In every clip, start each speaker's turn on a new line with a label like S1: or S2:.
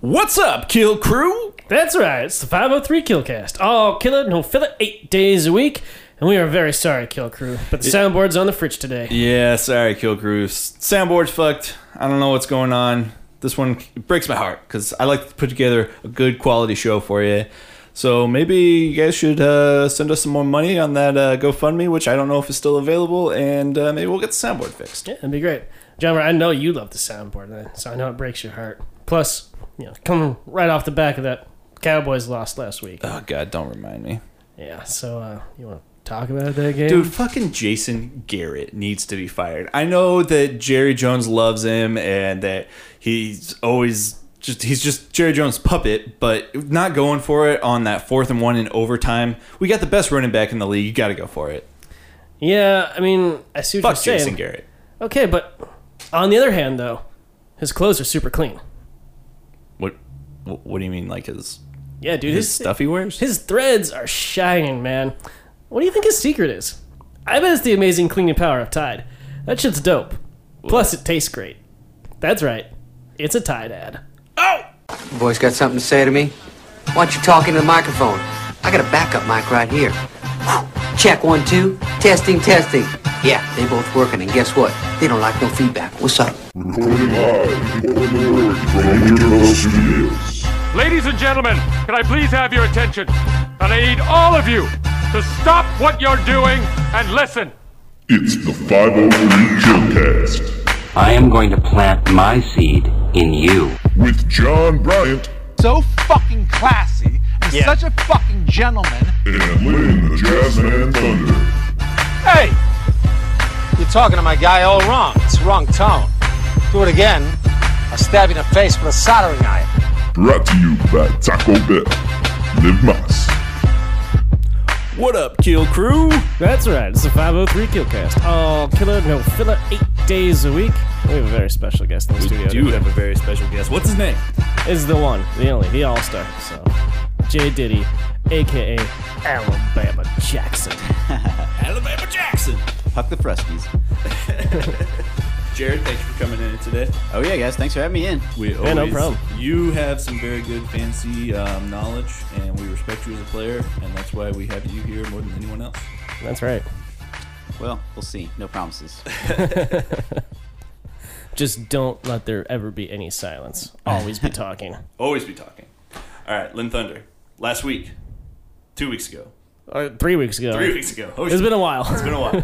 S1: What's up, Kill Crew?
S2: That's right. It's the 503 Killcast. All killer, no filler, eight days a week. And we are very sorry, Kill Crew, but the soundboard's on the fridge today.
S1: Yeah, sorry, Kill Crew. S- Soundboard's fucked. I don't know what's going on. This one breaks my heart because I like to put together a good quality show for you. So maybe you guys should uh, send us some more money on that uh, GoFundMe, which I don't know if is still available, and uh, maybe we'll get the soundboard fixed.
S2: Yeah, that'd be great. John, I know you love the soundboard, man, so I know it breaks your heart. Plus, you know, coming right off the back of that Cowboys lost last week.
S1: Oh God, don't remind me,
S2: Yeah, so uh, you want to talk about that game?
S1: dude. Fucking Jason Garrett needs to be fired. I know that Jerry Jones loves him and that he's always just he's just Jerry Jones' puppet, but not going for it on that fourth and one in overtime. We got the best running back in the league. You got to go for it.
S2: Yeah, I mean, I see what
S1: Fuck
S2: you're
S1: Jason
S2: saying.
S1: Garrett.
S2: Okay, but on the other hand, though, his clothes are super clean.
S1: What? wh- What do you mean, like his
S2: Yeah, dude,
S1: his
S2: his
S1: stuff he wears?
S2: his threads are shining, man. What do you think his secret is? I bet it's the amazing cleaning power of Tide. That shit's dope. Plus, it tastes great. That's right, it's a Tide ad.
S3: Boys got something to say to me? Why don't you talk into the microphone? I got a backup mic right here. Check one, two. Testing, testing. Yeah, they both working, and guess what? They don't like no feedback. What's up?
S4: Recording live from Winter Hill Studios.
S5: Ladies and gentlemen, can I please have your attention? And I need all of you to stop what you're doing and listen.
S4: It's the 503 Killcast
S6: I am going to plant my seed in you.
S4: with John Bryant
S7: so fucking classy and such a fucking gentleman.
S4: and Lynn the Jazz Man Thunder.
S7: Hey! You're talking to my guy all wrong. It's wrong tone. Do it again, I'll stab you in the face with a soldering iron.
S4: Brought to you by Taco Bell. Live Mas.
S1: What up, Kill Crew?
S2: That's right, it's the 503 Killcast. All Oh, killer, no filler, eight days a week. We have a very special guest in the studio.
S1: Do have a very special guest. What's his name?
S2: is the one, the only, the all star. So, J. Diddy, aka Alabama Jackson.
S1: Alabama Jackson.
S8: Fuck the Friskies.
S1: Jared, thank you for coming in today.
S8: Oh yeah, guys, thanks for having me in.
S1: We
S2: Yeah,
S1: always,
S2: no problem.
S1: You have some very good fancy um, knowledge, and we respect you as a player, and that's why we have you here more than anyone else.
S2: That's right.
S8: Well, we'll see. No promises.
S2: Just don't let there ever be any silence. Always be talking.
S1: Always be talking. All right, Lynn Thunder. Last week, two weeks ago,
S2: Uh, three weeks ago.
S1: three weeks ago. Oh,
S2: It's been a while.
S1: it's been a while.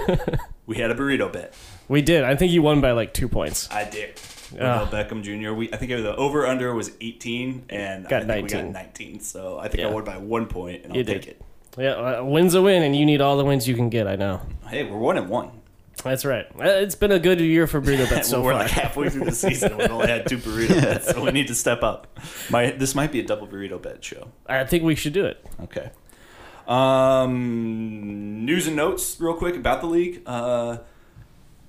S1: we had a burrito bet.
S2: We did. I think you won by like two points.
S1: I did.
S2: Ah.
S1: Odell Beckham Jr. We I think the over under was 18, and
S2: Got
S1: I think we
S2: 19.
S1: got 19. So I think
S2: Yeah.
S1: I won by one point, and I'll
S2: You
S1: take
S2: did.
S1: it.
S2: Yeah, uh, win's a win, and you need all the wins you can get. I know.
S1: Hey, we're one and one.
S2: That's right. Uh, It's been a good year for burrito bets so
S1: we're
S2: far.
S1: like halfway through the season. and We've only had two burritos, so we need to step up. My this might be a double burrito bet show.
S2: I think we should do it.
S1: Okay. Um, news and notes, real quick about the league. Uh,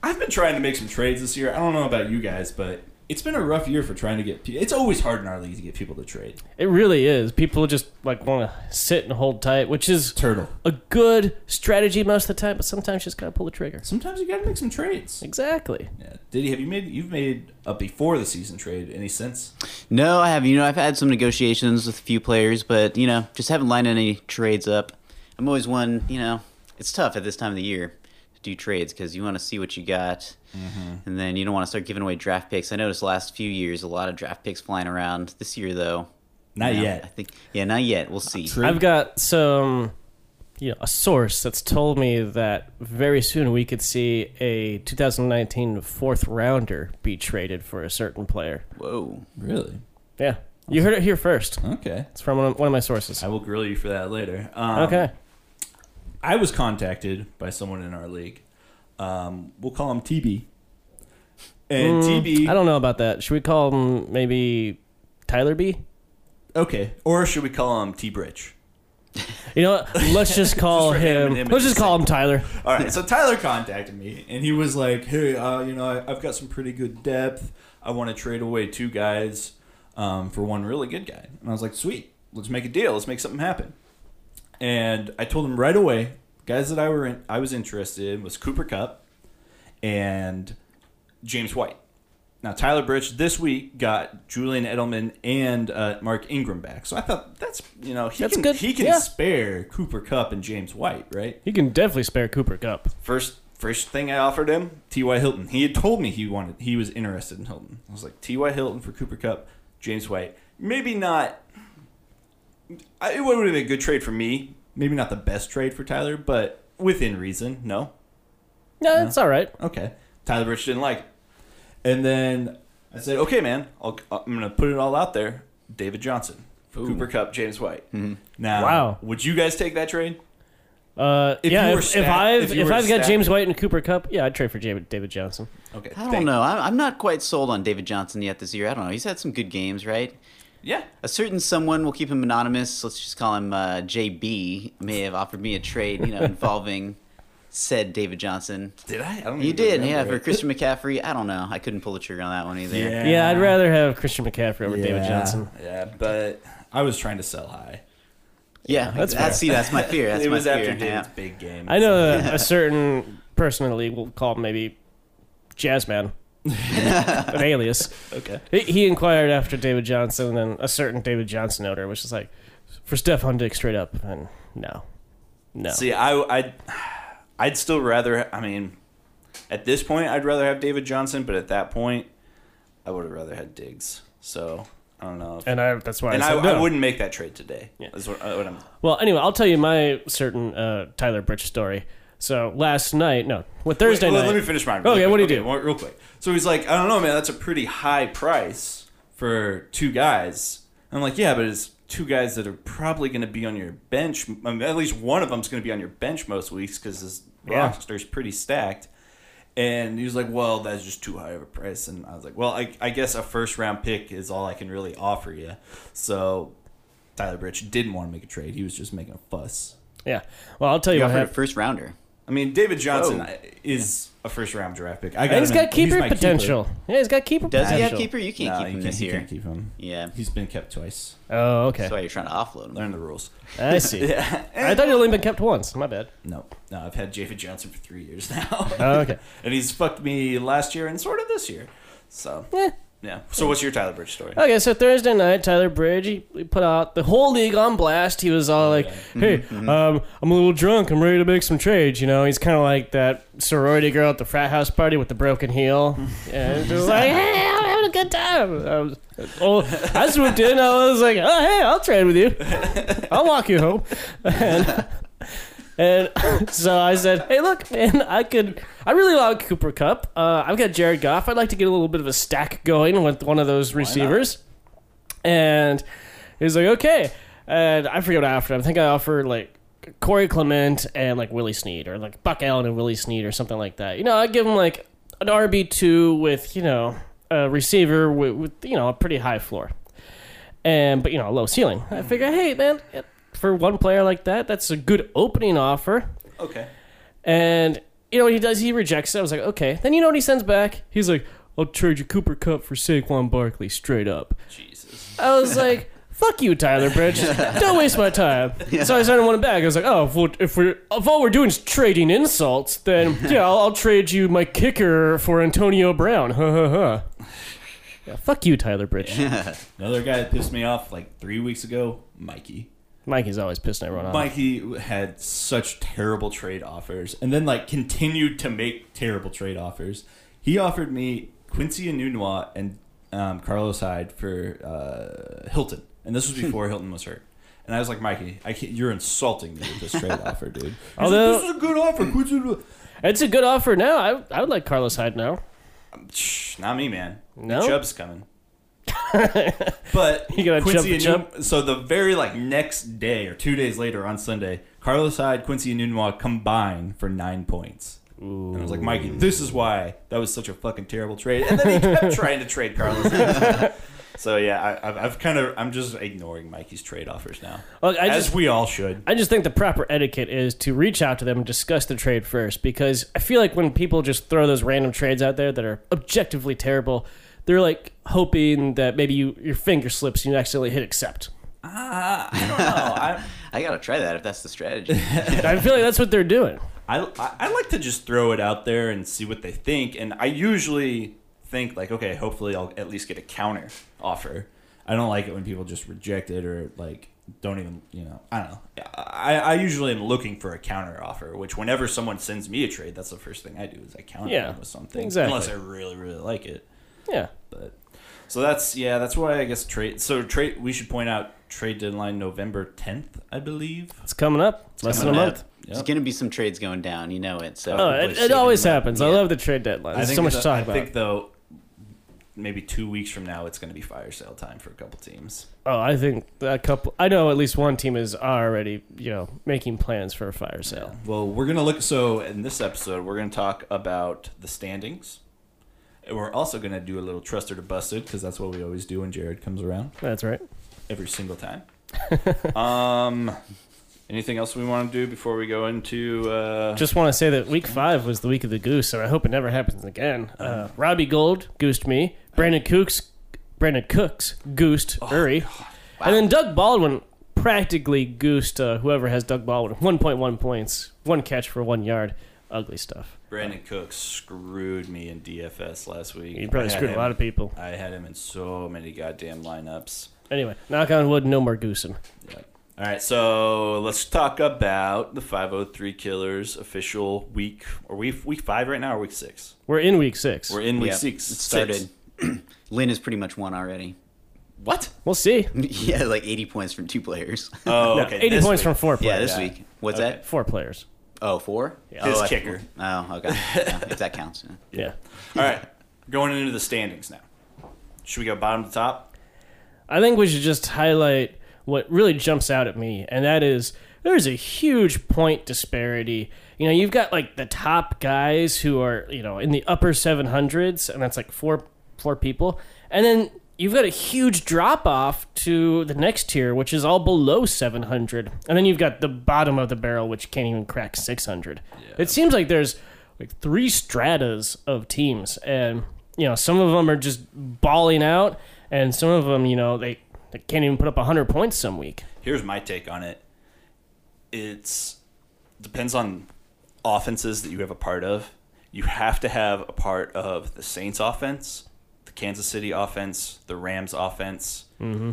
S1: I've been trying to make some trades this year. I don't know about you guys, but it's been a rough year for trying to get. pe- It's always hard in our league to get people to trade.
S2: It really is. People just like want to sit and hold tight, which is
S1: Turtle.
S2: a good strategy most of the time, but sometimes you just gotta pull the trigger.
S1: Sometimes you got to make some trades.
S2: Exactly.
S1: Yeah. Diddy, have you made? You've made a before the season trade any sense?
S8: no, I have. You know, I've had some negotiations with a few players, but you know, just haven't lined any trades up. I'm always one. You know, it's tough at this time of the year to do trades because you want to see what you got, and then you don't want to start giving away draft picks. I noticed last few years a lot of draft picks flying around. This year though,
S1: Not
S8: you know, I
S1: yet.
S8: think yeah, not yet. We'll see.
S2: I've got some, you know, a source that's told me that very soon we could see a 2019 fourth rounder be traded for a certain player.
S8: Whoa.
S1: Really?
S2: Yeah, you heard it here first.
S1: Okay.
S2: It's from one of, one of my sources.
S1: I will grill you for that later. Um,
S2: Okay.
S1: I was contacted by someone in our league. Um, we'll call him TB. And TB,
S2: Mm, I don't know about that. Should we call him maybe Tyler B?
S1: okay, or should we call him T Bridge?
S2: You know what? Let's just call
S1: for him
S2: him.
S1: and him
S2: Let's
S1: in
S2: just
S1: the
S2: call him Tyler.
S1: All right, so Tyler contacted me, and he was like, "Hey, uh, you know, I, I've got some pretty good depth. I want to trade away two guys um, for one really good guy." And I was like, "Sweet, let's make a deal. Let's make something happen." And I told him right away, guys that I were in, I was interested in was Cooper Cup and James White. Now, Tyler Bridge this week got Julian Edelman and uh, Mark Ingram back, so I thought that's you know he
S2: That's
S1: can
S2: good.
S1: he can
S2: Yeah.
S1: spare Cooper Cup and James White, right?
S2: He can definitely spare Cooper Cup.
S1: First first thing I offered him, T. Y. Hilton. He had told me he wanted he was interested in Hilton. I was like T. Y. Hilton for Cooper Cup, James White. Maybe not. I, it would have been a good trade for me. Maybe not the best trade for Tyler, but within reason. No,
S2: No, it's all right.
S1: okay. Tyler Rich didn't like it. And then I said, okay, man, I'll, I'm going to put it all out there. David Johnson, Cooper Cup, James White.
S8: Mm-hmm.
S1: Now,
S2: Wow.
S1: would you guys take that trade?
S2: Uh,
S1: If
S2: yeah,
S1: you were
S2: if,
S1: stacked-
S2: if I've
S1: if
S2: if,
S1: you were
S2: I've got
S1: stacked-
S2: James White and Cooper Cup, yeah, I'd trade for David, David Johnson.
S1: Okay.
S8: I
S1: thank-
S8: don't know. I'm, I'm not quite sold on David Johnson yet this year. I don't know. He's had some good games, right?
S1: Yeah.
S8: A certain someone, we'll keep him anonymous. Let's just call him uh, JB. May have offered me a trade, you know, involving said David Johnson.
S1: Did I? I don't
S8: You
S1: even
S8: did, yeah.
S1: remember
S8: For
S1: it.
S8: Christian McCaffrey, I don't know. I couldn't pull the trigger on that one either.
S1: Yeah.
S2: Yeah, I'd rather have Christian McCaffrey over David
S1: Yeah.
S2: Johnson.
S1: Yeah, but I was trying to sell high.
S8: Yeah, that's,
S2: fair.
S8: see, that's my fear. That's
S1: it
S8: my
S1: was
S8: fear.
S1: after David's
S8: yeah.
S1: big game.
S2: I know a, a certain person in the league will call him maybe Jazzman, an alias.
S1: Okay.
S2: He, he inquired after David Johnson, and then a certain David Johnson owner was just like, for Stephon Dick straight up, and no, no.
S1: See, I, I'd, I'd still rather. I mean, at this point, I'd rather have David Johnson, but at that point, I would have rather had Diggs. So I don't know. If, and
S2: and I, that's why I
S1: I,
S2: said no.
S1: I wouldn't make that trade today.
S2: Yeah.
S1: That's what, uh, what I'm.
S2: Well, anyway, I'll tell you my certain uh, Tyler Bridge story. So last night, no, what Thursday
S1: Wait, let-
S2: night?
S1: Let me finish mine.
S2: Okay, what do you
S1: quick.
S2: do?
S1: Okay, Real quick. So he's like, I don't know, man. That's a pretty high price for two guys. I'm like, yeah, but it's two guys that are probably going to be on your bench. I mean, at least one of them's going to be on your bench most weeks because this
S2: Yeah.
S1: roster's pretty stacked. And he was like, "Well, that's just too high of a price." And I was like, "Well, I, I guess a first round pick is all I can really offer you." So Tyler Bridge didn't want to make a trade; he was just making a fuss.
S2: Yeah. Well, I'll tell you
S8: You
S2: what.
S8: offered a
S2: happened.
S8: first rounder.
S1: I mean, David Johnson
S8: Oh.
S1: is a first round draft pick. I got
S2: And he's
S1: him in-
S2: got keeper
S1: my
S2: potential. Yeah, he's got keeper
S8: Does he
S2: potential.
S8: have keeper? You can't
S1: No,
S8: keep
S1: you
S8: him
S1: can't-
S8: this
S1: you
S8: year.
S1: can't keep him.
S8: Yeah.
S1: He's been kept twice.
S2: Oh,
S8: That's why
S2: okay.
S8: you're trying to offload him.
S1: Learn the rules.
S2: I see. I thought he'd only been kept once. My bad.
S1: No, no, I've had David Johnson for three years now.
S2: Oh, okay.
S1: and he's fucked me last year and sort of this year. So
S2: Eh.
S1: yeah. So what's your Tyler Bridge story?
S2: Okay, so Thursday night, Tyler Bridge he he put out the whole league on blast. He was all like, "Hey, um, I'm a little drunk. I'm ready to make some trades." You know, he's kind of like that sorority girl at the frat house party with the broken heel. And just like, "Hey, I'm having a good time." I was, oh, I swooped in. I was like, "Oh, hey, I'll trade with you. I'll walk you home." And, and so I said, "Hey, look, man, I could. I really like Cooper Cup. Uh, I've got Jared Goff. I'd like to get a little bit of a stack going with one of those receivers." And he was like, okay. And I forget what I offered. I think I offered like Corey Clement and like Willie Snead or like Buck Allen and Willie Snead or something like that. You know, I'd give him like an RB2 with, you know, a receiver with, with you know, a pretty high floor. And, but, you know, a low ceiling. I figure, hey, man, for one player like that, that's a good opening offer.
S1: Okay.
S2: And you know what he does? He rejects it. I was like, okay. Then you know what he sends back? He's like, I'll trade you Cooper Cup for Saquon Barkley straight up. Jesus. I was like, fuck you, Tyler Bridge. Don't waste my time. So I sent him one back. I was like, oh, if, we're, if, we're, if all we're doing is trading insults, then yeah, I'll, I'll trade you my kicker for Antonio Brown. Ha ha ha. Yeah, fuck you, Tyler Bridge.
S1: Another guy that pissed me off like three weeks ago, Mikey.
S2: Mikey's always pissing everyone off.
S1: Mikey had such terrible trade offers and then like continued to make terrible trade offers. He offered me Quincy Anunua and um, Carlos Hyde for uh, Hilton, and this was before Hilton was hurt. And I was like, Mikey, I can't, you're insulting me with this trade offer, dude. He's like,
S2: Although-
S1: this is a good offer, Quincy. Anunua."
S2: It's a good offer now. I, I would like Carlos Hyde now.
S1: Shh, not me, man.
S2: No?
S1: Chubb's coming. but
S2: You gonna
S1: Quincy
S2: jump
S1: Anu- so the very like next day or two days later on Sunday, Carlos Hyde, Quincy Anunua combined for nine points. And I was like, Mikey, this is why that was such a fucking terrible trade. And then he kept trying to trade Carlos. Hyde. so yeah, I, I've, I've kind of I'm just ignoring Mikey's trade offers now,
S2: Look, I
S1: as
S2: just-
S1: we all should.
S2: I just think the proper etiquette is to reach out to them and discuss the trade first because I feel like when people just throw those random trades out there that are objectively terrible, they're like hoping that maybe you, your finger slips and you accidentally hit accept.
S8: I gotta try that if that's the strategy.
S2: I feel like that's what they're doing.
S1: I, I I like to just throw it out there and see what they think. And I usually think like, okay, hopefully I'll at least get a counter offer. I don't like it when people just reject it or like don't even you know. I don't know. I, I usually am looking for a counter offer, which whenever someone sends me a trade, that's the first thing I do is I counter
S2: Yeah,
S1: them with something,
S2: exactly.
S1: unless I really really like it.
S2: Yeah.
S1: But so that's yeah, that's why I guess trade. So trade. We should point out trade deadline November tenth, I believe.
S2: It's coming up. Less than a
S8: Coming up.
S2: month.
S8: There's
S1: Yep.
S8: gonna be some trades going down. You know it. So
S2: Oh,
S8: we're
S2: it, it
S8: saving
S2: always
S8: them up.
S2: happens. I
S8: Yeah.
S2: love the trade deadline. There's so much to
S1: that-
S2: talk
S1: I
S2: about.
S1: think though, maybe two weeks from now, it's going to be fire sale time for a couple teams.
S2: oh, I think a couple. I know at least one team is already, you know, making plans for a fire sale.
S1: Well, we're going to look. So in this episode, we're going to talk about the standings. And we're also going to do a little trusted or busted because that's what we always do when Jared comes around
S2: That's right.
S1: every single time. um, anything else we want to do before we go into? Uh,
S2: Just want to say that week five was the week of the goose, and I hope it never happens again. Uh, Robbie Gold goosed me. Brandon Cooks, Brandon Cooks goosed
S1: Oh,
S2: Uri, and then Doug Baldwin practically goosed uh, whoever has Doug Baldwin. One point one points, one catch for one yard. Ugly stuff.
S1: Brandon Cooks screwed me in DFS last week.
S2: He probably
S1: I had
S2: screwed a
S1: him-
S2: lot of people.
S1: I had him in so many goddamn lineups.
S2: Anyway, knock on wood, no more goosing.
S1: All right, so let's talk about the 503 Killers official week. Are we week five right now or week six?
S2: We're in week six.
S1: We're in week
S8: Yeah,
S1: six.
S8: It started.
S1: Six.
S8: Lynn is pretty much won already.
S1: What?
S2: We'll see.
S8: yeah, like 80 points from two players.
S1: Oh,
S2: No,
S1: okay.
S2: 80
S1: this
S2: points
S1: week.
S2: from four
S8: yeah,
S2: players.
S8: this week. What's
S1: Okay.
S8: that?
S2: Four players.
S8: Oh, four?
S1: His
S8: Oh, I-
S1: kicker.
S8: Oh, okay. Yeah, if that counts. yeah.
S2: Yeah.
S1: All right, going into the standings now. Should we go bottom to top?
S2: I think we should just highlight what really jumps out at me, and that is there's a huge point disparity. You know, you've got like the top guys who are, you know, in the upper 700s, and that's like four four people. And then you've got a huge drop off to the next tier, which is all below 700. And then you've got the bottom of the barrel, which can't even crack 600. It seems like there's like three stratas of teams and you know some of them are just bawling out and some of them you know they, they can't even put up 100 points some week
S1: Here's my take on it. It's depends on offenses that you have a part of. You have to have a part of the Saints offense, the Kansas City offense, the Rams offense. Mm-hmm.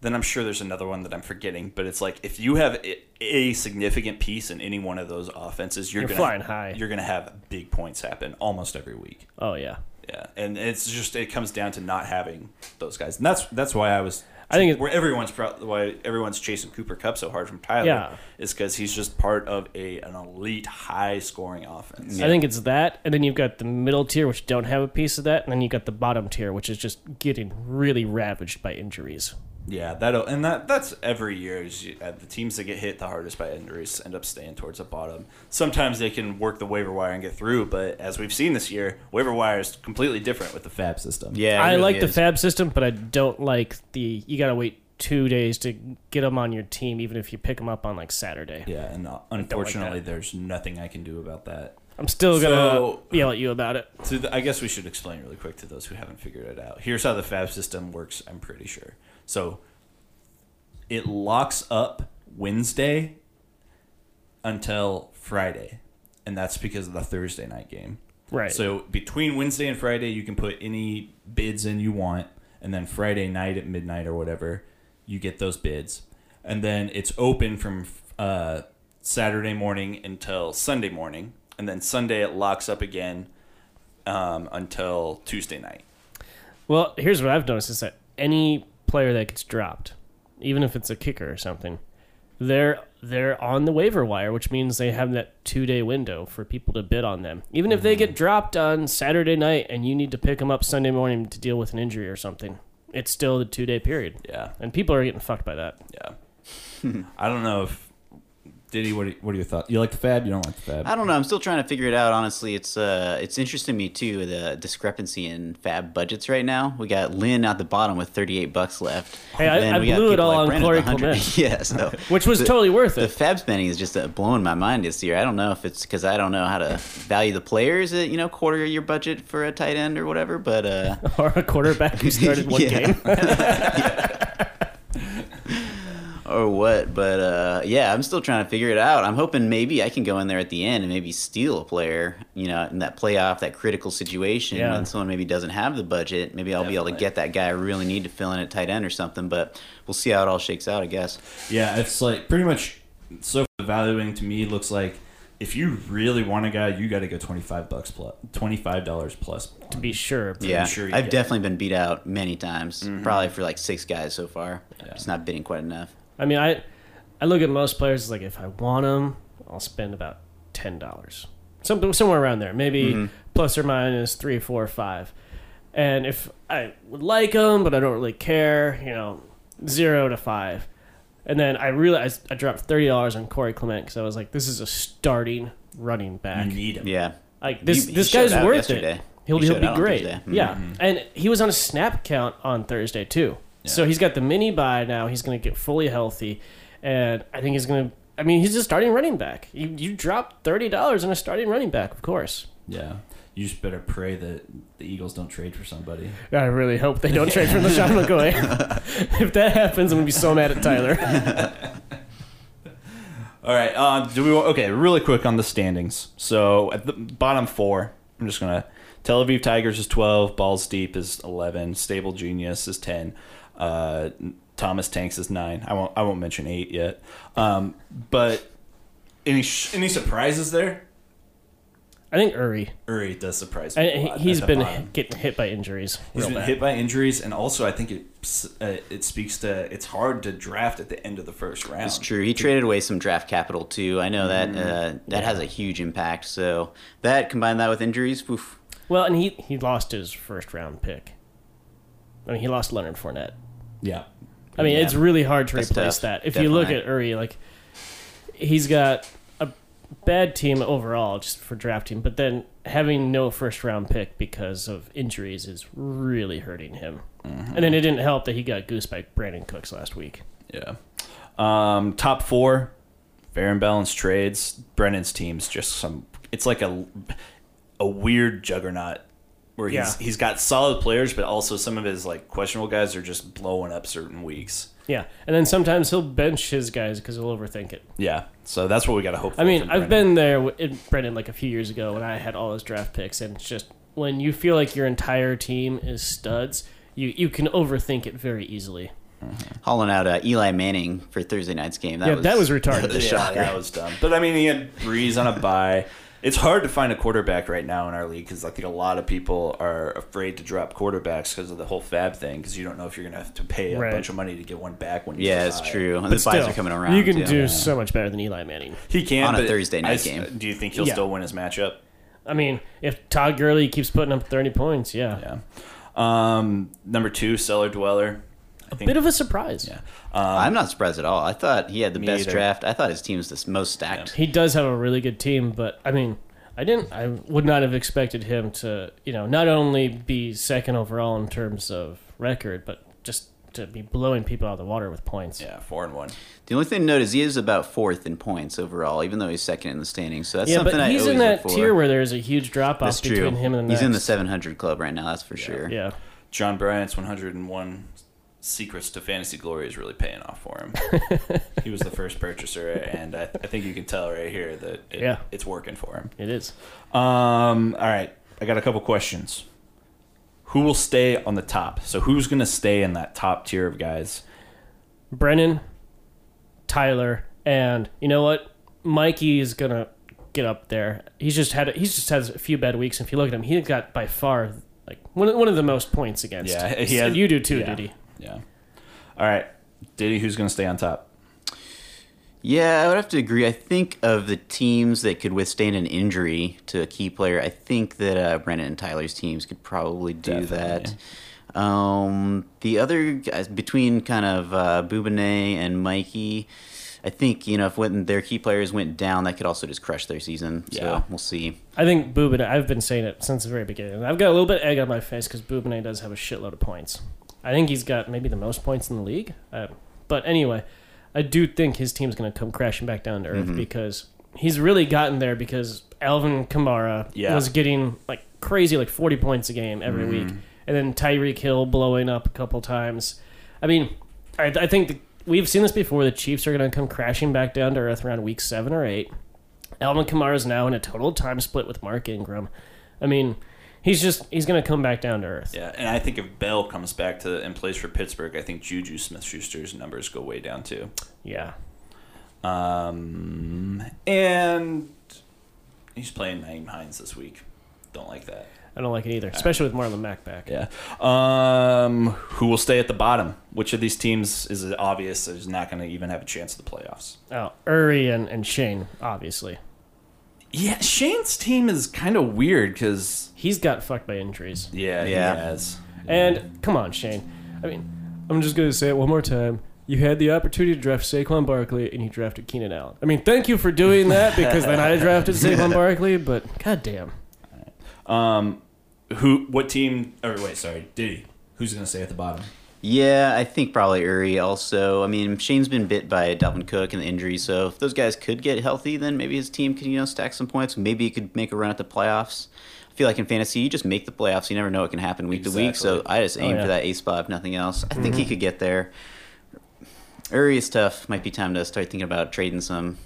S1: Then I'm sure there's another one that I'm forgetting, but it's like if you have a, a significant piece in any one of those offenses, you're,
S2: You're
S1: gonna,
S2: flying high.
S1: You're gonna have big points happen almost every week.
S2: oh yeah
S1: Yeah, and it's just it comes down to not having those guys, and that's that's why I was.
S2: I think it-
S1: where everyone's pro- why everyone's chasing Cooper Cup so hard from Tyler
S2: Yeah.
S1: is because he's just part of a an elite high scoring offense.
S2: i think it's that and then you've got the middle tier which don't have a piece of that and then you've got the bottom tier which is just getting really ravaged by injuries
S1: Yeah, that and that that's every year. Is you, uh, the teams that get hit the hardest by injuries end up staying towards the bottom. Sometimes they can work the waiver wire and get through, but as we've seen this year, waiver wire is completely different with the Fab system.
S8: Yeah, it
S2: i
S8: really
S2: like the
S8: is.
S2: fab system but i don't like the you gotta wait two days to get them on your team even if you pick them up on like saturday
S1: yeah, and uh, unfortunately, there's nothing I can do about that.
S2: i'm still gonna
S1: So-
S2: yell at you about it
S1: To the, I guess we should explain really quick to those who haven't figured it out. Here's how the fab system works, I'm pretty sure. So it locks up Wednesday until Friday, and that's because of the Thursday night game.
S2: Right.
S1: So between Wednesday and Friday, you can put any bids in you want, and then Friday night at midnight or whatever, you get those bids, and then it's open from uh, Saturday morning until Sunday morning, and then Sunday it locks up again um, until Tuesday night.
S2: Well, here's what I've noticed is that any player that gets dropped, even if it's a kicker or something, they're they're on the waiver wire, which means they have that two day window for people to bid on them. Even if they
S8: Mm-hmm.
S2: get dropped on Saturday night and you need to pick them up Sunday morning to deal with an injury or something, it's still the two day period.
S1: Yeah,
S2: And people are getting fucked by that.
S1: yeah. I don't know if Diddy. What are, what are your thoughts? You like the fab? You don't like the fab?
S8: I don't know. I'm still trying to figure it out. Honestly, it's uh, it's interesting to me too the discrepancy in fab budgets right now. We got Lynn at the bottom with 38 bucks left.
S2: Hey, I- I blew it all on
S8: Brandon
S2: Corey
S8: with 100.
S2: Clement.
S8: yeah, so
S2: Which was totally worth
S8: The
S2: it.
S8: fab spending is just uh, blowing my mind this year. I don't know if it's because I don't know how to value the players at you know quarter of your budget for a tight end or whatever. But uh,
S2: or a quarterback who started one
S8: Yeah.
S2: game.
S8: or what, but uh, yeah, I'm still trying to figure it out. I'm hoping maybe I can go in there at the end and maybe steal a player, you know, in that playoff, that critical situation
S2: Yeah.
S8: when someone maybe doesn't have the budget. Maybe I'll be able to
S1: Definitely.
S8: get that guy I really need to fill in at tight end or something, but we'll see how it all shakes out, I guess.
S1: Yeah, it's like pretty much so far, valuing to me looks like if you really want a guy, you got to go twenty five bucks plus twenty five dollars plus.
S2: to be sure.
S8: yeah,
S1: sure you
S8: I've
S1: get it. Mm-hmm.
S8: definitely been beat out many times, probably for like six guys so far. Just not bidding quite enough.
S2: I mean, I I look at most players as like if I want them, I'll spend about ten dollars, something somewhere around there, maybe plus or minus three, four, five. And if I would like them, but I don't really care, you know, zero to five. And then I realized I dropped thirty dollars on Corey Clement because I was like, this is a starting running back.
S1: You need him.
S8: Yeah.
S2: Like this,
S8: He- he
S2: this
S8: showed
S2: guy's
S8: out
S2: worth it.
S8: yesterday.
S2: He'll,
S8: He
S2: he'll
S8: showed
S2: be
S8: out on
S2: great.
S8: Thursday. Mm-hmm.
S2: Yeah, and he was on a snap count on Thursday too. So he's got the mini buy now. He's going to get fully healthy, and I think he's going to. I mean, he's a starting running back. You you drop thirty dollars on a starting running back, of course.
S1: Yeah, you just better pray that the Eagles don't trade for somebody.
S2: I really hope they don't trade for LaShawn McCoy. if that happens, I'm going to be so mad at Tyler.
S1: All right. Uh, do we want, okay? Really quick on the standings. So at the bottom four, I'm just gonna Tel Aviv Tigers is 12, Balls Deep is 11, Stable Genius is 10, uh, Thomas Tanks is nine. I won't I won't mention eight yet. Um, but any sh- any surprises there?
S2: I think Uri.
S1: Uri does surprise me.
S2: I,
S1: a
S2: he-
S1: lot at
S2: he's
S1: the
S2: been
S1: bottom.
S2: getting hit by injuries.
S1: He's
S2: real
S1: been
S2: bad.
S1: hit by injuries, and also I think it uh, it speaks to it's hard to draft at the end of the first round.
S8: It's true. He traded away some draft capital too. I know that uh, that has a huge impact. So that combined that with injuries, oof.
S2: Well, and he he lost his first round pick. I mean, he lost Leonard Fournette.
S1: Yeah,
S2: I mean,
S8: Yeah.
S2: it's really hard to
S8: That's
S2: replace
S8: tough,
S2: that. If you look at
S8: definitely.
S2: Uri, like he's got a bad team overall just for drafting, but then having no first round pick because of injuries is really hurting him.
S8: Mm-hmm.
S2: And then it didn't help that he got goosed by Brandon Cooks last week.
S1: Yeah. Um, top four, fair and balanced trades. Brennan's team's just some. It's like a a weird juggernaut where he's
S2: Yeah.
S1: he's got solid players, but also some of his like questionable guys are just blowing up certain weeks.
S2: Yeah, and then sometimes he'll bench his guys because he'll overthink it.
S1: Yeah. So that's what we got to hope.
S2: I mean, I've been there w- in Brendan like a few years ago when I had all those draft picks, and it's just when you feel like your entire team is studs, you you can overthink it very easily.
S8: hauling out uh, Eli Manning for Thursday night's game. That
S2: yeah,
S8: was,
S2: that was retarded.
S1: the shot that was dumb. But I mean, he had Breeze on a bye. It's hard to find a quarterback right now in our league because I think a lot of people are afraid to drop quarterbacks because of the whole Fab thing because you don't know if you're going to have to pay a
S2: Right.
S1: bunch of money to get one back when you
S8: yeah, it's
S1: die.
S8: true. And
S2: But
S8: the buys
S2: still,
S8: are coming around.
S2: You can
S8: too.
S2: do so much better than Eli Manning.
S1: He can
S8: On a
S1: but
S8: Thursday night
S1: I s-
S8: game.
S1: Do you think he'll
S2: Yeah.
S1: still win his matchup?
S2: I mean, if Todd Gurley keeps putting up thirty points, yeah,
S1: Yeah. Um, number two, Cellar Dweller. I think,
S2: bit of a surprise.
S8: I'm not surprised at all. I thought he had the best
S1: either.
S8: draft. I thought his team was the s- most stacked.
S2: He does have a really good team, but I mean, I didn't, I would not have expected him to, you know, not only be second overall in terms of record, but just to be blowing people out of the water with points.
S1: yeah, four and one.
S8: The only thing to note is he is about fourth in points overall, even though he's second in the standings. So that's
S2: Yeah,
S8: something
S2: but
S8: I
S2: he's
S8: always
S2: in that
S8: look for.
S2: tier where there's a huge drop
S8: that's
S2: off
S8: true.
S2: between him and the
S8: he's in the
S2: next.
S8: 700 club right now. That's for sure.
S2: yeah.
S1: John Bryant's 101 secrets to fantasy glory is really paying off for him. he was the first purchaser, and I, I think you can tell right here that it,
S2: Yeah.
S1: it's working for him.
S2: It is.
S1: Um, all right, I got a couple questions. Who will stay on the top? So who's going to stay in that top tier of guys?
S2: Brennan, Tyler, and you know what? Mikey is gonna get up there. He's just had he's just has a few bad weeks. If you look at him, he got by far like one of, one of the most points against.
S1: Yeah, he has-
S2: you do too,
S1: yeah.
S2: Diddy.
S1: Yeah. All right, Diddy, who's going to stay on top?
S8: Yeah, I would have to agree. I think of the teams that could withstand an injury to a key player, I think that uh, Brennan and Tyler's teams could probably do
S1: Definitely.
S8: that. Um, the other guys, between kind of uh, Boubinet and Mikey, I think, you know, if when their key players went down, that could also just crush their season.
S1: Yeah.
S8: So we'll see.
S2: I think Boobin. I've been saying it since the very beginning. and I've got a little bit of egg on my face because Boobin does have a shitload of points. I think he's got maybe the most points in the league. Uh, but anyway, I do think his team's going to come crashing back down to earth because he's really gotten there because Alvin Kamara
S1: Yeah.
S2: was getting like crazy, like forty points a game every week, and then Tyreek Hill blowing up a couple times. I mean, I, I think the, we've seen this before. The Chiefs are going to come crashing back down to earth around week seven or eight. Alvin Kamara is now in a total time split with Mark Ingram. I mean, he's just he's going to come back down to earth.
S1: Yeah, and I think if Bell comes back to and plays for Pittsburgh, I think Juju Smith-Schuster's numbers go way down too.
S2: Yeah.
S1: Um, and he's playing Naeem Hines this week. Don't like that.
S2: I don't like it either, especially with Marlon Mack back.
S1: Uh, Yeah. Um, who will stay at the bottom? Which of these teams is obvious is not going to even have a chance at the playoffs?
S2: Oh, Uri and, and Shane, obviously.
S1: Yeah, Shane's team is kind of weird because
S2: He's got fucked by injuries.
S1: yeah,
S8: Yeah.
S1: he has.
S2: And come on, Shane. I mean, I'm just going to say it one more time. You had the opportunity to draft Saquon Barkley, and you drafted Keenan Allen. I mean, thank you for doing that because then I drafted Saquon Barkley, but goddamn.
S1: Who? What team? Or wait, sorry, Diddy. Who's going to stay at the bottom?
S8: Yeah, I think probably Uri also. I mean, Shane's been bit by Dalvin Cook and the injury, so if those guys could get healthy, then maybe his team can, you know, stack some points. Maybe he could make a run at the playoffs. I feel like in fantasy, you just make the playoffs. You never know what can happen week to week, so I just aim
S2: yeah.
S8: for that A spot, if nothing else. I think he could get there. Uri is tough. Might be time to start thinking about trading some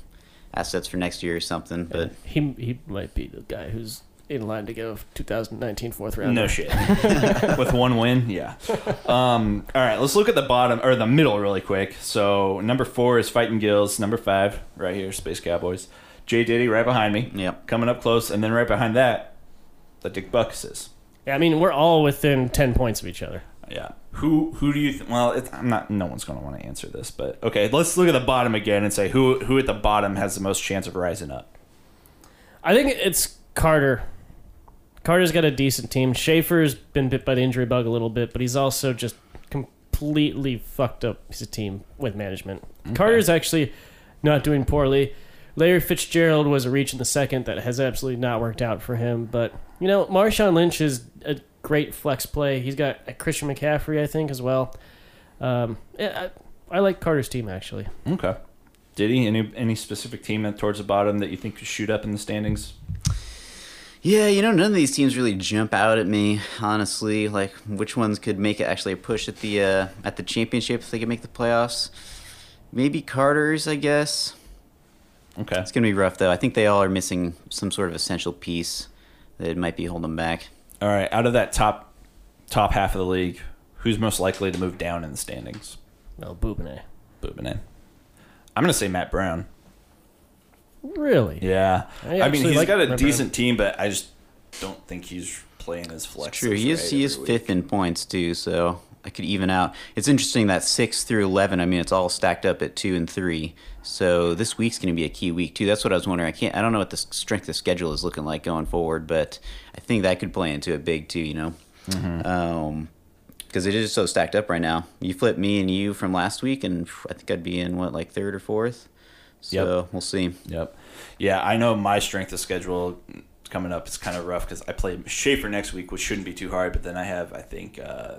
S8: assets for next year or something, but
S2: He, he might be the guy who's in line to go 2019 fourth round.
S1: No shit. With one win, yeah. Um, all right, let's look at the bottom or the middle really quick. So number four is Fighting Gills. Number five, right here, Space Cowboys. Jay Diddy right behind me.
S8: Yep.
S1: Coming up close, and then right behind that, the Dick Buckuses.
S2: Yeah, I mean, we're all within 10 points of each other.
S1: Yeah. Who who do you? Th- well, it's, I'm not. No one's going to want to answer this, but okay. Let's look at the bottom again and say who who at the bottom has the most chance of rising up.
S2: I think it's Carter. Carter's got a decent team. Schaefer's been bit by the injury bug a little bit, but he's also just completely fucked up his team with management. Carter's actually not doing poorly. Larry Fitzgerald was a reach in the second that has absolutely not worked out for him. But, you know, Marshawn Lynch is a great flex play. He's got a Christian McCaffrey, I think, as well. Um, yeah, I, I like Carter's team, actually.
S1: Okay. Diddy, any any specific team that towards the bottom that you think could shoot up in the standings?
S8: Yeah, you know, none of these teams really jump out at me, honestly. Like, which ones could make it actually a push at the uh, at the championship if they could make the playoffs? Maybe Carter's, I guess.
S1: Okay.
S8: It's gonna be rough though. I think they all are missing some sort of essential piece that might be holding them back.
S1: All right, out of that top top half of the league, who's most likely to move down in the standings?
S2: Well, Boubine.
S1: Boobin in. I'm gonna say Matt Brown.
S2: Really?
S1: Yeah,
S2: I
S1: I, mean
S2: actually
S1: he's
S2: like
S1: got a
S2: Matt Brown.
S1: decent team, but I just don't think he's playing his flex.
S8: True, he is he is fifth in points too, so I could even out. It's interesting that six through eleven. I mean, it's all stacked up at two and three. So this week's going to be a key week too. That's what I was wondering. I can't. I don't know what the s- strength of schedule is looking like going forward, but I think that could play into it big too. You know, Um 'cause because it is so stacked up right now. You flip me and you from last week, and phew, I think I'd be in what like third or fourth. So we'll see.
S1: Yep. Yeah, I know my strength of schedule coming up is kind of rough because I play Schaefer next week, which shouldn't be too hard. But then I have, I think, uh,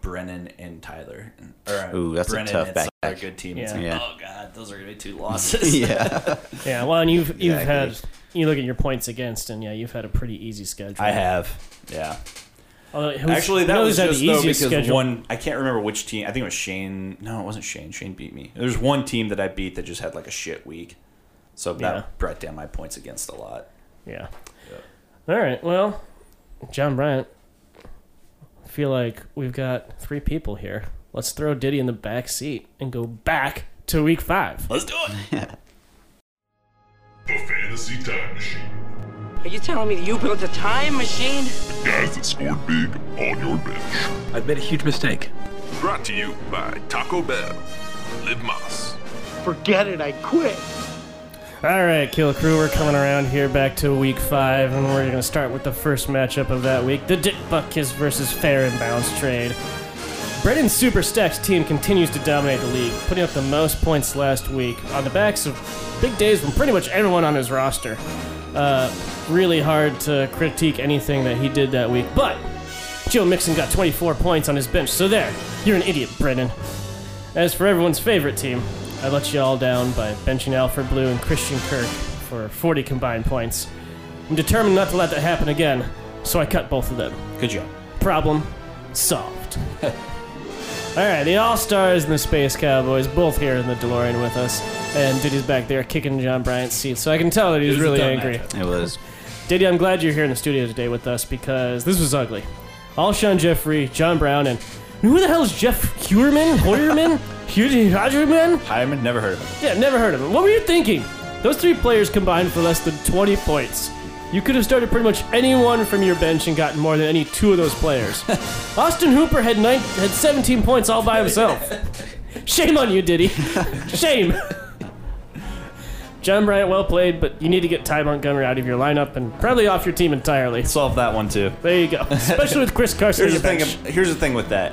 S1: Brennan and Tyler. And, or, uh,
S8: Ooh, that's a
S1: Brennan
S8: tough
S1: and some
S8: back-to-back.
S1: other good team. It's
S2: Yeah.
S1: like,
S8: Yeah.
S1: oh god, those are gonna be two losses.
S8: Yeah.
S2: Yeah, well, and you've you've had
S8: Exactly.
S2: you look at your points against, and yeah, you've had a pretty easy schedule.
S1: I have. Yeah.
S2: Although, who's-
S1: Actually, that
S2: who's
S1: was
S2: had
S1: just though because one. I can't remember which team. I think it was Shane. No, it wasn't Shane. Shane beat me. There's one team that I beat that just had like a shit week, so that
S2: Yeah.
S1: brought down my points against a lot.
S2: Yeah. All right. Well, John Bryant. I feel like we've got three people here. Let's throw Diddy in the back seat and go back to week five.
S1: Let's do it.
S4: The Fantasy Time Machine.
S9: Are you telling me that you built a time machine?
S4: The guys that scored big on your bench.
S9: I've made a huge mistake.
S4: Brought to you by Taco Bell. Live Moss.
S2: All right, Kill Crew, we're coming around here back to week five, and we're going to start with the first matchup of that week the Dick Butkus versus Fair and Bounce trade. Brennan Superstack's team continues to dominate the league, putting up the most points last week on the backs of big days from pretty much everyone on his roster. Uh, really hard to critique anything that he did that week, but Joe Mixon got 24 points on his bench, so there, you're an idiot, Brennan. As for everyone's favorite team, I let you all down by benching Alfred Blue and Christian Kirk for 40 combined points. I'm determined not to let that happen again, so I cut both of them.
S1: Good job.
S2: Problem solved. All right, the All Stars and the Space Cowboys both here in the DeLorean with us, and Diddy's back there kicking John Bryant's seat, so I can tell that he's
S1: It was a
S2: really
S1: dumb
S2: angry.
S1: matchup.
S8: It was.
S2: Diddy, I'm glad you're here in the studio today with us because this was ugly. All Sean Jeffrey, John Brown, and who the hell is Jeff Hewerman? Hoyerman? Hodgerman?
S1: Hyman never heard of him.
S2: Yeah, never heard of him. What were you thinking? Those three players combined for less than 20 points. You could have started pretty much anyone from your bench and gotten more than any two of those players. Austin Hooper had nine, had 17 points all by himself. Shame on you, Diddy. Shame. John Bryant, well played, but you need to get Ty Montgomery out of your lineup and probably off your team entirely.
S1: Solve that one too.
S2: There you go. Especially with Chris Carson.
S1: Here's the
S2: on your
S1: thing.
S2: bench.
S1: Here's the thing with that.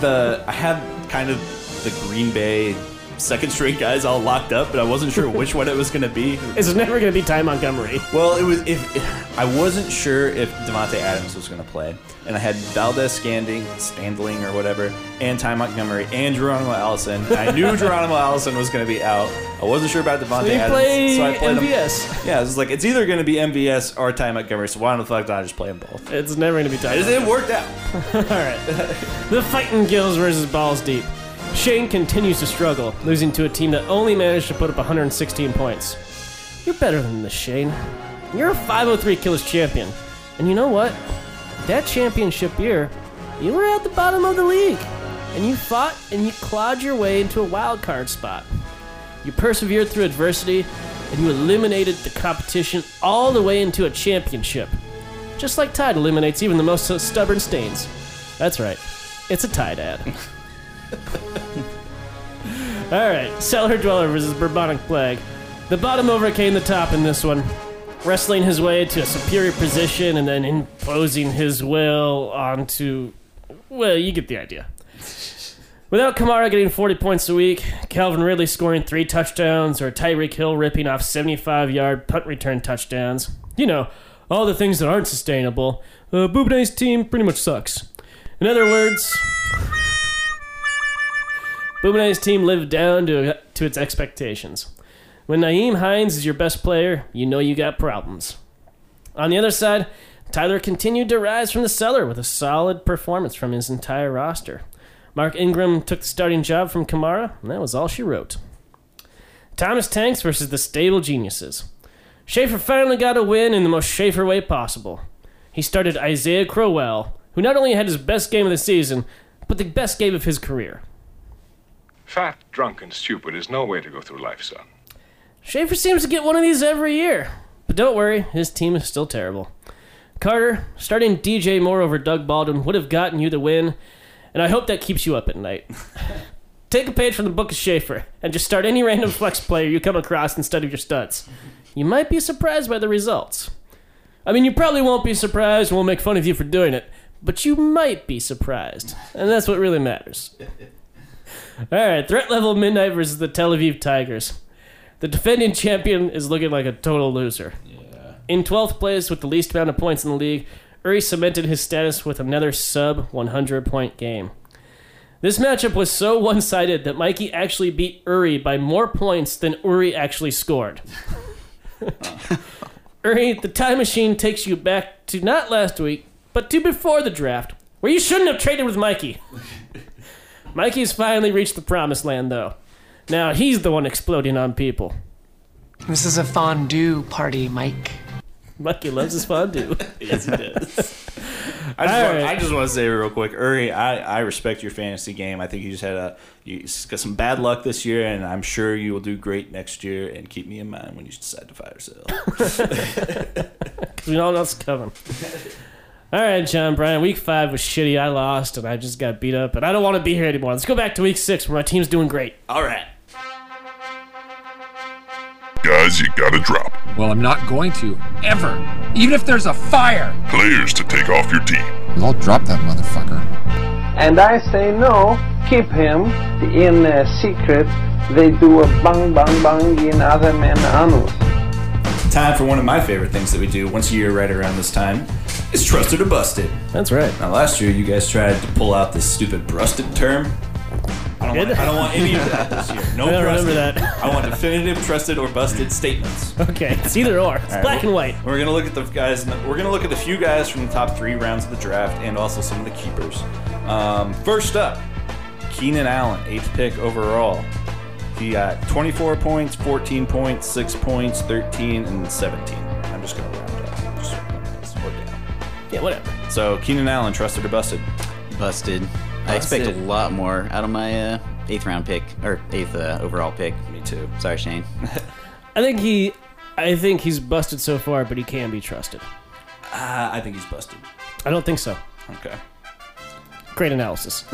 S1: The I had kind of the Green Bay second string guys all locked up, but I wasn't sure which one it was going to be.
S2: It's never going to be Ty Montgomery.
S1: Well, it was if I wasn't sure if Devonte Adams was going to play, and I had Valdez Scandling, Standling or whatever, and Ty Montgomery and Geronimo Allison. I knew Geronimo Allison was going to be out. I wasn't sure about Devonte
S2: So you
S1: Adams,
S2: play
S1: so I played him.
S2: MVS.
S1: Yeah, it's like it's either going to be MVS or Ty Montgomery. So why the fuck not just play them both?
S2: It's never going to be Ty.
S1: It, it worked out.
S2: All right. the Fighting Gills versus Balls Deep. Shane continues to struggle, losing to a team that only managed to put up 116 points. You're better than this, Shane. You're a 503 Killers champion. And you know what? That championship year, you were at the bottom of the league. And you fought and you clawed your way into a wild card spot. You persevered through adversity and you eliminated the competition all the way into a championship. Just like Tide eliminates even the most stubborn stains. That's right. It's a Tide ad. All right, Cellar Dweller versus Bourbonic Plague. The bottom overcame the top in this one, wrestling his way to a superior position and then imposing his will onto. Well, you get the idea. Without Kamara getting 40 points a week, Calvin Ridley scoring three touchdowns, or Tyreek Hill ripping off 75 yard punt return touchdowns, you know, all the things that aren't sustainable, uh, Boubnet's team pretty much sucks. In other words, Boubnet's team lived down to, to its expectations. When Naeem Hines is your best player, you know you got problems. On the other side, Tyler continued to rise from the cellar with a solid performance from his entire roster. Mark Ingram took the starting job from Kamara, and that was all she wrote. Thomas Tanks versus the Stable Geniuses. Schaefer finally got a win in the most Schaefer way possible. He started Isaiah Crowell, who not only had his best game of the season, but the best game of his career.
S5: Fat, drunk, and stupid is no way to go through life, son.
S2: Schaefer seems to get one of these every year. But don't worry, his team is still terrible. Carter, starting DJ Moore over Doug Baldwin would have gotten you the win, and I hope that keeps you up at night. Take a page from the book of Schaefer and just start any random flex player you come across instead of your studs. You might be surprised by the results. I mean, you probably won't be surprised, and we'll make fun of you for doing it, but you might be surprised, and that's what really matters. All right, threat level midnight versus the Tel Aviv Tigers. The defending champion is looking like a total loser. In 12th place with the least amount of points in the league, Uri cemented his status with another sub 100 point game. This matchup was so one sided that Mikey actually beat Uri by more points than Uri actually scored. Uri, the time machine takes you back to not last week, but to before the draft, where you shouldn't have traded with Mikey. Mikey's finally reached the promised land, though. Now he's the one exploding on people.
S10: This is a fondue party, Mike.
S2: Mikey loves his fondue.
S1: I just,
S2: All
S1: want,
S2: right.
S1: I just want to say real quick, Uri, I, I respect your fantasy game. I think you just had a you just got some bad luck this year, and I'm sure you will do great next year. And keep me in mind when you decide to fire sale.
S2: we know what's coming. All right, John Brian. Week five was shitty. I lost, and I just got beat up, and I don't want to be here anymore. Let's go back to week six, where my team's doing great.
S1: All right,
S4: Guys, you gotta drop.
S9: Well, I'm not going to. Ever. Even if there's a fire.
S4: Players to take off your team.
S7: I'll drop that motherfucker.
S10: And I say no, keep him in uh, secret. They do a bang bang bang in other men's anus.
S1: time for one of my favorite things that we do once a year, right around this time, is trusted or busted.
S2: That's right.
S1: Now, last year you guys tried to pull out this stupid brusted term. I don't, want, I don't want any of that this year. No
S2: I don't remember
S1: brusted.
S2: that.
S1: I want definitive, trusted, or busted statements.
S2: Okay, it's either or. It's black and white.
S1: We're gonna look at the guys. We're gonna look at the few guys from the top three rounds of the draft, and also some of the keepers. Um, first up, Keenan Allen, eighth pick overall. He got 24 points, 14 points, 6 points, 13, and 17. I'm just going to round up. Just round this one down.
S2: Yeah, whatever.
S1: So Keenan Allen, trusted or busted?
S8: Busted. I expect a
S1: Busted.
S8: lot more out of my uh, eighth round pick or eighth uh, overall pick.
S1: Me too.
S8: Sorry, Shane.
S2: I think he, I think he's busted so far, but he can be trusted.
S1: Uh, I think he's busted.
S2: I don't think so.
S1: Okay.
S2: Great analysis.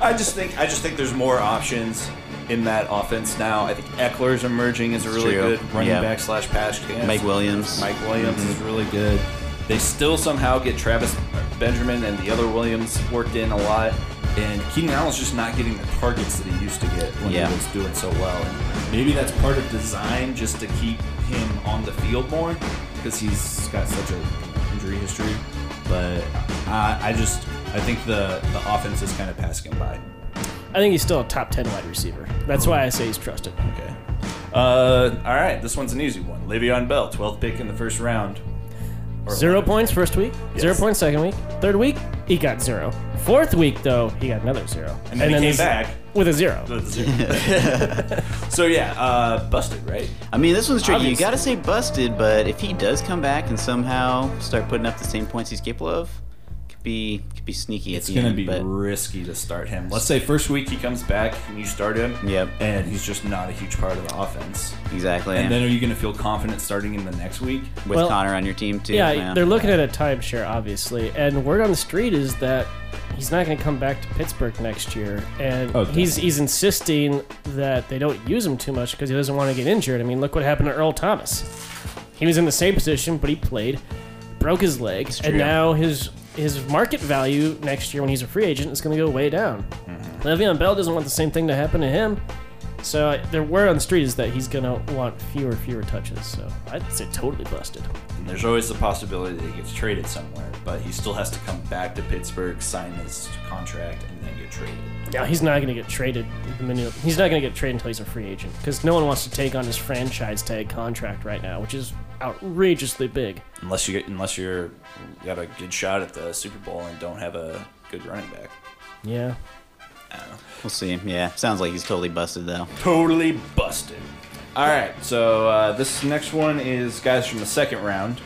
S1: I just think I just think there's more options in that offense now. I think Eckler's emerging as a really
S8: true.
S1: good running
S8: Yeah.
S1: back slash pass. catcher.
S8: Mike Williams.
S1: Mike Williams is really good. They still somehow get Travis Benjamin and the other Williams worked in a lot. And Keenan Allen's just not getting the targets that he used to get when
S8: Yeah.
S1: he was doing so well. And maybe that's part of design just to keep him on the field more because he's got such a injury history. But I, I just I think the the offense is kind of passing him by.
S2: I think he's still a top 10 wide receiver. That's why I say he's trusted.
S1: Okay. Uh, all right, this one's an easy one. Le'Veon Bell, 12th pick in the first round. Or
S2: Zero
S1: 11th.
S2: points first week, zero
S1: Yes.
S2: points second week, third week, he got zero. Fourth week, though, he got another zero.
S1: And then he came
S2: he's-
S1: back.
S2: with a zero.
S1: so yeah, uh, busted, right?
S8: I mean, this one's tricky.
S1: Obviously.
S8: You gotta say busted, but if he does come back and somehow start putting up the same points he's capable of, could be could be sneaky at
S1: It's
S8: the
S1: gonna
S8: end.
S1: be
S8: but
S1: risky to start him. Let's say first week he comes back and you start him.
S8: Yep.
S1: And he's just not a huge part of the offense.
S8: exactly.
S1: And then are you gonna feel confident starting him the next week?
S8: with
S2: Well,
S8: Connor on your team too.
S2: yeah, they're looking at a timeshare, obviously. And word on the street is that he's not going to come back to Pittsburgh next year. And
S1: Oh,
S2: he's he's insisting that they don't use him too much because he doesn't want to get injured. I mean, look what happened to Earl Thomas. He was in the same position, but he played, broke his leg, and
S8: true.
S2: now his his market value next year when he's a free agent is going to go way down. Le'Veon Bell doesn't want the same thing to happen to him. So I- their word on the street is that he's gonna want fewer, fewer touches. So I'd say totally busted.
S1: And there's always the possibility that he gets traded somewhere, but he still has to come back to Pittsburgh, sign his contract, and then get traded.
S2: No, he's not going to get traded. The minute he's not going to get traded until he's a free agent because no one wants to take on his franchise tag contract right now, which is outrageously big.
S1: Unless you get, unless you're you got a good shot at the Super Bowl and don't have a good running back.
S2: Yeah,
S8: We'll see. Yeah, sounds like he's totally busted though.
S1: Totally busted. All right, so uh, this next one is guys from the second round.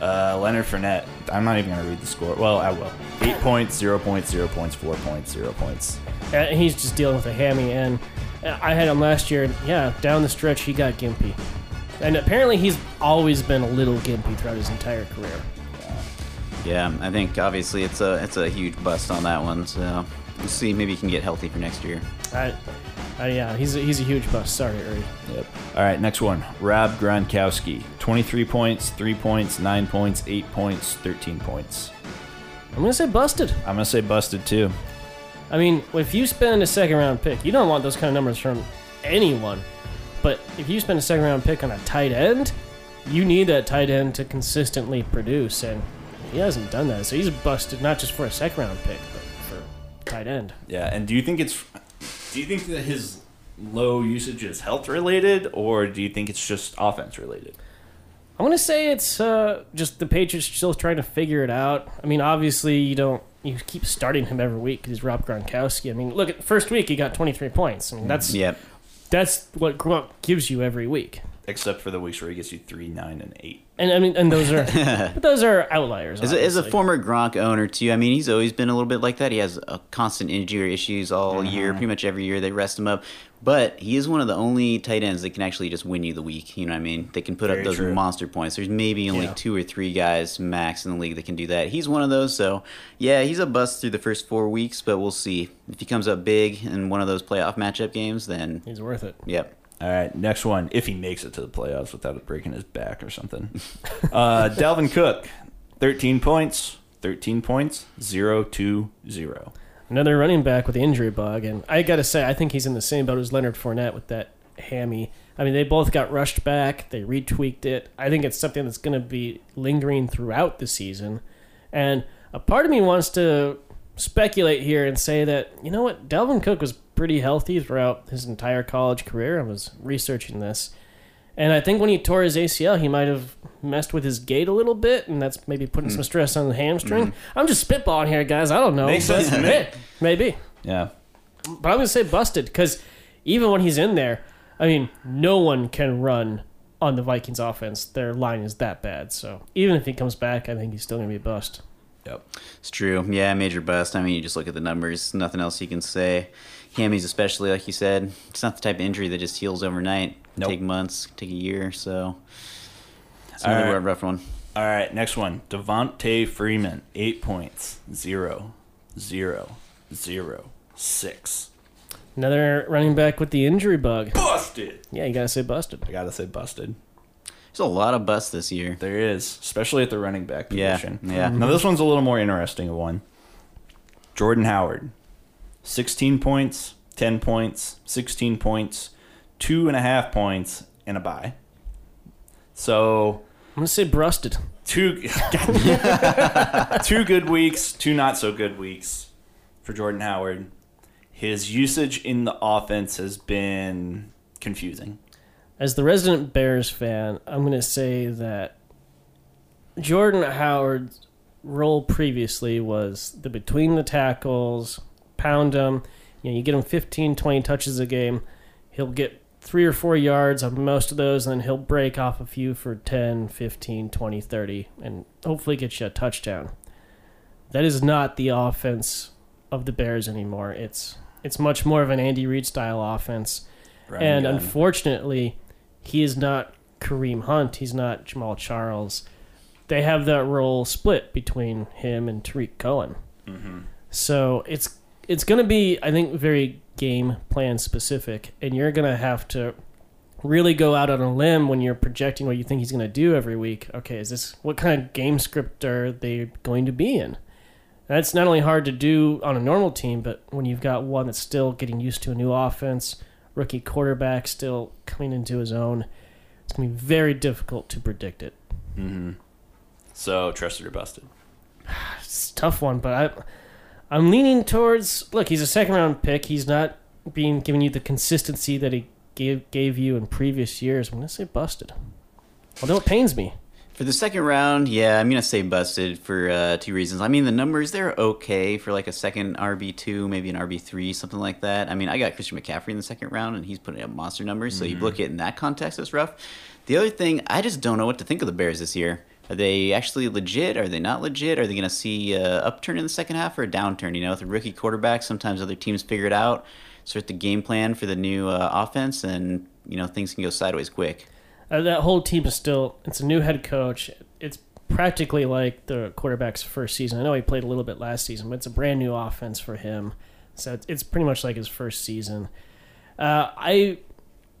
S1: Uh, Leonard Fournette. I'm not even gonna read the score. Well, I will. Eight points, zero points, zero points, four points, zero points.
S2: and he's just dealing with a hammy. And uh, I had him last year. And yeah, down the stretch he got gimpy, and apparently he's always been a little gimpy throughout his entire career.
S8: Yeah, I think obviously it's a it's a huge bust on that one. So we'll see. Maybe he can get healthy for next year.
S2: I, I yeah, he's a, he's a huge bust. Sorry, Uri.
S1: Yep. All right, next one. Rob Gronkowski. 23 points, three points, nine points, eight points, 13 points.
S2: I'm gonna say busted.
S1: I'm gonna say busted too.
S2: I mean, if you spend a second round pick, you don't want those kind of numbers from anyone. But if you spend a second round pick on a tight end, you need that tight end to consistently produce, and he hasn't done that. So he's busted not just for a second round pick, but for tight end.
S1: Yeah, and do you think it's do you think that his low usage is health related or do you think it's just offense related?
S2: I'm gonna say it's uh, just the Patriots still trying to figure it out. I mean, obviously you don't you keep starting him every week because he's Rob Gronkowski. I mean, look at first week he got 23 points. I mean, that's
S8: Yep.
S2: that's what Gronk gives you every week.
S1: Except for the weeks where he gets you 3, 9 and 8.
S2: And I mean, and those are, but those are outliers.
S8: As a, as a
S2: obviously.
S8: former Gronk owner too, I mean he's always been a little bit like that. He has uh constant injury issues all year, pretty much every year they rest him up. But he is one of the only tight ends that can actually just win you the week. You know what I mean? They can put
S1: Very
S8: up those
S1: true.
S8: monster points. There's maybe only
S2: Yeah.
S8: two or three guys max in the league that can do that. He's one of those. So yeah, he's a bust through the first four weeks, but we'll see if he comes up big in one of those playoff matchup games. Then
S2: he's worth it.
S8: yep.
S1: All right, next one. If he makes it to the playoffs without it breaking his back or something, uh, Dalvin Cook, thirteen points, thirteen points, zero two zero.
S2: Another running back with the injury bug, and I gotta say, I think he's in the same boat as Leonard Fournette with that hammy. I mean, they both got rushed back. They retweaked it. I think it's something that's going to be lingering throughout the season. And a part of me wants to speculate here and say that you know what, Dalvin Cook was pretty healthy throughout his entire college career. I was researching this, And I think when he tore his ACL, he might have messed with his gait a little bit, and that's maybe putting some stress on the hamstring. I'm just spitballing here, guys. I don't know.
S1: Hmm. Makes sense
S2: but-
S1: to me.
S2: Maybe.
S1: Yeah.
S2: But I'm going to say busted because even when he's in there, I mean, no one can run on the Vikings offense. Their line is that bad. So even if he comes back, I think he's still going to be a bust.
S8: It's true. Yeah, major bust. I mean, you just look at the numbers. Nothing else you can say. Hammies, especially, like you said, it's not the type of injury that just heals overnight.
S1: Nope.
S8: Take months, take a year. So it's
S1: All
S8: another
S1: right.
S8: rough one.
S1: All right, next one. Devontae Freeman, eight points, zero, zero, zero, six.
S2: Another running back with the injury bug.
S1: Busted.
S2: Yeah, you got to say busted.
S1: I gotta say, busted.
S8: There's a lot of busts this year.
S1: There is, especially at the running back
S8: Yeah,
S1: position.
S8: yeah.
S1: Now this one's a little more interesting of one. Jordan Howard, sixteen points, ten points, sixteen points, two and a half points, and a bye. So
S2: I'm going to say brusted.
S1: two two good weeks, two not so good weeks for Jordan Howard. His usage in the offense has been confusing.
S2: as the resident Bears fan, I'm going to say that Jordan Howard's role previously was the between the tackles, pound him. You know, you get him 15, 20 touches a game. He'll get three or four yards on most of those, and then he'll break off a few for 10, 15, 20, 30, and hopefully get you a touchdown. That is not the offense of the Bears anymore. It's it's much more of an Andy Reid style offense. And
S1: gun.
S2: unfortunately, he is not Kareem Hunt. He's not Jamal Charles. They have that role split between him and Tariq Cohen. So it's it's going to be, I think, very game plan specific, and you're going to have to really go out on a limb when you're projecting what you think he's going to do every week. Okay, is this what kind of game script are they going to be in? That's not only hard to do on a normal team, but when you've got one that's still getting used to a new offense, rookie quarterback still coming into his own, it's going to be very difficult to predict it.
S1: So trusted or busted.
S2: It's a tough one, but I, I'm leaning towards. Look, he's a second round pick. He's not being giving you the consistency that he gave gave you in previous years. I'm going to say busted. Although it pains me.
S8: For the second round, yeah, I'm gonna say busted for uh, two reasons. I mean, the numbers they're okay for like a second RB two, maybe an RB three, something like that. I mean, I got Christian McCaffrey in the second round, and he's putting up monster numbers. So you look at it in that context, it's rough. The other thing, I just don't know what to think of the Bears this year. Are they actually legit? Are they not legit? Are they gonna see a upturn in the second half or a downturn? You know, with a rookie quarterback, sometimes other teams figure it out, start the game plan for the new uh, offense, and you know things can go sideways quick.
S2: Uh, that whole team is still. It's a new head coach. It's practically like the quarterback's first season. I know he played a little bit last season, but it's a brand new offense for him. So it's- it's pretty much like his first season. Uh, I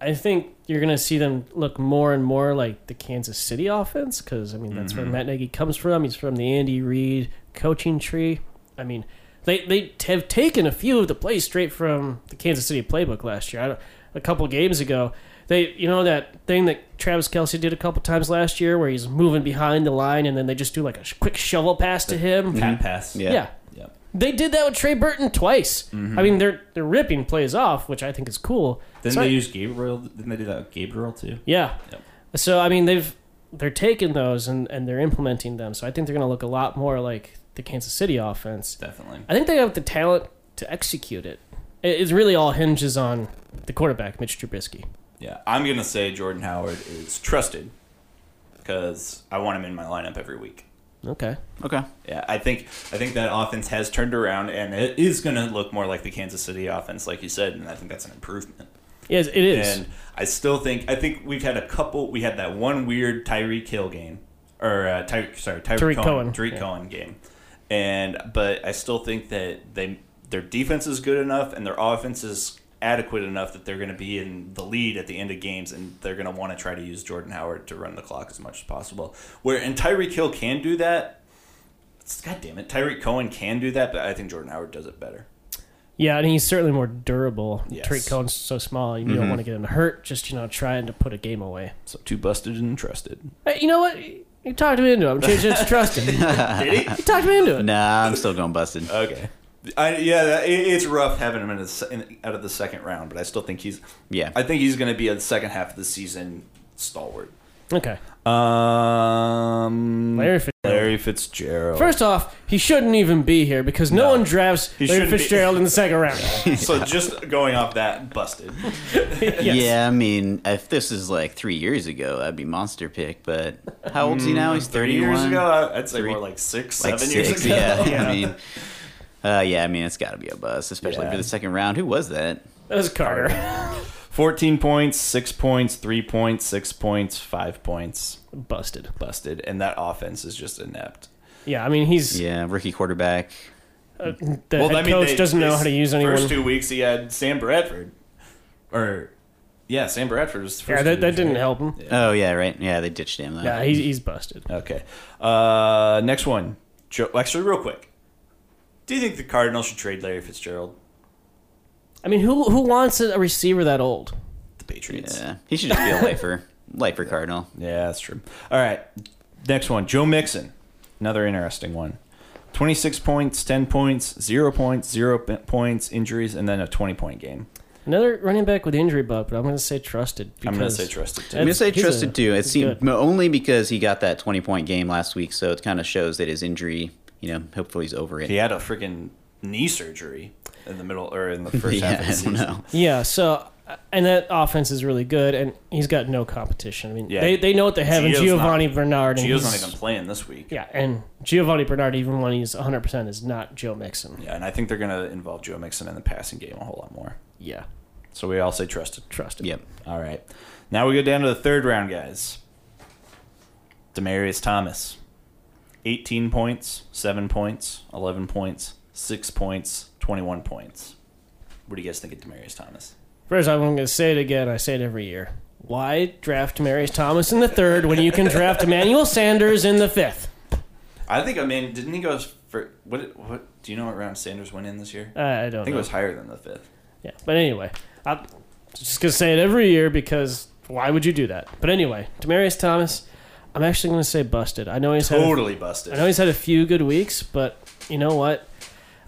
S2: I think you're going to see them look more and more like the Kansas City offense because I mean that's where Matt Nagy comes from. He's from the Andy Reid coaching tree. I mean, they they have taken a few of the plays straight from the Kansas City playbook last year. I don't, a couple games ago, they you know that thing that Travis Kelsey did a couple times last year where he's moving behind the line and then they just do like a sh- quick shovel pass to him.
S1: Pat pass.
S8: Yeah.
S2: Yeah.
S1: Yep.
S2: They did that with Trey Burton twice. I mean, they're they're ripping plays off, which I think is cool.
S1: Didn't
S2: So I-
S1: they use Gabriel? Didn't they do that with Gabriel too?
S2: Yeah.
S1: Yep.
S2: So I mean, they've they're taking those and and they're implementing them. So I think they're going to look a lot more like the Kansas City offense.
S1: Definitely.
S2: I think they have the talent to execute it. It, it really all hinges on the quarterback, Mitch Trubisky.
S1: Yeah, I'm gonna say Jordan Howard is trusted because I want him in my lineup every week.
S2: Okay.
S8: Okay.
S1: Yeah, I think I think that offense has turned around and it is gonna look more like the Kansas City offense, like you said, and I think that's an improvement.
S2: Yes, it is.
S1: And I still think I think we've had a couple. We had that one weird Tyreek Hill game, or uh, Ty, sorry,
S2: Tariq
S1: Tyreek
S2: Cohen,
S1: Cohen, Tyreek
S2: yeah.
S1: Cohen game, and but I still think that they their defense is good enough and their offense is adequate enough that they're going to be in the lead at the end of games and they're going to want to try to use Jordan Howard to run the clock as much as possible. Where and Tyreek Hill can do that. it's- God damn it, Tyreek Cohen can do that, but I think Jordan Howard does it better.
S2: yeah, and he's certainly more durable.
S1: Yes. Mm-hmm.
S2: Tariq Cohen's so small, you don't want to get him hurt. Just you know, trying to put a game away.
S1: So two busted and trusted.
S2: Hey, you know what? You talked me into it. I'm changing it to trust him.
S1: Did he?
S2: You talked me into it.
S8: Nah, I'm still going busted.
S1: Okay. I, yeah, that, it, it's rough having him in, the se- in out of the second round, but I still think he's.
S8: Yeah.
S1: I think he's going to be in the second half of the season stalwart.
S2: Okay.
S1: Um,
S2: Larry Fitzgerald.
S1: Larry Fitzgerald.
S2: First off, he shouldn't even be here because no, one drafts
S1: He
S2: Larry
S1: shouldn't be-
S2: Fitzgerald in the second round.
S1: so just going off that, busted.
S8: Yeah, I mean, if this is like three years ago, thati'd be monster pick. But how old's he now? He's
S1: Thirty
S8: thirty-one.
S1: years ago, I- I'd say more like six,
S8: like
S1: seven
S8: six.
S1: years ago.
S8: Yeah, I mean, uh, yeah, I mean, it's got to be a bust, especially
S1: Yeah.
S8: for the second round. Who was that?
S2: That was Carter.
S1: 14 points, 6 points, 3 points, 6 points, 5 points.
S2: Busted.
S1: Busted. And that offense is just inept.
S2: Yeah, I mean he's
S8: Yeah, rookie quarterback.
S2: the head coach doesn't know how to use anyone.
S1: First two weeks, he had Sam Bradford. Or, yeah, Sam Bradford was the first.
S2: yeah,
S1: two
S2: that, that
S1: weeks,
S2: didn't
S1: right?
S2: help him.
S8: Oh yeah, right. Yeah, they ditched him though.
S2: Yeah, he's, he's busted.
S1: Okay. Uh, next one. Joe, actually, real quick. Do you think the Cardinals should trade Larry Fitzgerald?
S2: I mean, who who wants a receiver that old?
S1: The Patriots.
S8: Yeah, he should just be a lifer, lifer Cardinal.
S1: Yeah, that's true. All right. Next one. Joe Mixon. Another interesting one. 26 points, 10 points, 0 points, 0 p- points, injuries, and then a 20 point game.
S2: Another running back with injury bug, but I'm going to say trusted. Because
S1: I'm going to say trusted. Too.
S8: I'm gonna say
S2: He's
S8: trusted
S2: a-
S8: too. It
S2: he's
S8: seemed
S2: good.
S8: but only because he got that twenty point game last week, so it kind of shows that his injury. You know, hopefully he's over it.
S1: He had a freaking knee surgery in the middle or in the first half of
S8: yeah
S1: the
S8: I don't
S1: season.
S8: know.
S2: Yeah, so uh, and that offense is really good, and he's got no competition. I mean,
S1: Yeah.
S2: they, they know what they have in
S1: Gio's
S2: Giovanni
S1: not-
S2: Bernard. And
S1: Gio's not
S2: he's-
S1: even playing this week.
S2: Yeah, and Giovanni Bernard, even when he's 100, percent is not Joe Mixon.
S1: Yeah, and I think they're going to involve Joe Mixon in the passing game a whole lot more.
S2: Yeah,
S1: So we all say trusted.
S2: trust him.
S8: Yep.
S1: All right. Now we go down to the third round, guys. Demarius Thomas. 18 points, 7 points, 11 points, 6 points, 21 points. What do you guys think of Demarius Thomas?
S2: First, I'm going to say it again. I say it every year. Why draft Marius Thomas in the third when you can draft Emmanuel Sanders in the fifth?
S1: I think, I mean, didn't he go for. What, what Do you know what round Sanders went in this year?
S2: Uh, I don't
S1: I think
S2: know.
S1: it was higher than the fifth.
S2: Yeah, but anyway, I'm just gonna say it every year because why would you do that? But anyway, Demarius Thomas, I'm actually gonna say busted. I know he's had a-
S1: Totally busted.
S2: I know he's had a few good weeks, but you know what?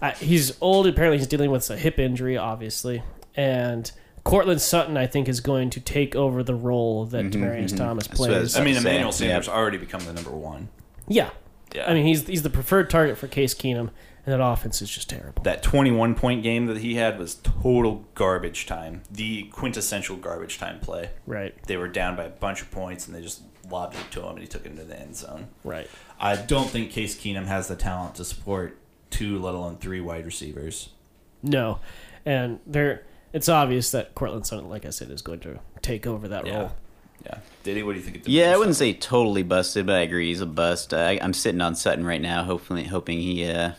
S2: I, he's old. Apparently, he's dealing with a hip injury, obviously, and. Cortland Sutton, I think, is going to take over the role that
S1: Mm-hmm,
S2: Demarius Thomas
S8: what I
S2: plays.
S8: was-
S1: I mean,
S8: So,
S1: Emmanuel
S8: yeah.
S1: Sanders already become the number one.
S2: yeah.
S1: Yeah.
S2: I mean, he's he's the preferred target for Case Keenum, and that offense is just terrible.
S1: That 21 point game that he had was total garbage time. The quintessential garbage time play.
S2: Right,
S1: They were down by a bunch of points and they just lobbed it to him and he took it into the end zone.
S2: right.
S1: I don't think Case Keenum has the talent to support two, let alone three wide receivers.
S2: No, and there it's obvious that Cortland Sutton, like I said, is going to take over that role.
S1: Yeah. Diddy, what do you think of the
S8: Yeah, I wouldn't say totally busted, but I agree he's a bust. I, I'm sitting on Sutton right now, hopefully hoping he uh,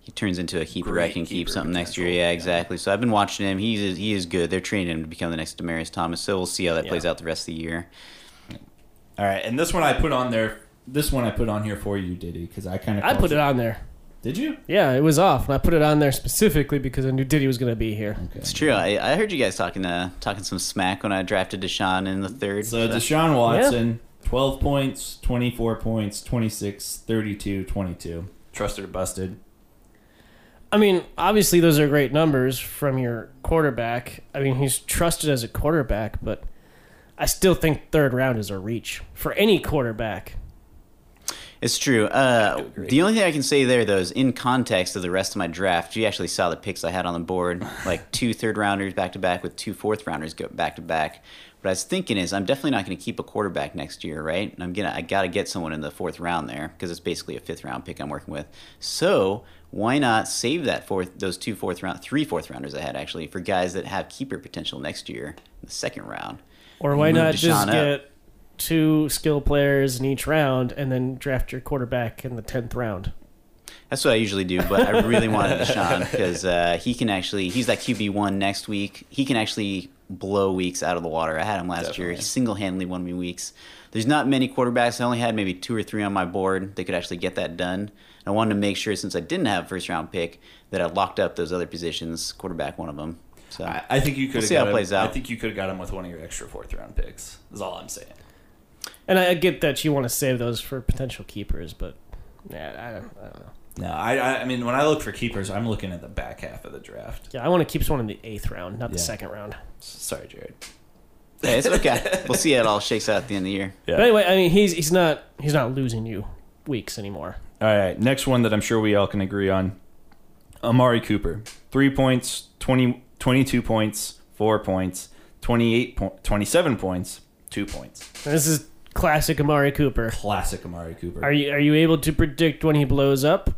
S8: he turns into a keeper I
S1: Great
S8: can keep
S1: keeper
S8: something next year.
S1: potential,
S8: Yeah,
S1: yeah.
S8: exactly. So I've been watching him. He is he is good. They're training him to become the next Demarius Thomas. So we'll see how that plays out the rest of the year.
S1: All right. And this one I put on there. This one I put on here for you, Diddy, because I kind of.
S2: I put it on there.
S1: Did you?
S2: Yeah, it was off, and I put it on there specifically because I knew Diddy was going to be here.
S8: It's true. I, I heard you guys talking uh, talking some smack when I drafted Deshaun in the third.
S1: So Deshaun Watson, 12 points, 24 points, 26, 32, 22. Trusted or busted.
S2: I mean, obviously those are great numbers from your quarterback. I mean, he's trusted as a quarterback, but I still think third round is a reach for any quarterback.
S8: It's true. Uh, the only thing I can say there, though, is in context of the rest of my draft, you actually saw the picks I had on the board, like two third rounders back to back with two fourth rounders go back to back. What I was thinking is, I'm definitely not going to keep a quarterback next year, right? And I'm gonna, I got to get someone in the fourth round there because it's basically a fifth round pick I'm working with. So why not save that fourth, those two fourth round, three fourth rounders I had actually for guys that have keeper potential next year, in the second round.
S2: Or why
S8: Move
S2: not
S8: Deshaun
S2: just
S8: up.
S2: get two skill players in each round and then draft your quarterback in the tenth round?
S8: That's what I usually do, but I really wanted Deshaun because uh, he can actually, he's that QB1 next week. He can actually blow weeks out of the water. I had him last year. He single handedly won me weeks. There's not many quarterbacks. I only had maybe two or three on my board that could actually get that done. And I wanted to make sure, since I didn't have a first round pick, that I locked up those other positions, quarterback one of them. So
S1: I, I think you could
S8: We'll
S1: have
S8: see how
S1: got
S8: it
S1: him-
S8: plays out.
S1: I think you could have got him with one of your extra fourth round picks. Is all I'm saying.
S2: And I get that you want to save those for potential keepers, but yeah, I don't, I don't know.
S1: No, I, I I mean when I look for keepers, I'm looking at the back half of the draft.
S2: Yeah, I want to keep someone in the eighth round, not the
S1: Yeah.
S2: second round.
S1: Sorry, Jared.
S8: Hey, it's okay. we'll see how it all shakes out at the end of the year.
S2: But anyway, I mean, he's he's not he's not losing you weeks anymore.
S1: All right, next one that I'm sure we all can agree on. Amari Cooper. 3 points, 20, 22 points, 4 points, 28 po- 27 points, 2 points.
S2: This is classic Amari Cooper.
S1: Classic Amari Cooper.
S2: Are you are you able to predict when he blows up?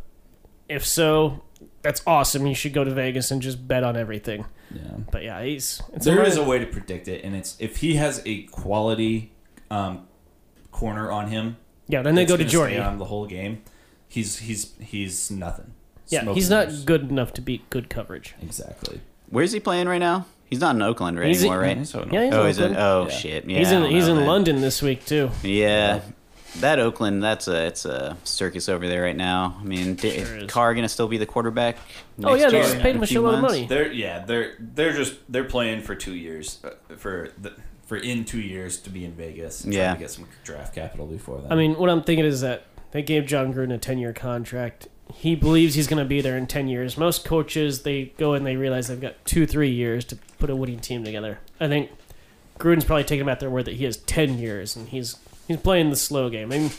S2: If so, that's awesome. You should go to Vegas and just bet on everything.
S1: Yeah.
S2: But yeah, he's it's
S1: There
S2: Amari-
S1: is a way to predict it, and it's if he has a quality um, corner on him.
S2: Yeah, then they
S1: that's
S2: go to
S1: gonna stay
S2: Jordy.
S1: on him the whole game. He's he's he's nothing.
S2: Yeah,
S1: Smoke
S2: he's
S1: and
S2: not
S1: mirrors.
S2: good enough to beat good coverage.
S1: exactly.
S8: Where's he playing right now? He's not in Oakland right
S2: He's in-
S8: anymore, right?
S1: So
S2: Yeah, he's
S8: oh,
S2: in
S8: he's in.
S2: Oakland.
S8: Oh shit! Yeah,
S2: he's
S8: I
S2: in
S8: don't
S2: he's
S8: know,
S2: in
S8: man.
S2: London this week too.
S8: Yeah, that Oakland. That's a it's a circus over there right now. I mean, D-
S2: is.
S8: Carr gonna still be the quarterback?
S2: Oh
S8: next
S2: yeah, they
S8: year
S2: just
S8: in
S2: paid him a
S8: few
S2: shitload of
S8: months?
S2: money.
S1: They're yeah, they're they're just they're playing for two years uh, for the, for in two years to be in Vegas. and trying
S8: Yeah.
S1: to get some draft capital before then.
S2: I mean, what I'm thinking is that they gave John Gruden a 10 year contract. He believes he's going to be there in 10 years. Most coaches, they go and they realize they've got two, three years to put a winning team together. I think Gruden's probably taking him at their word that he has 10 years and he's he's playing the slow game. I mean,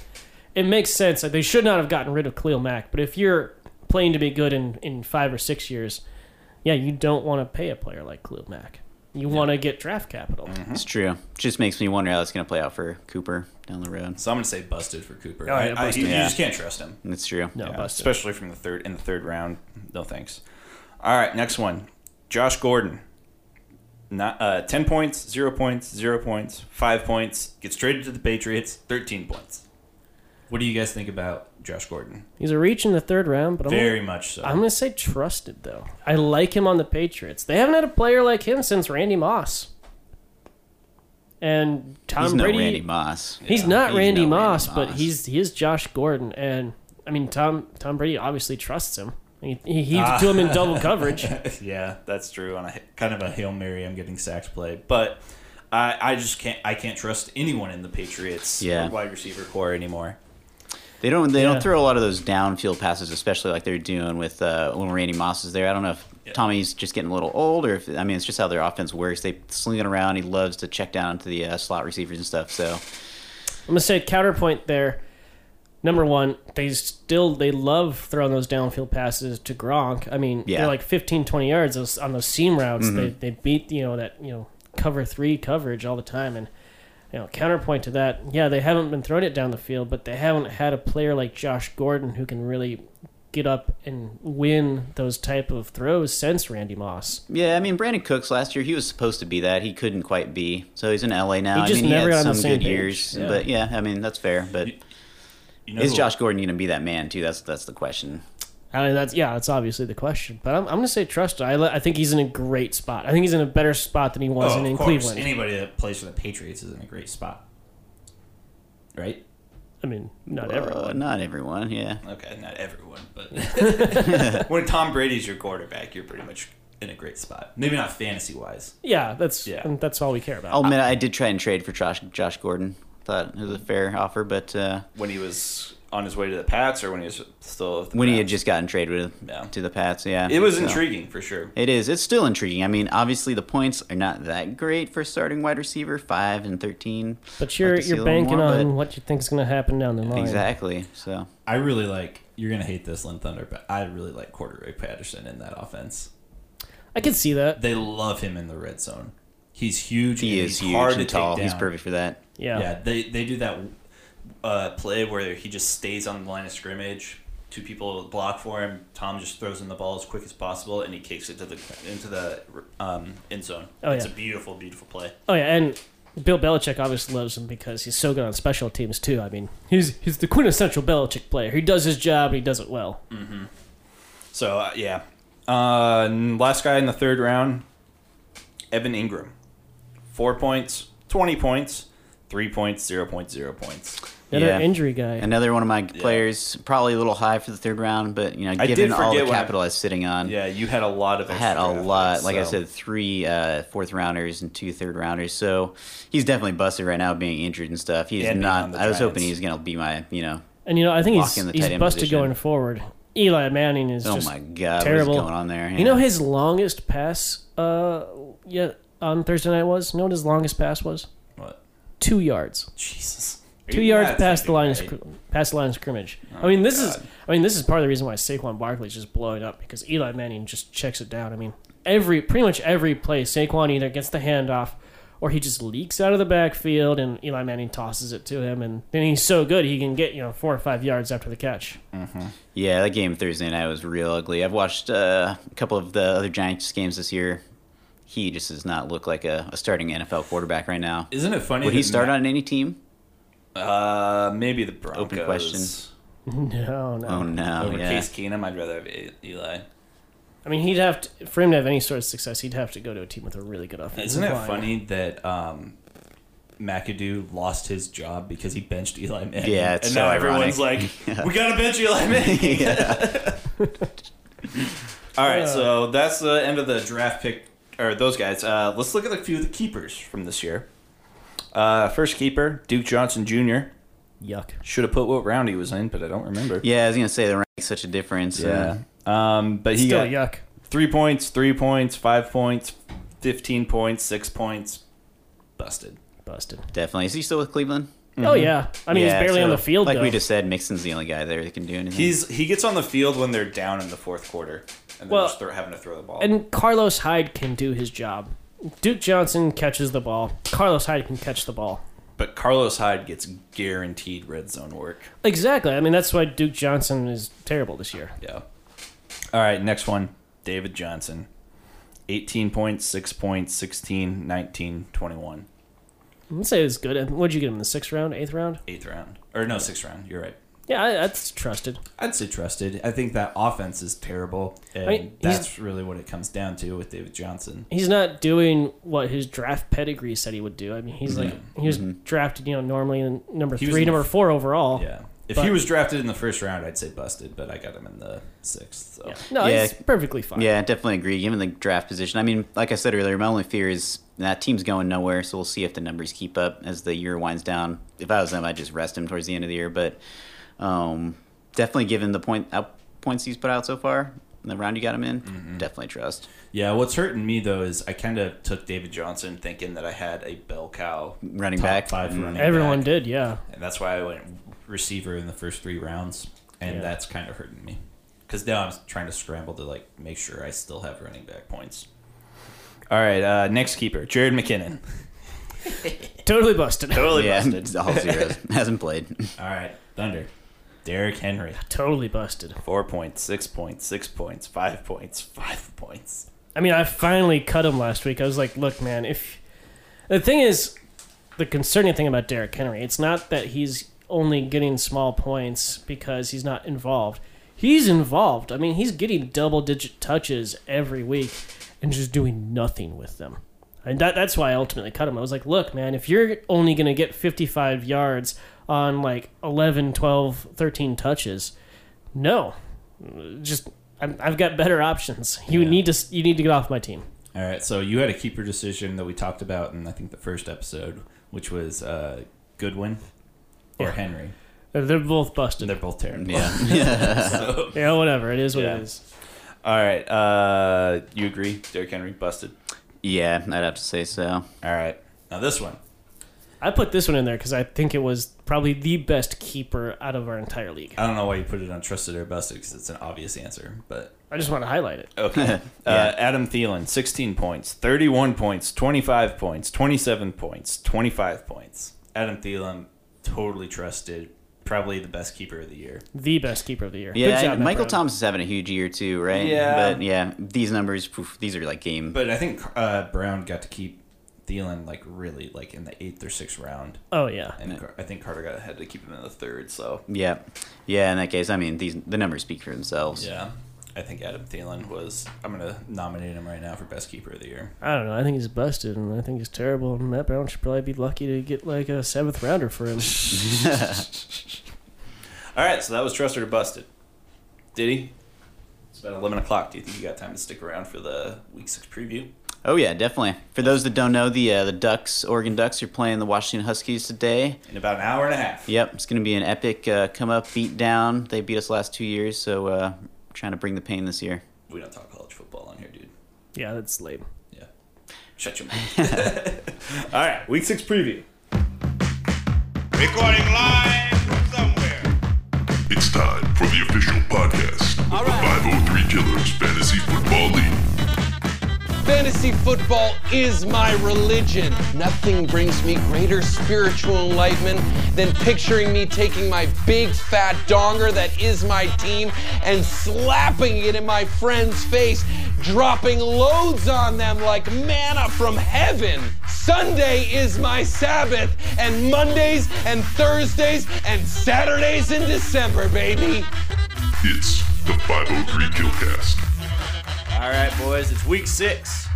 S2: it makes sense. Like, they should not have gotten rid of Khalil Mack, but if you're playing to be good in, in five or six years, yeah, you don't want to pay a player like Khalil Mack. You want to get draft capital.
S8: It's true. Just makes me wonder how it's gonna play out for Cooper down the road.
S1: so I'm gonna say busted for Cooper.
S2: Oh, yeah,
S1: I- I-
S2: busted.
S1: you, you
S8: Yeah.
S1: just can't trust him.
S8: It's true.
S2: No,
S1: Yeah,
S2: busted.
S1: especially from the third in the third round. No thanks. All right, next one. Josh Gordon. Not uh, ten points, zero points, zero points, five points. Gets traded to the Patriots. Thirteen points. What do you guys think about Josh Gordon?
S2: He's a reach in the third round, but I'm
S1: Very much so.
S2: I'm gonna say trusted though. I like him on the Patriots. They haven't had a player like him since Randy Moss. And Tom
S8: He's no
S2: Brady.
S8: Randy Moss.
S2: he's not
S8: He's
S2: Randy
S8: no Randy
S2: Moss, but
S8: Moss.
S2: he's he is Josh Gordon, and I mean Tom Tom Brady obviously trusts him. He he heaved it to him in double coverage.
S1: Yeah, that's true. On a kind of a hail mary, I'm getting sacks play, but I, I just can't. I can't trust anyone in the Patriots
S8: Yeah.
S1: wide receiver core anymore.
S8: They don't. They
S2: Yeah.
S8: don't throw a lot of those downfield passes, especially like they're doing with uh, when Randy Moss is there. I don't know if Tommy's just getting a little old, or if I mean it's just how their offense works. They sling it around. He loves to check down to the uh, slot receivers and stuff. So
S2: I'm gonna say counterpoint there. Number one, they still they love throwing those downfield passes to Gronk. I mean,
S8: Yeah.
S2: they're like 15, 20 yards those, on those seam routes. They, they beat you know that you know cover three coverage all the time. And you know counterpoint to that, yeah, they haven't been throwing it down the field, but they haven't had a player like Josh Gordon who can really get up and win those type of throws since Randy Moss.
S8: yeah, I mean Brandon Cooks last year he was supposed to be that. He couldn't quite be. So he's in LA now.
S2: He
S8: I
S2: just
S8: mean
S2: never
S8: he
S2: got
S8: had
S2: on the
S8: some
S2: same
S8: good
S2: page.
S8: years,
S2: Yeah.
S8: but yeah, I mean that's fair. But
S1: You know,
S8: is
S1: who-
S8: Josh Gordon going to be that man too? That's that's the question.
S2: I mean, that's yeah, that's obviously the question. But I'm, I'm gonna say trust. I, li- I think he's in a great spot. I think he's in a better spot than he
S1: Oh,
S2: was
S1: of
S2: in, in
S1: course.
S2: Cleveland.
S1: Anybody that plays for the Patriots is in a great spot, right?
S2: I mean, not
S8: Uh,
S2: everyone.
S8: not everyone. Yeah.
S1: Okay, not everyone, but when Tom Brady's your quarterback, you're pretty much in a great spot. Maybe not fantasy wise.
S2: Yeah, that's
S1: Yeah.
S2: and that's all we care about.
S8: I'll admit I did try and trade for Josh Josh Gordon. Thought it was a fair offer, but. Uh,
S1: When he was on his way to the Pats, or when he was still with the
S8: when he had
S1: Pats?
S8: just gotten traded with
S1: Yeah.
S8: to the Pats. Yeah,
S1: it was
S8: So,
S1: intriguing for sure.
S8: It is. It's still intriguing. I mean, obviously the points are not that great for starting wide receiver five and thirteen.
S2: but you're
S8: Like to see a
S2: you're
S8: little
S2: banking
S8: more,
S2: on
S8: but-
S2: what you think is going to happen down the line.
S8: Exactly. So
S1: I really like. You're gonna hate this, Lynn Thunder, but I really like Corduroy Patterson in that offense.
S2: I can see that.
S1: They love him in the red zone. He's huge.
S8: he
S1: and
S8: is
S1: he's
S8: huge
S1: hard to
S8: and
S1: take
S8: tall. He's
S1: down.
S8: perfect for that.
S2: Yeah.
S1: Yeah, they they do that uh, play where he just stays on the line of scrimmage. Two people block for him. Tom just throws in the ball as quick as possible, and he kicks it to the into the um, end zone.
S2: Oh,
S1: it's
S2: yeah.
S1: a beautiful, beautiful play.
S2: Oh yeah, and Bill Belichick obviously loves him because he's so good on special teams too. I mean, he's he's the quintessential Belichick player. He does his job and he does it well.
S1: So uh, yeah, uh, and last guy in the third round, Evan Ingram, four points, twenty points, three points, zero points, zero points.
S2: Another
S8: Yeah.
S2: injury guy.
S8: Another one of my players, probably a little high for the third round, but you know,
S1: I did
S8: given all
S1: forget
S8: the
S1: when I-
S8: capital I was sitting on,
S1: Yeah, you had a lot of.
S8: I had a
S1: extra draft
S8: lot.
S1: picks,
S8: Like I
S1: so-
S8: said, three uh, fourth rounders and two third rounders. So he's definitely busted right now, being injured and stuff. He's
S1: And being on
S8: not.
S1: the
S8: I was hoping he
S1: Giants.
S8: was going to be my, you know,
S2: and you know, I think he's
S8: Lock in the
S2: he's
S8: tight end
S2: busted
S8: position.
S2: going forward. Eli Manning is
S8: oh
S2: just
S8: my god,
S2: terrible.
S8: what's going on there?
S2: You know
S8: Yeah.
S2: his longest pass, uh, yeah, on Thursday night was? You know what his longest pass was?
S1: What?
S2: Two yards.
S1: Jesus.
S2: Two yards past the line, of scr- past the line of scrimmage.
S8: Oh
S2: I mean, this is, I mean, this is part of the reason why Saquon Barkley is just blowing up because Eli Manning just checks it down. I mean, every pretty much every play, Saquon either gets the handoff or he just leaks out of the backfield and Eli Manning tosses it to him, and then he's so good he can get you know four or five yards after the catch.
S8: Yeah, that game Thursday night was real ugly. I've watched uh, a couple of the other Giants games this year. He just does not look like a, a starting NFL quarterback right now.
S1: Isn't it funny?
S8: Would he
S1: that
S8: start
S1: Ma-
S8: on any team?
S1: Uh, maybe the Broncos.
S8: Open question.
S2: No, no.
S8: Oh no!
S1: Over
S8: yeah.
S1: Case Keenum, I'd rather have E- Eli.
S2: I mean, he'd have to, for him to have any sort of success, he'd have to go to a team with a really good offense.
S1: Isn't it funny that um, McAdoo lost his job because he benched Eli Manning?
S8: Yeah, it's
S1: and
S8: so
S1: now
S8: ironic.
S1: everyone's like, "We gotta bench Eli Manning." All right, so that's the end of the draft pick or those guys. Uh, let's look at a few of the keepers from this year. Uh, first keeper, Duke Johnson Jr.
S2: Yuck.
S1: Should have put what round he was in, but I don't remember.
S8: Yeah, I was gonna say the rank makes such a difference. Uh,
S1: Um, but he
S2: Still
S1: got
S2: yuck.
S1: three points, three points, five points, fifteen points, six points. Busted.
S2: Busted.
S8: definitely. Is he still with Cleveland?
S2: Oh yeah. I mean,
S8: Mm-hmm. Yeah,
S2: he's barely on
S8: so,
S2: the field.
S8: Like
S2: though.
S8: we just said, Mixon's the only guy there that can do anything.
S1: He's he gets on the field when they're down in the fourth quarter, and they're
S2: Well,
S1: just throw, having to throw the ball.
S2: And Carlos Hyde can do his job. Duke Johnson catches the ball. Carlos Hyde can catch the ball.
S1: but Carlos Hyde gets guaranteed red zone work.
S2: Exactly. I mean, that's why Duke Johnson is terrible this year.
S1: Yeah. All right, next one, David Johnson. 18 points, 6 points, 16, 19, 21.
S2: Let's say it's good. What'd you get him in the sixth round, eighth round?
S1: Eighth round. Or no, sixth round. You're right.
S2: Yeah, I- that's trusted.
S1: I'd say trusted. I think that offense is terrible. And
S2: I mean, he's-
S1: that's really what it comes down to with David Johnson.
S2: He's not doing what his draft pedigree said he would do. I mean, he's like he was drafted, you know, normally in number
S1: was
S2: three,
S1: in the
S2: number
S1: f-
S2: four overall.
S1: Yeah. If
S2: But-
S1: he was drafted in the first round, I'd say busted, but I got him in the sixth. So.
S2: No,
S8: Yeah.
S2: he's perfectly fine.
S8: Yeah, I definitely agree. Given the draft position, I mean, like I said earlier, my only fear is that team's going nowhere. So we'll see if the numbers keep up as the year winds down. If I was them, I'd just rest him towards the end of the year. But um, definitely, given the point out points he's put out so far, and the round you got him in,
S1: Mm-hmm.
S8: definitely trust.
S1: Yeah, what's hurting me though is I kind of took David Johnson thinking that I had a bell cow
S8: Running
S1: top
S8: back.
S1: five running
S2: Mm-hmm. Everyone
S1: back.
S2: did, yeah.
S1: and that's why I went receiver in the first three rounds, and
S2: Yeah.
S1: that's kind of hurting me because now I'm trying to scramble to like make sure I still have running back points. All right, uh, next keeper, Jared McKinnon.
S2: Totally busted.
S1: Totally
S8: Yeah, all zeros. Hasn't played.
S1: All right, Thunder. Derrick Henry,
S2: totally busted.
S1: four points, six points, six points, five points, five points.
S2: I mean, I finally cut him last week. I was like, look, man, if the thing is, the concerning thing about Derrick Henry, it's not that he's only getting small points because he's not involved. He's involved. I mean, he's getting double digit touches every week and just doing nothing with them. And that, that's why I ultimately cut him. I was like, look, man, if you're only going to get 55 yards on like 11, 12, 13 touches, no. Just, I'm, I've got better options. You need to you need to get off my team.
S1: All right, so you had a keeper decision that we talked about in I think the first episode, which was uh, Goodwin or
S2: Yeah.
S1: Henry.
S2: They're, they're both busted.
S1: They're both terrible.
S8: Yeah.
S2: yeah, whatever. It is what
S1: Yeah.
S2: it is.
S1: All right. Uh, you agree? Derrick Henry busted.
S8: Yeah, I'd have to say so.
S1: All right. Now this one.
S2: I put this one in there because I think it was probably the best keeper out of our entire league.
S1: I don't know why you put it on trusted or busted because it's an obvious answer, but
S2: I just want to highlight it.
S8: Oh.
S1: okay. uh, Adam Thielen, 16 points, 31 points, 25 points, 27 points, 25 points. Adam Thielen, totally trusted, probably the best keeper of the year.
S2: The best keeper of the year.
S8: Yeah,
S2: Good job,
S8: and Michael
S2: Matt Brown.
S8: Thomas is having a huge year too, right?
S1: Yeah.
S8: But yeah, these numbers, poof, these are like game.
S1: But I think uh, Brown got to keep Thielen like really like in the eighth or sixth round,
S2: Oh yeah,
S1: and Car- I think Carter got had to keep him in the third. So
S8: yeah, yeah. In that case, I mean, these the numbers speak for themselves.
S1: Yeah. I think Adam Thielen was. I'm going to nominate him right now for best keeper of the year.
S2: I don't know. I think he's busted, and I think he's terrible. And Matt Brown should probably be lucky to get like a seventh rounder for him.
S1: All right, so that was trusted or busted. Did he? It's about 11 o'clock. Do you think you got time to stick around for the week six preview?
S8: Oh yeah, definitely. For those that don't know, the uh, the Ducks, Oregon Ducks, are playing the Washington Huskies today.
S1: In about an hour and a half.
S8: Yep, it's going to be an epic uh, come up, beat down. They beat us last two years, so uh, trying to bring the pain this year.
S1: We don't talk college football on here, dude.
S2: yeah, that's lame.
S1: Yeah. Shut your mouth. All right, week six preview.
S11: Recording live somewhere.
S4: It's time for the official podcast of the 503 Killers Fantasy Football League.
S7: Fantasy football is my religion. Nothing brings me greater spiritual enlightenment than picturing me taking my big fat donger that is my team and slapping it in my friend's face, dropping loads on them like manna from heaven. Sunday is my Sabbath, and Mondays and Thursdays and Saturdays in December, baby.
S4: It's the 503 Killcast.
S1: All right, boys, it's week six.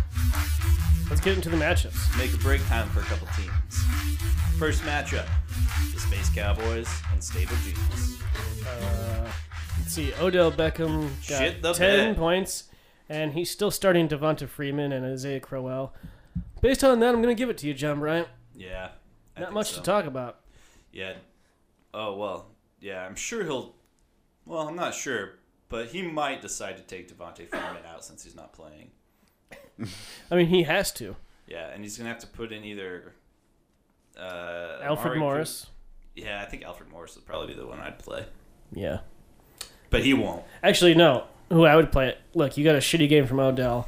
S2: Let's get into the matchups.
S1: Make a break time for a couple teams. First matchup the Space Cowboys and Stable Genius.
S2: Uh, let's see. Odell Beckham got
S1: Shit the
S2: 10
S1: bed.
S2: points, and he's still starting Devonta Freeman and Isaiah Crowell. Based on that, I'm going to give it to you, John Bryant.
S1: Yeah. I
S2: Not
S1: think
S2: much
S1: so.
S2: to talk about.
S1: Yeah. Oh, well, yeah, I'm sure he'll. Well, I'm not sure, but he might decide to take Devontae Freeman out since he's not playing.
S2: I mean, he has to.
S1: Yeah, and he's going to have to put in either. Uh,
S2: Alfred
S1: Amari-
S2: Morris.
S1: Yeah, I think Alfred Morris would probably be the one I'd play.
S2: Yeah.
S1: But he won't.
S2: Actually, no. Who I would play it. Look, you got a shitty game from Odell.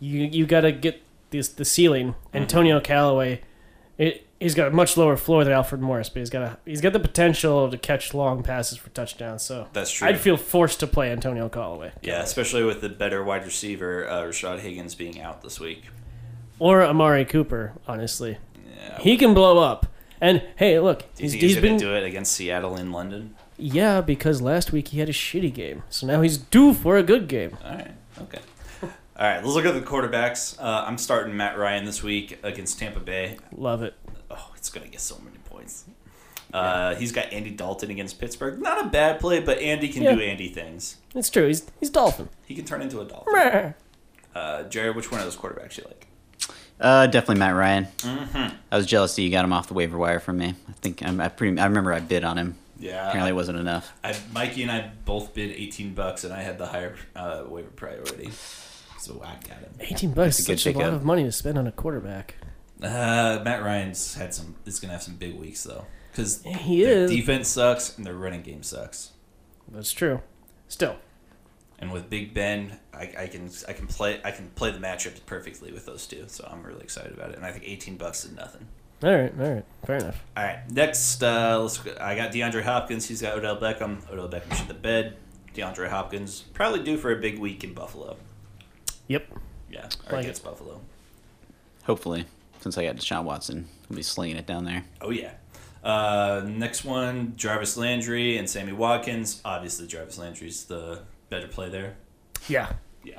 S2: You you got to get this the ceiling.
S1: Mm-hmm.
S2: Antonio Callaway. It, he's got a much lower floor than Alfred Morris, but he's got a he's got the potential to catch long passes for touchdowns. So
S1: That's true.
S2: I'd feel forced to play Antonio Callaway
S1: Yeah, especially with the better wide receiver, uh, Rashad Higgins, being out this week.
S2: or Amari Cooper. Honestly, he can blow up. And hey, look,
S1: Do you
S2: he's,
S1: think
S2: he's
S1: he's
S2: been
S1: going to do it against Seattle in London?
S2: yeah because last week he had a shitty game, so now he's due for a good game.
S1: All right. Okay. All right. Let's look at the quarterbacks. Uh, I'm starting Matt Ryan this week against Tampa Bay.
S2: Love it.
S1: Oh, it's going to get so many points. Uh, he's got Andy Dalton against Pittsburgh. Not a bad play, but Andy can do
S2: Yeah.
S1: Andy things.
S2: It's true. He's he's dolphin.
S1: He can turn into a Dolphin.
S2: Meh.
S1: Uh, Jerry, which one of those quarterbacks you like?
S8: Uh, definitely Matt Ryan.
S1: Mhm.
S8: I was jealous that you got him off the waiver wire from me. I think I'm, I pretty. I remember I bid on him.
S1: Yeah.
S8: Apparently, it wasn't enough.
S1: I, Mikey and I both bid 18 bucks, and I had the higher uh, waiver priority. So I got him.
S2: Eighteen bucks is
S8: That's a
S2: such
S8: good
S2: a lot
S8: pickup.
S2: of money to spend on a quarterback.
S1: Uh, Matt Ryan's had some. Is gonna have some big weeks though, because
S2: He
S1: their
S2: is.
S1: defense sucks and their running game sucks.
S2: That's true. Still,
S1: And with Big Ben, I, I can I can play I can play the matchup perfectly with those two. So I'm really excited about it. And I think 18 bucks is nothing.
S2: all right, all right, fair enough.
S1: All right, next uh, let's. go- I got DeAndre Hopkins. He's got Odell Beckham. Odell Beckham shit the bed. DeAndre Hopkins probably due for a big week in Buffalo.
S2: Yep.
S1: Yeah, or
S2: Like
S1: against Buffalo.
S8: Hopefully, since I got Deshaun Watson, he'll be slinging it down there.
S1: Oh yeah. Uh, next one, Jarvis Landry and Sammy Watkins. Obviously, Jarvis Landry's the better play there.
S2: Yeah.
S1: Yeah.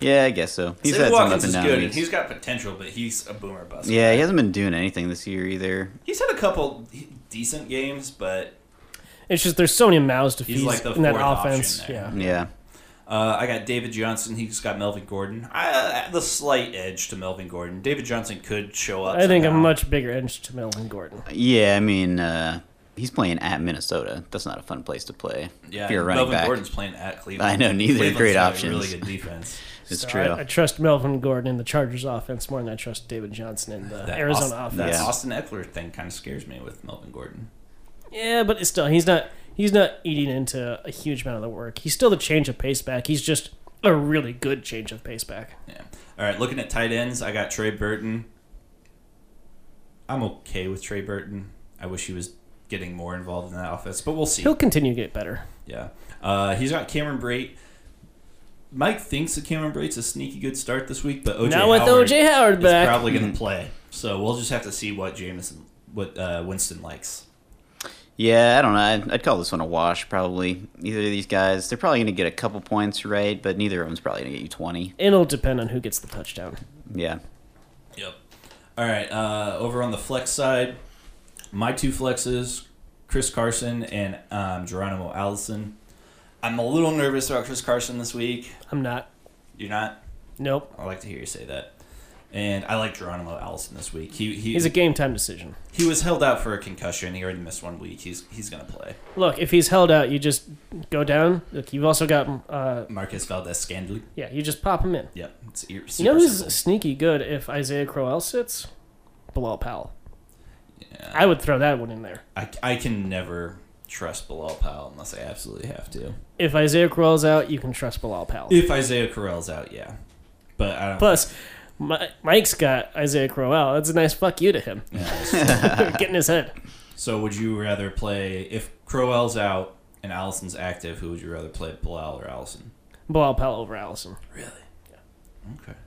S8: Yeah, I guess so. He's
S1: Sammy
S8: had some up
S1: Watkins
S8: and
S1: is
S8: down
S1: good. and
S8: weeks.
S1: He's got potential, but he's a boomer bust.
S8: Yeah, he hasn't been doing anything this year either.
S1: He's had a couple decent games, but
S2: It's just there's so many mouths to
S1: He's
S2: feed
S1: like the
S2: in that
S1: fourth option
S2: offense.
S1: there.
S2: Yeah.
S8: Yeah.
S1: uh, I got David Johnson. He's got Melvin Gordon. I, uh, the slight edge to Melvin Gordon. David Johnson could show up.
S2: I think a
S1: somehow.
S2: much bigger edge to Melvin Gordon.
S8: Yeah, I mean, uh, he's playing at Minnesota. That's not a fun place to play.
S1: Yeah,
S8: if you're a running
S1: Melvin
S8: back.
S1: Gordon's playing at Cleveland.
S8: I know, neither are
S1: Cleveland's
S8: great
S1: got a
S8: options.
S1: Really good defense.
S8: It's
S2: So
S8: true.
S2: I, I trust Melvin Gordon in the Chargers offense more than I trust David Johnson in the
S1: That
S2: Arizona
S1: Aust-
S2: offense.
S1: That
S8: Yeah.
S1: Austin Eckler thing kind of scares me with Melvin Gordon.
S2: Yeah, but it's still he's not he's not eating into a huge amount of the work. He's still the change of pace back. He's just a really good change of pace back.
S1: Yeah. All right. Looking at tight ends, I got Trey Burton. I'm okay with Trey Burton. I wish he was getting more involved in that offense, but we'll see.
S2: He'll continue to get better.
S1: Yeah. Uh, he's got Cameron Brate. Mike thinks that Cameron Brate's a sneaky good start this week, but OJ
S2: Now with
S1: Howard
S2: O.J. Howard
S1: is
S2: back.
S1: probably going to play. So we'll just have to see what Jameson, what uh, Winston likes.
S8: Yeah, I don't know. I'd, I'd call this one a wash, probably. Either of these guys, they're probably going to get a couple points right, but neither of them's probably going to get you 20.
S2: It'll depend on who gets the touchdown.
S8: Yeah.
S1: Yep. All right. Uh, over on the flex side, my two flexes, Chris Carson and um, Geronimo Allison. I'm a little nervous about Chris Carson this week.
S2: I'm not.
S1: You're not?
S2: Nope.
S1: I like to hear you say that. And I like Geronimo Allison this week. He, he
S2: He's a game time decision.
S1: He was held out for a concussion. He already missed one week. He's he's gonna play.
S2: Look, if he's held out, you just go down. Look, you've also got uh,
S1: Marcus Valdez Scandal.
S2: Yeah, you just pop him in.
S1: Yep. It's ear-
S2: you know
S1: super
S2: who's
S1: simple.
S2: sneaky good if Isaiah Crowell sits? Bilal Powell. I would throw that one in there.
S1: I, I can never trust Bilal Powell unless I absolutely have to.
S2: If Isaiah Crowell's out, you can trust Bilal Powell.
S1: If Isaiah Correll's out, yeah. But I don't.
S2: Plus, Mi- Mike's got Isaiah Crowell. That's a nice fuck you to him. Get in his head.
S1: So would you rather play if Crowell's out and Allison's active? Who would you rather play, Bilal or Allison?
S2: Bilal Powell over Allison.
S1: Really? Okay.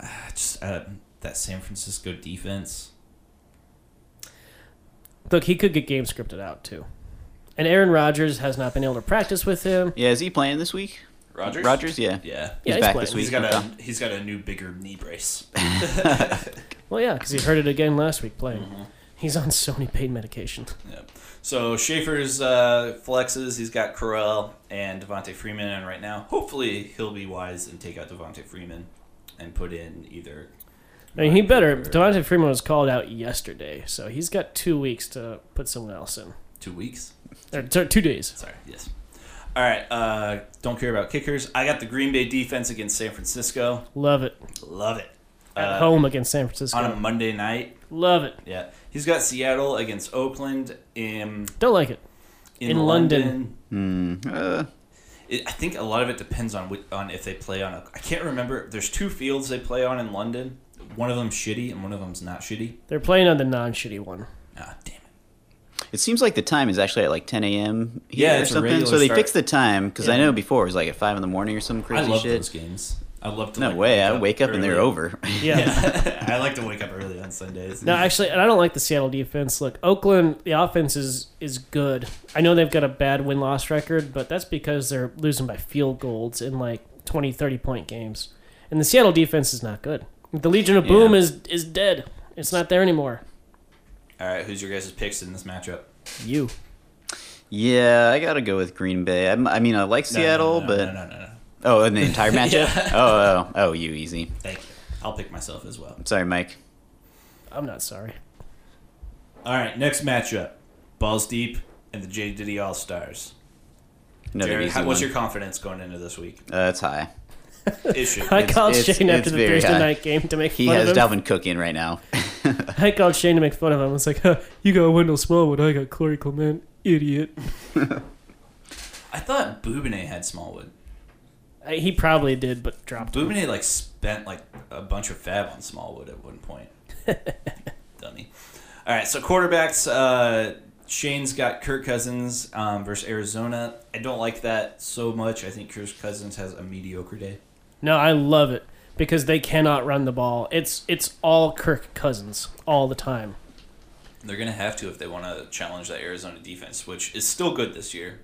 S1: Ah, just uh, that San Francisco defense.
S2: Look, he could get game scripted out too. And Aaron Rodgers has not been able to practice with him.
S8: Yeah, is he playing this week?
S1: Rogers.
S8: Rogers, yeah.
S1: Yeah.
S8: He's
S2: Yeah, he's
S8: back
S2: playing.
S8: this week.
S1: He's got
S8: Okay.
S1: a he's got a new bigger knee brace.
S2: Well, yeah, because he heard it again last week playing. He's on so many pain medication.
S1: Yep. So Schaefer's uh, flexes. He's got Corell and Devontae Freeman, and right now, hopefully, he'll be wise and take out Devontae Freeman and put in either.
S2: I mean, he better. Devontae Freeman was called out yesterday, so he's got two weeks to put someone else in.
S1: Two weeks.
S2: Or t- two days.
S1: Sorry. Yes. All right. Uh, don't care about kickers. I got the Green Bay defense against San Francisco.
S2: Love it.
S1: Love it.
S2: At
S1: Uh,
S2: home against San Francisco.
S1: on a Monday night.
S2: Love it.
S1: Yeah. He's got Seattle against Oakland in
S2: Don't like it.
S1: in,
S2: In
S1: London.
S2: London.
S8: Hmm. Uh.
S1: It, I think a lot of it depends on whi- on if they play on a. I can't remember. There's two fields they play on in London. One of them's shitty and one of them's not shitty.
S2: They're playing on the non-shitty one.
S1: Ah, damn it.
S8: It seems like the time is actually at like 10 a.m. here
S1: Yeah,
S8: or
S1: it's a
S8: something.
S1: regular
S8: So they
S1: start.
S8: fixed the time because I
S1: Yeah.
S8: know before it was like at five in the morning or some crazy
S1: I love
S8: shit.
S1: those games. I love to.
S8: No
S1: like,
S8: way! I wake up and they're
S1: early.
S8: over.
S2: Yeah.
S1: Yeah. I like to wake up early on Sundays.
S2: No, actually, and I don't like the Seattle defense. Look, Oakland, the offense is is good. I know they've got a bad win loss record, but that's because they're losing by field goals in like 20, 30 point games. And the Seattle defense is not good. The Legion of Boom is is dead. It's not there anymore.
S1: All right, who's your guys' picks in this matchup?
S2: You.
S8: yeah, I gotta go with Green Bay. I'm, I mean, I like
S1: No, no,
S8: Seattle,
S1: no, no, no,
S8: but
S1: no, no, no.
S8: oh, and the entire matchup. Oh, oh, oh, you easy.
S1: Thank you. I'll pick myself as well.
S8: Sorry, Mike.
S2: I'm not sorry.
S1: All right, next matchup: Balls Deep and the J Diddy All Stars.
S8: Another
S1: Jared,
S8: easy
S1: how, what's
S8: one.
S1: your confidence going into this week?
S8: Uh, it's high.
S1: It should.
S2: I
S1: be.
S2: called
S8: it's-
S2: Shane
S8: it's
S2: after the
S8: very
S2: Thursday
S8: high.
S2: night game to make
S8: He
S2: fun
S8: has
S2: of him.
S8: Dalvin Cook in right now.
S2: I called Shane to make fun of him. I was like, huh, "You got Wendell Smallwood. I got Corey Clement. Idiot."
S1: I thought Boubine had Smallwood.
S2: I- He probably did, but dropped. him.
S1: Boubine like spent like a bunch of fab on Smallwood at one point. Dummy. All right, so quarterbacks. Uh, Shane's got Kirk Cousins um, versus Arizona. I don't like that so much. I think Kirk Cousins has a mediocre day.
S2: No, I love it because they cannot run the ball. It's it's all Kirk Cousins all the time.
S1: They're gonna have to if they want to challenge that Arizona defense, which is still good this year.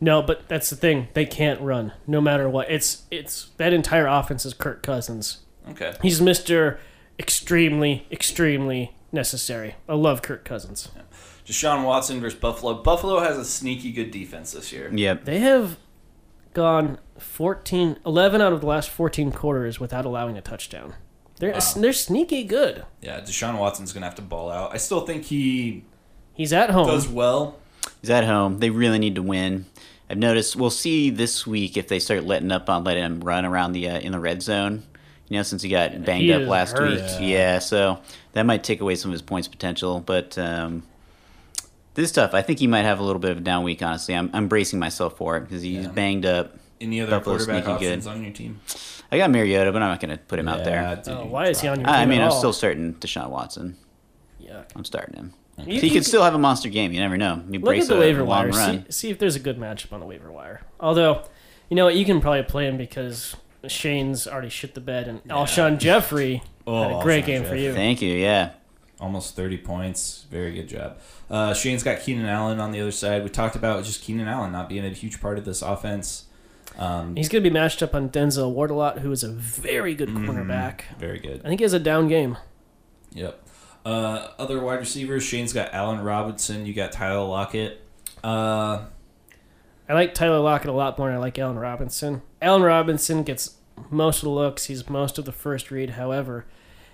S2: No, but that's the thing. They can't run no matter what. It's it's that entire offense is Kirk Cousins.
S1: Okay.
S2: He's Mister extremely extremely necessary. I love Kirk Cousins.
S1: Deshaun Watson versus Buffalo. Buffalo has a sneaky good defense this year.
S8: yep.
S2: They have gone 14 11 out of the last 14 quarters without allowing a touchdown. They're they're sneaky good.
S1: Yeah, Deshaun Watson's gonna have to ball out. I still think he
S2: He's at home.
S1: does well.
S8: He's at home. They really need to win. I've noticed. We'll see this week if they start letting up on letting him run around the uh, in the red zone. You know, since he got banged
S2: He
S8: up
S2: is
S8: last
S2: hurt.
S8: week. Yeah. so that might take away some of his points potential. But um, this is tough. I think he might have a little bit of a down week. Honestly, I'm, I'm bracing myself for it because he's banged up.
S1: Any other
S8: Buffalo's
S1: quarterback
S8: sneaky
S1: options
S8: good.
S1: on your team?
S8: I got Mariota, but I'm not going to put him out
S1: Yeah,
S8: there.
S1: dude.
S2: Oh, why is he on your
S8: I, I
S2: team
S8: mean,
S2: at
S8: I'm
S2: all?
S8: still starting Deshaun Watson.
S2: Yuck.
S8: I'm starting him.
S2: You-
S8: he
S2: you
S8: could still have a monster game. You never know. You
S2: Look
S8: brace
S2: at the
S8: a
S2: waiver
S8: long
S2: wire. See,
S8: run.
S2: see if there's a good matchup on the waiver wire. Although, you know what? You can probably play him because Shane's already shit the bed, and Alshon Jeffrey had
S1: Oh,
S2: a great
S1: Alshon
S2: game for
S1: Jeffrey.
S2: you.
S8: Thank you. Yeah.
S1: Almost thirty points. Very good job. Uh, Shane's got Keenan Allen on the other side. We talked about just Keenan Allen not being a huge part of this offense.
S2: He's going to be matched up on Denzel Ward a lot, who is a very good
S1: Mm-hmm.
S2: cornerback.
S1: Very good.
S2: I think he has a down game.
S1: Yep. Uh, other wide receivers. Shane's got Allen Robinson. You got Tyler Lockett. Uh,
S2: I like Tyler Lockett a lot more than I like Allen Robinson. Allen Robinson gets most of the looks. He's most of the first read. However,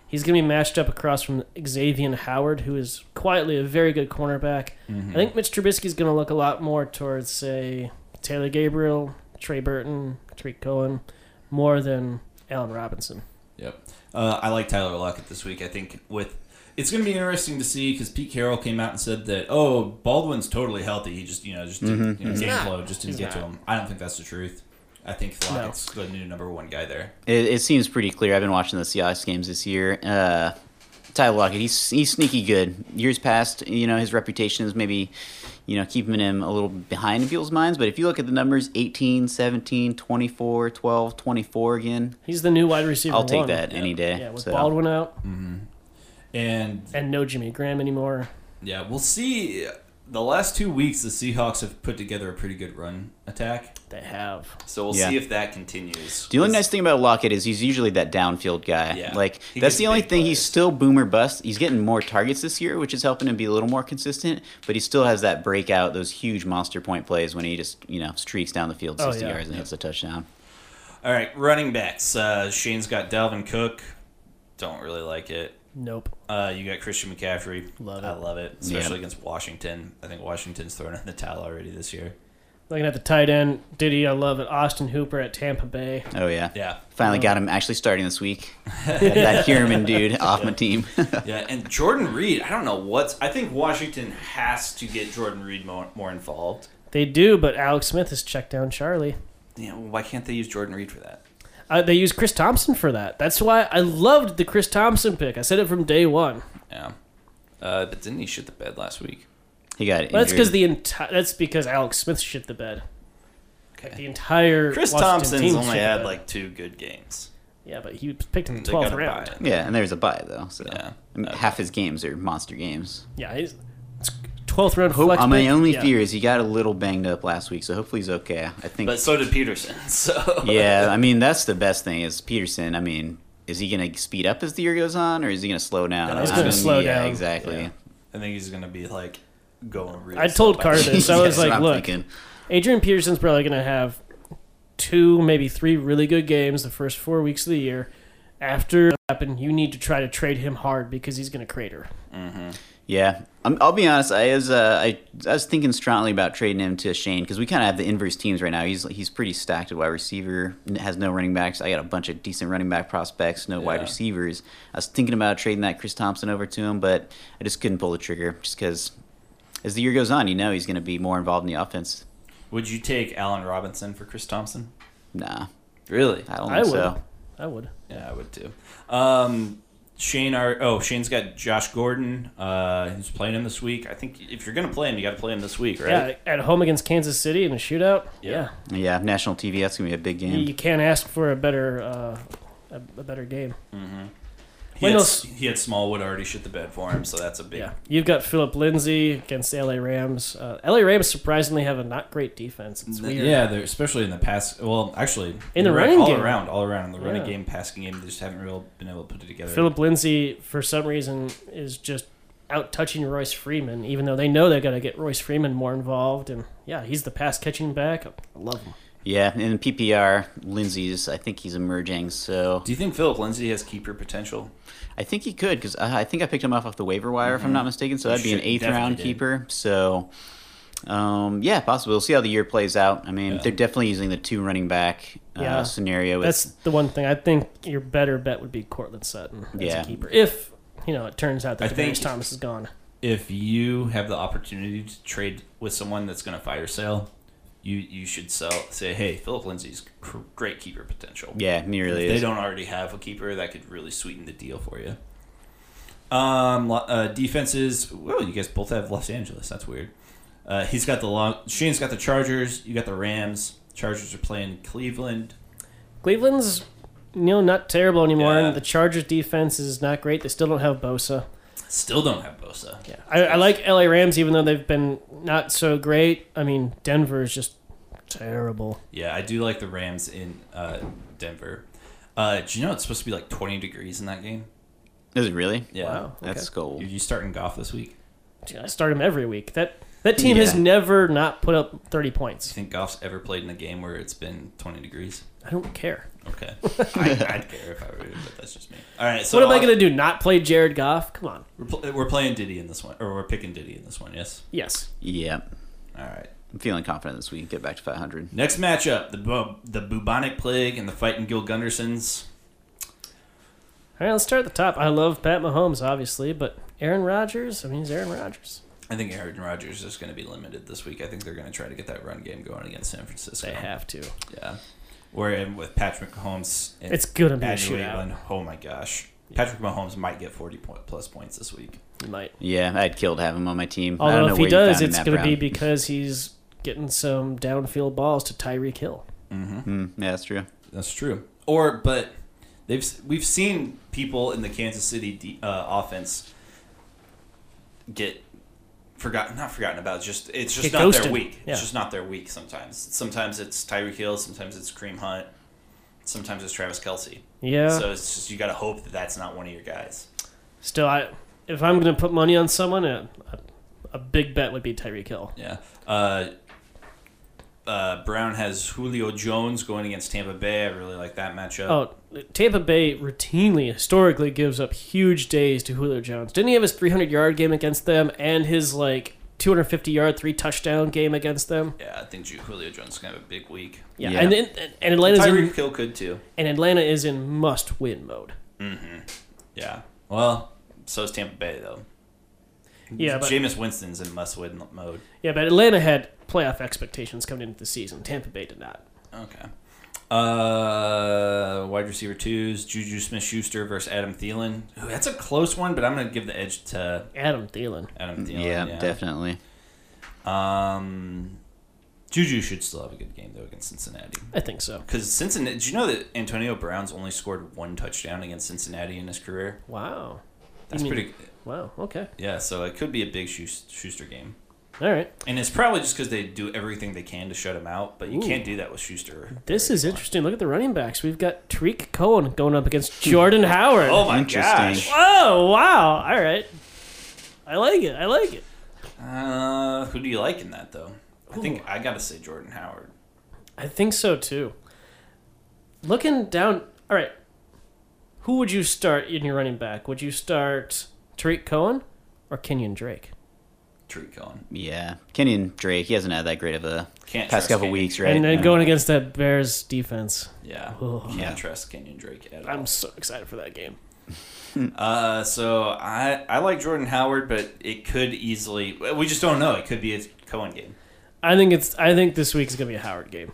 S2: he's going to be matched up across from Xavier Howard, who is quietly a very good cornerback.
S8: Mm-hmm.
S12: Mhm.
S2: I think Mitch Trubisky is going to look a lot more towards, say, Taylor Gabriel, Trey Burton, Tariq Cohen, more than Allen Robinson.
S1: Yep. Uh, I like Tyler Lockett this week. I think with it's going to be interesting to see because Pete Carroll came out and said that oh Baldwin's totally healthy. He just you know just didn't,
S13: Mhm.
S1: you know,
S13: He's
S1: game
S13: not.
S1: flow just didn't
S13: He's
S1: get to
S13: not.
S1: him. I don't think that's the truth. I think Lockett's the new number one guy there.
S8: It, it seems pretty clear. I've been watching the Seahawks games this year. Uh, Tyler Lockett, he's he's sneaky good. Years past, you know, his reputation is maybe, you know, keeping him a little behind in people's minds. But if you look at the numbers 18, 17, 24, 12, 24 again,
S2: He's the new wide receiver.
S8: I'll take
S2: one.
S8: that any day,
S2: Yeah, with
S8: so. Mm.
S2: Baldwin out
S1: and
S2: and no Jimmy Graham anymore.
S1: Yeah, we'll see. The last two weeks, the Seahawks have put together a pretty good run attack.
S2: They have.
S1: So we'll
S8: Yeah.
S1: see if that continues.
S8: The only nice thing about Lockett is he's usually that downfield guy.
S1: Yeah.
S8: Like
S1: He
S8: that's
S1: gets
S8: the only thing he's still boomer bust. He's getting more targets this year, which is helping him be a little more consistent, but he still has that breakout, those huge monster point plays when he just, you know, streaks down the field
S1: Oh,
S8: 60
S1: yeah.
S8: yards and hits a touchdown.
S1: All right, running backs. Uh, Shane's got Dalvin Cook. Don't really like it.
S2: Nope.
S1: Uh, you got Christian McCaffrey.
S2: Love
S1: I
S2: it.
S1: love it, especially
S2: Yeah.
S1: against Washington. I think Washington's thrown in the towel already this year.
S2: Looking at the tight end, Diddy, I love it. Austin Hooper at Tampa Bay.
S8: Oh yeah.
S1: Yeah.
S8: Finally got him actually starting this week. that Kierman dude off my team.
S1: yeah, and Jordan Reed. I don't know what's. I think Washington has to get Jordan Reed more, more involved.
S2: They do, but Alex Smith has checked down Charlie.
S1: Yeah, well, why can't they use Jordan Reed for that?
S2: Uh, they used Chris Thompson for that. That's why I loved the Chris Thompson pick. I said it from day one.
S1: Yeah. Uh, but didn't he shit the bed last week?
S8: He got
S2: Well, that's because the entire. That's because Alex Smith shit the bed. Like the entire
S1: Chris
S2: Washington
S1: Thompson's
S2: team
S1: only
S2: shit the
S1: had
S2: bed.
S1: like two good games.
S2: Yeah, but he was picked in the
S1: They
S2: twelfth
S1: gotta
S2: round.
S1: buy
S8: Yeah, and there's a bye though. So
S1: yeah.
S8: I mean, half his games are monster games.
S2: Yeah, he's twelfth round.
S8: Hope,
S2: flex
S8: uh, my
S2: pick.
S8: only
S2: Yeah.
S8: fear is he got a little banged up last week, so hopefully he's okay. I think
S1: But so did Peterson. So
S8: yeah, I mean that's the best thing is Peterson. I mean, is he going to speed up as the year goes on, or is he going to slow down?
S1: No, he's
S8: I
S1: gonna
S8: mean,
S1: slow
S8: yeah,
S1: down.
S8: Exactly.
S1: I think he's gonna be like going. Really
S2: I
S1: slow
S2: told
S1: by
S2: Carter
S1: the
S2: this. I
S1: end.
S2: was like, look, Adrian Peterson's probably going to have two, maybe three really good games the first four weeks of the year. After that happen, you need to try to trade him hard because he's going to crater.
S8: Yeah, I'm, I'll be honest. I was uh, I, I was thinking strongly about trading him to Shane because we kind of have the inverse teams right now. He's he's pretty stacked at wide receiver, n- has no running backs. I got a bunch of decent running back prospects, no wide
S1: Yeah.
S8: receivers. I was thinking about trading that Chris Thompson over to him, but I just couldn't pull the trigger just because as the year goes on, you know he's going to be more involved in the offense.
S1: Would you take Allen Robinson for Chris Thompson?
S8: Nah,
S1: Really?
S8: I don't
S2: I would.
S8: think so.
S2: I would.
S1: Yeah, I would too. Um, Shane, are oh Shane's got Josh Gordon. Uh, who's playing him this week? I think if you're gonna play him, you got to play him this week, right?
S2: Yeah, at home against Kansas City in a shootout. Yeah,
S8: Yeah, national TV. That's gonna be a big
S2: You,
S8: game.
S2: you can't ask for a better uh, a, a better game.
S1: Mm-hmm. He, had,
S2: Wendell,
S1: S- he had Smallwood already shit the bed for him, so that's a big.
S2: you've got Philip Lindsay against the LA Rams. Uh, LA Rams surprisingly have a not great defense. It's weird.
S1: Yeah, they're, especially in the pass. Well, actually,
S2: In the
S1: you're right,
S2: running
S1: all
S2: game.
S1: around, all around in the running
S2: Yeah.
S1: game, passing game, they just haven't really been able to put it together.
S2: Philip Lindsay, for some reason, is just out touching Royce Freeman, even though they know they got to get Royce Freeman more involved. And yeah, he's the pass catching back. I love him.
S8: Yeah, in PPR, Lindsey's. I think he's emerging. So,
S1: do you think Philip Lindsay has keeper potential?
S8: I think he could because I, I think I picked him up off the waiver wire
S2: Mm-hmm.
S8: if I'm not mistaken. So
S1: You
S8: that'd be an
S1: should-
S8: eighth
S1: definitely
S8: round
S1: did.
S8: keeper. So, um, yeah, possible. We'll see how the year plays out. I mean, they're definitely using the two running back uh,
S2: Yeah.
S8: scenario. With,
S2: That's the one thing I think your better bet would be Cortland Sutton as
S8: Yeah.
S2: a keeper. If you know it turns out
S1: I
S2: that
S1: think-
S2: Demaryius Thomas is gone.
S1: If you have the opportunity to trade with someone that's going to fire sale, you you should sell. Say, hey, Philip Lindsay's cr- great keeper potential.
S8: Yeah, he really
S1: If
S8: is.
S1: They don't already have a keeper that could really sweeten the deal for you. Um, lo- uh, defenses. Well, you guys both have Los Angeles. That's weird. Uh, he's got the long. Shane's got the Chargers. You got the Rams. Chargers are playing Cleveland.
S2: Cleveland's you know not terrible anymore. and The Chargers defense is not great. They still don't have Bosa.
S1: Still don't have Bosa. Yeah.
S2: I, I like LA Rams even though they've been not so great. I mean Denver is just terrible.
S1: Yeah, I do like the Rams in uh, Denver. Uh, do you know it's supposed to be like 20 degrees in that game?
S8: Is it really?
S1: Yeah,
S2: Wow, That's okay.
S8: cool.
S1: Are you starting golf this week?
S2: Dude, I start him every week. That that team has
S1: Yeah.
S2: never not put up thirty points.
S1: Do you think golf's ever played in a game where it's been 20 degrees?
S2: I don't care.
S1: Okay. I, I'd care if I were you, but that's just me. All right. So
S2: what am I
S1: I'll-
S2: going to do? Not play Jared Goff? Come on.
S1: We're, pl- we're playing Diddy in this one, or we're picking Diddy in this one. Yes.
S2: Yes.
S8: Yeah.
S1: All right.
S8: I'm feeling confident this week. Get back to 500.
S1: Next matchup: the bu- the bubonic plague and the fighting Gil Gundersons.
S2: All right, let's start at the top. I love Pat Mahomes, obviously, but Aaron Rodgers. I mean, he's Aaron Rodgers.
S1: I think Aaron Rodgers is going to be limited this week. I think they're going to try to get that run game going against San Francisco. They
S2: have to.
S1: Yeah. We're in with Patrick Mahomes. and-
S2: It's gonna be a
S1: and New
S2: shootout.
S1: England. Oh my gosh. Patrick Mahomes might get 40 point plus points this week.
S2: He might.
S8: Yeah, I'd kill to have him on my team. I don't
S2: Although
S8: know
S2: if he
S8: where you found
S2: does,
S8: him
S2: it's
S8: that
S2: going to be
S8: round.
S2: because he's getting some downfield balls to Tyreek Hill.
S8: Mm, yeah, that's true.
S1: That's true. Or, but they've we've seen people in the Kansas City de- uh, offense get forgotten, not forgotten about. Just it's just
S2: Get
S1: not
S2: ghosted.
S1: their week.
S2: Yeah.
S1: It's just not their week. Sometimes, sometimes it's Tyreek Hill. Sometimes it's Cream Hunt. Sometimes it's Travis Kelsey.
S2: Yeah.
S1: So it's just you got to hope that that's not one of your guys.
S2: Still, I if I'm going to put money on someone, a, a, a big bet would be Tyreek Hill.
S1: Yeah. Uh, uh, Brown has Julio Jones going against Tampa Bay. I really like that matchup.
S2: Oh, Tampa Bay routinely, historically gives up huge days to Julio Jones. Didn't he have his 300 yard game against them and his like 250 yard, three touchdown game against them?
S1: Yeah, I think Ju- Julio Jones is gonna have a big week.
S2: Yeah, and then and- and Atlanta's in,
S1: Tyreek Hill could too.
S2: and Atlanta is in must win mode.
S1: Mm-hmm. Yeah. Well, so is Tampa Bay though. Mm-hmm.
S2: Yeah, but-
S1: Jameis Winston's in must-win mode.
S2: Yeah, but Atlanta had playoff expectations coming into the season. Tampa Bay did not.
S1: Okay. Uh, wide receiver twos: Juju Smith-Schuster versus Adam Thielen. Ooh, that's a close one, but I'm gonna give the edge to
S2: Adam Thielen.
S1: Adam Thielen.
S8: Mm, Yeah, definitely.
S1: Um, Juju should still have a good game though against Cincinnati.
S2: I think so.
S1: Because Cincinnati, did you know that Antonio Brown's only scored one touchdown against Cincinnati in his career?
S2: Wow.
S1: That's
S2: You mean-
S1: pretty.
S2: Wow. Okay.
S1: Yeah, so it could be a big Schus- Schuster game.
S2: All right.
S1: And it's probably just because they do everything they can to shut him out, but you
S2: Ooh.
S1: can't do that with Schuster.
S2: This is interesting. Look at the running backs. We've got Tariq Cohen going up against Jordan Howard.
S1: Oh my
S8: Interesting.
S1: gosh.
S2: Oh wow! All right, I like it. I like it.
S1: Uh, who do you like in that, though? I think I got to say Jordan Howard.
S2: I think so too. Looking down, all right. Who would you start in your running back? Would you start Tariq Cohen or Kenyon Drake?
S1: Tariq Cohen.
S8: Yeah. Kenyon Drake, he hasn't had that great of a
S1: Can't
S8: past
S1: trust
S8: couple
S1: Kenyon
S8: weeks,
S1: Drake.
S8: right?
S2: And then
S8: Yeah.
S2: going against that Bears defense.
S1: Yeah.
S2: Oh.
S1: Can't trust Kenyon Drake at all.
S2: I'm so excited for that game.
S1: Uh, so I I like Jordan Howard, but it could easily we just don't know. It could be a Cohen game.
S2: I think it's. I think this week's gonna be a Howard game.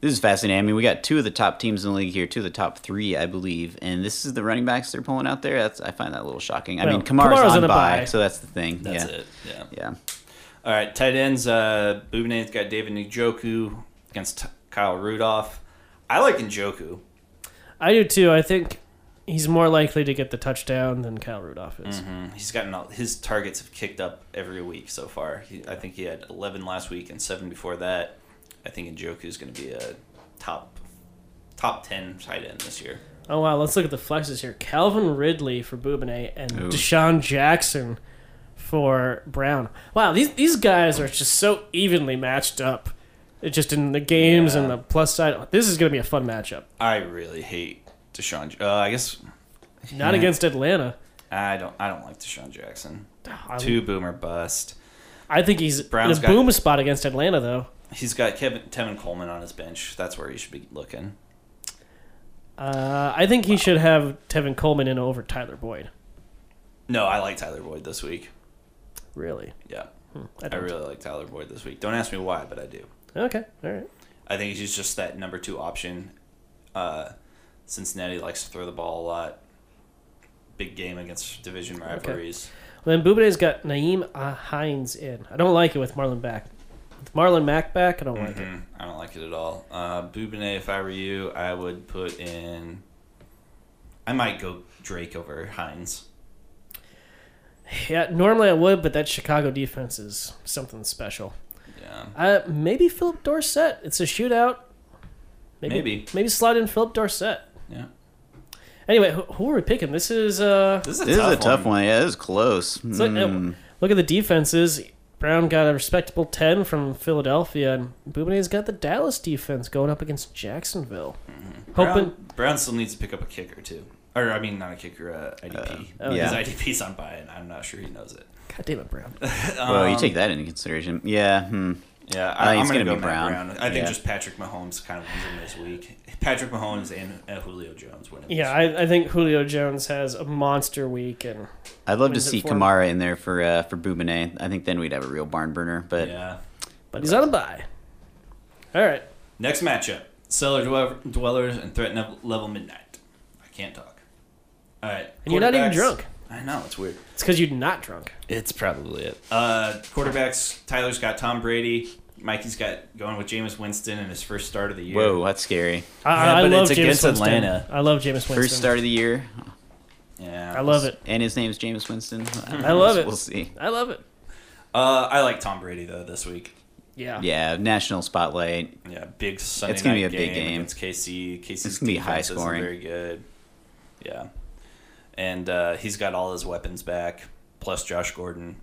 S8: This is fascinating. I mean, we got two of the top teams in the league here, two of the top three, I believe, and this is the running backs they're pulling out there. That's I find that a little shocking. I
S2: Well,
S8: mean, Kamara's,
S2: Kamara's on
S8: on
S2: a
S8: bye,
S2: bye.
S8: so that's the thing.
S1: That's
S8: yeah.
S1: it. Yeah.
S8: Yeah.
S1: All right, tight ends. Uh, Bubanet's got David Njoku against T- Kyle Rudolph. I like Njoku.
S2: I do too. I think he's more likely to get the touchdown than Kyle Rudolph is.
S8: Mm.
S1: Mhm. He's gotten all, his targets have kicked up every week so far. He, I think he had 11 last week and seven before that. I think Njoku is going to be a top top 10 tight end this year.
S2: Oh wow, let's look at the flexes here. Calvin Ridley for Boubinet and
S1: Ooh.
S2: Deshaun Jackson for Brown. Wow, these these guys are just so evenly matched up. It just in the games and the plus side. This is going to be a fun matchup.
S1: I really hate Deshaun. Uh, I guess
S2: Not
S1: Yeah.
S2: against Atlanta.
S1: I don't. I don't like Deshaun Jackson.
S2: I-
S1: Two boomer bust.
S2: I think he's
S1: Brown's
S2: in a
S1: got-
S2: boom spot against Atlanta though.
S1: He's got Kevin Tevin Coleman on his bench. That's where he should be looking.
S2: Uh, I think he should have Tevin Coleman in over Tyler Boyd.
S1: No, I like Tyler Boyd this week.
S2: Really?
S1: Yeah,
S2: Hmm, I
S1: I,
S2: don't.
S1: really like Tyler Boyd this week. Don't ask me why, but I do.
S2: Okay, all right.
S1: I think he's just that number two option. Uh, Cincinnati likes to throw the ball a lot. Big game against division rivalries.
S2: Then Bubine's got Naeem uh, Hines in. I don't like it with Marlon back. With Marlon Mack back, I don't like it.
S1: Mhm. I don't like it at all. Uh, Boubinet, if I were you, I would put in. I might go Drake over Hines.
S2: Yeah, normally I would, but that Chicago defense is something special.
S1: Yeah.
S2: Uh, maybe Philip Dorsett. It's a shootout.
S1: Maybe.
S2: Maybe slide in Philip Dorsett.
S1: Yeah.
S2: Anyway, who, who are we picking? This is uh. oh,
S1: This
S8: This is a tough one. Yeah, this is close.
S2: It's like-
S8: Mm.
S2: Look at the defenses. Brown got a respectable 10 from Philadelphia, and Bubanet's got the Dallas defense going up against Jacksonville.
S1: Mm-hmm.
S2: Hoping
S1: Brown, Brown still needs to pick up a kicker too, or I mean, not a kicker, uh, IDP.
S8: Uh,
S1: His
S8: yeah.
S1: IDP's on by, and I'm not sure he knows it. Um,
S2: God damn it, Brown.
S8: well, you
S2: um,
S8: take that into consideration. Yeah. Hmm.
S1: Yeah,
S8: I
S1: I,
S8: think
S1: am
S8: it's
S1: gonna,
S8: going to
S1: go
S8: be
S1: Matt
S8: Brown.
S1: Brown. I think
S8: Yeah.
S1: just Patrick Mahomes kind of wins him this week. Patrick Mahomes and uh, Julio Jones win him.
S2: Yeah, I, I think Julio Jones has a monster week, and
S8: I'd love to
S2: wins it
S8: see
S2: for him.
S8: Kamara in there for uh, for Boubinet. I think then we'd have a real barn burner. But
S1: yeah,
S2: But he's on a bye. All right.
S1: Next matchup: Cellar Dweller- Dwellers and Threat Nev- Level Midnight. I can't talk. All right,
S2: And you're not even
S1: quarterbacks-
S2: drunk.
S1: I know it's weird.
S2: It's because you're not drunk.
S1: It's probably it. Uh, quarterbacks: Tyler's got Tom Brady. Mikey's got going with Jameis Winston in his first start of the year.
S8: whoa, that's scary.
S2: I, I love Jameis Winston. I love Jameis Winston.
S8: First start of the year.
S1: Yeah,
S2: I love it.
S8: And his name's James Winston.
S2: I love it.
S8: We'll see.
S2: I love it.
S1: Uh, I like Tom Brady though this week.
S2: Yeah.
S8: Yeah, national spotlight.
S1: Yeah, big Sunday
S8: It's gonna
S1: night
S8: be a big game.
S1: against KC. KC's
S8: It's gonna be high
S1: defense isn't
S8: scoring.
S1: Very good. Yeah, and uh, he's got all his weapons back, plus Josh Gordon.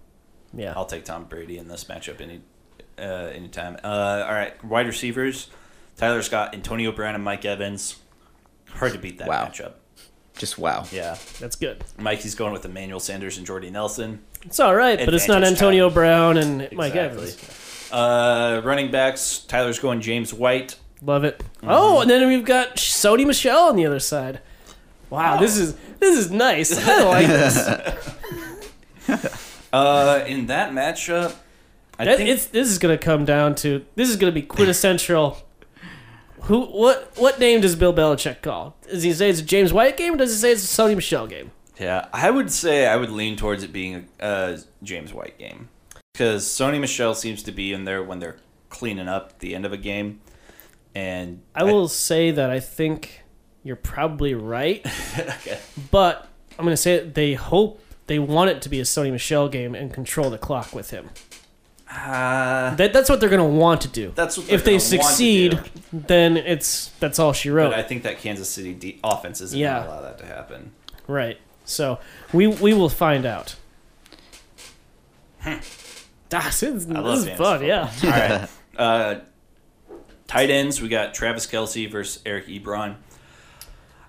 S2: Yeah.
S1: I'll take Tom Brady in this matchup any uh, anytime. Uh, all right, wide receivers: Tyler Scott, Antonio Brown, and Mike Evans. Hard to beat that
S8: Wow.
S1: matchup.
S8: Just wow.
S1: Yeah,
S2: That's good.
S1: Mikey's going with Emmanuel Sanders and Jordy Nelson.
S2: It's all right, but it's not
S1: Advantage
S2: Antonio Brown and Mike Evans.
S1: Uh, running backs: Tyler's going James White.
S2: Love it. Oh, and then we've got Sony Michelle on the other side. Wow, this is this is nice. I like this.
S1: Uh, in that matchup, I
S2: That-
S1: think
S2: it's, this is going to come down to this is going to be quintessential. Who? What? What name does Bill Belichick call? Does he say it's a James White game? or Does he say it's a Sony Michelle game?
S1: Yeah, I would say I would lean towards it being a uh, James White game because Sony Michelle seems to be in there when they're cleaning up the end of a game, and
S2: I will say that I think you're probably right. But I'm going to say that they hope they want it to be a Sony Michelle game and control the clock with him.
S1: uh,
S2: That, that's what they're going to want to do.
S1: That's what they're
S2: if they
S1: gonna want to
S2: succeed,
S1: do.
S2: then it's that's all she wrote.
S1: but I think that Kansas City de- offense isn't
S2: Oh. Yeah.
S1: going to allow that to happen.
S2: right. So we we will find out. Das, it's,
S1: Hmm. I
S2: this
S1: love
S2: is
S1: fantasy
S2: fun, yeah.
S1: football. All right. Uh, tight ends, we got Travis Kelsey versus Eric Ebron.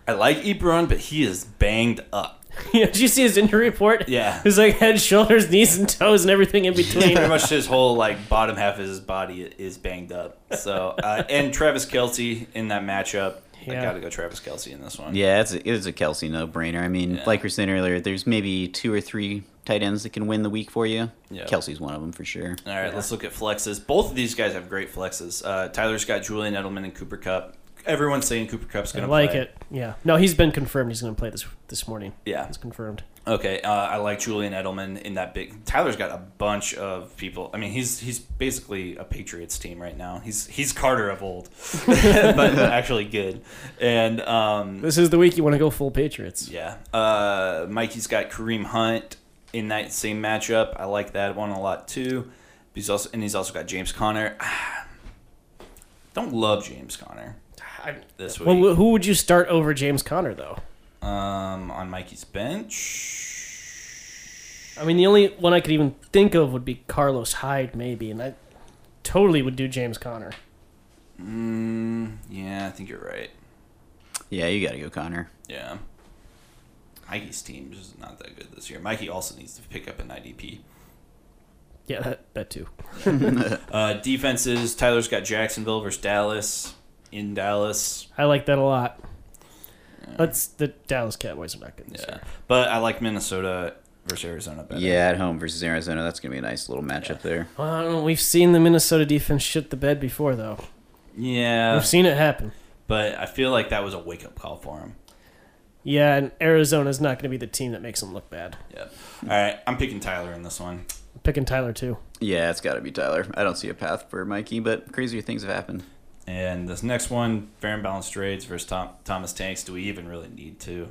S1: I like Ebron, but he is banged up.
S2: Yeah, Did you see his injury report?
S1: Yeah.
S2: It's like head, shoulders, knees, and toes, and everything in between.
S1: pretty much his whole like bottom half of his body is banged up. So uh, and Travis Kelsey in that matchup, I
S2: Yeah.
S1: got to go Travis Kelsey in this one.
S8: Yeah, it's a, it's a Kelsey no brainer. I mean, like we were saying earlier, there's maybe two or three tight ends that can win the week for you.
S1: Yeah.
S8: Kelsey's one of them for sure.
S1: All right, let's look at flexes. Both of these guys have great flexes. Uh, Tyler's got Julian Edelman and Cooper Cup. Everyone's saying Cooper Cup's
S2: I
S1: going to
S2: like
S1: play.
S2: it. Yeah. No, he's been confirmed. He's going to play this this morning.
S1: Yeah.
S2: It's confirmed.
S1: Okay, uh, I like Julian Edelman in that big. Tyler's got a bunch of people. I mean, he's he's basically a Patriots team right now. He's he's Carter of old, but actually good. And um,
S2: This is the week you want to go full Patriots.
S1: Yeah. Uh, Mikey's got Kareem Hunt in that same matchup. I like that one a lot too. He's also and he's also got James Conner. Don't love James Conner this week.
S2: Well, wh- who would you start over James Conner though?
S1: um, on Mikey's bench.
S2: I mean, the only one I could even think of would be Carlos Hyde, maybe, and I totally would do James Conner.
S1: Mm, yeah, I think you're right.
S8: Yeah, you got to go Connor.
S1: Yeah. Mikey's team is not that good this year. Mikey also needs to pick up an IDP.
S2: Yeah, that, that too.
S1: Uh, defenses. Tyler's got Jacksonville versus Dallas in Dallas.
S2: I like that a lot. That's the Dallas Cowboys are not good. This year.
S1: But I like Minnesota versus Arizona better.
S8: Yeah, at home versus Arizona, that's going to be a nice little matchup there.
S2: Well, I don't know, we've seen the Minnesota defense shit the bed before, though.
S1: Yeah.
S2: We've seen it happen.
S1: But I feel like that was a wake up call for him.
S2: Yeah, and Arizona's not going to be the team that makes them look bad.
S1: Yeah. All right, I'm picking Tyler in this one.
S2: Picking Tyler too.
S8: Yeah, it's got to be Tyler. I don't see a path for Mikey, but crazier things have happened.
S1: And this next one, fair and balanced trades versus Tom, Thomas Tanks. Do we even really need to?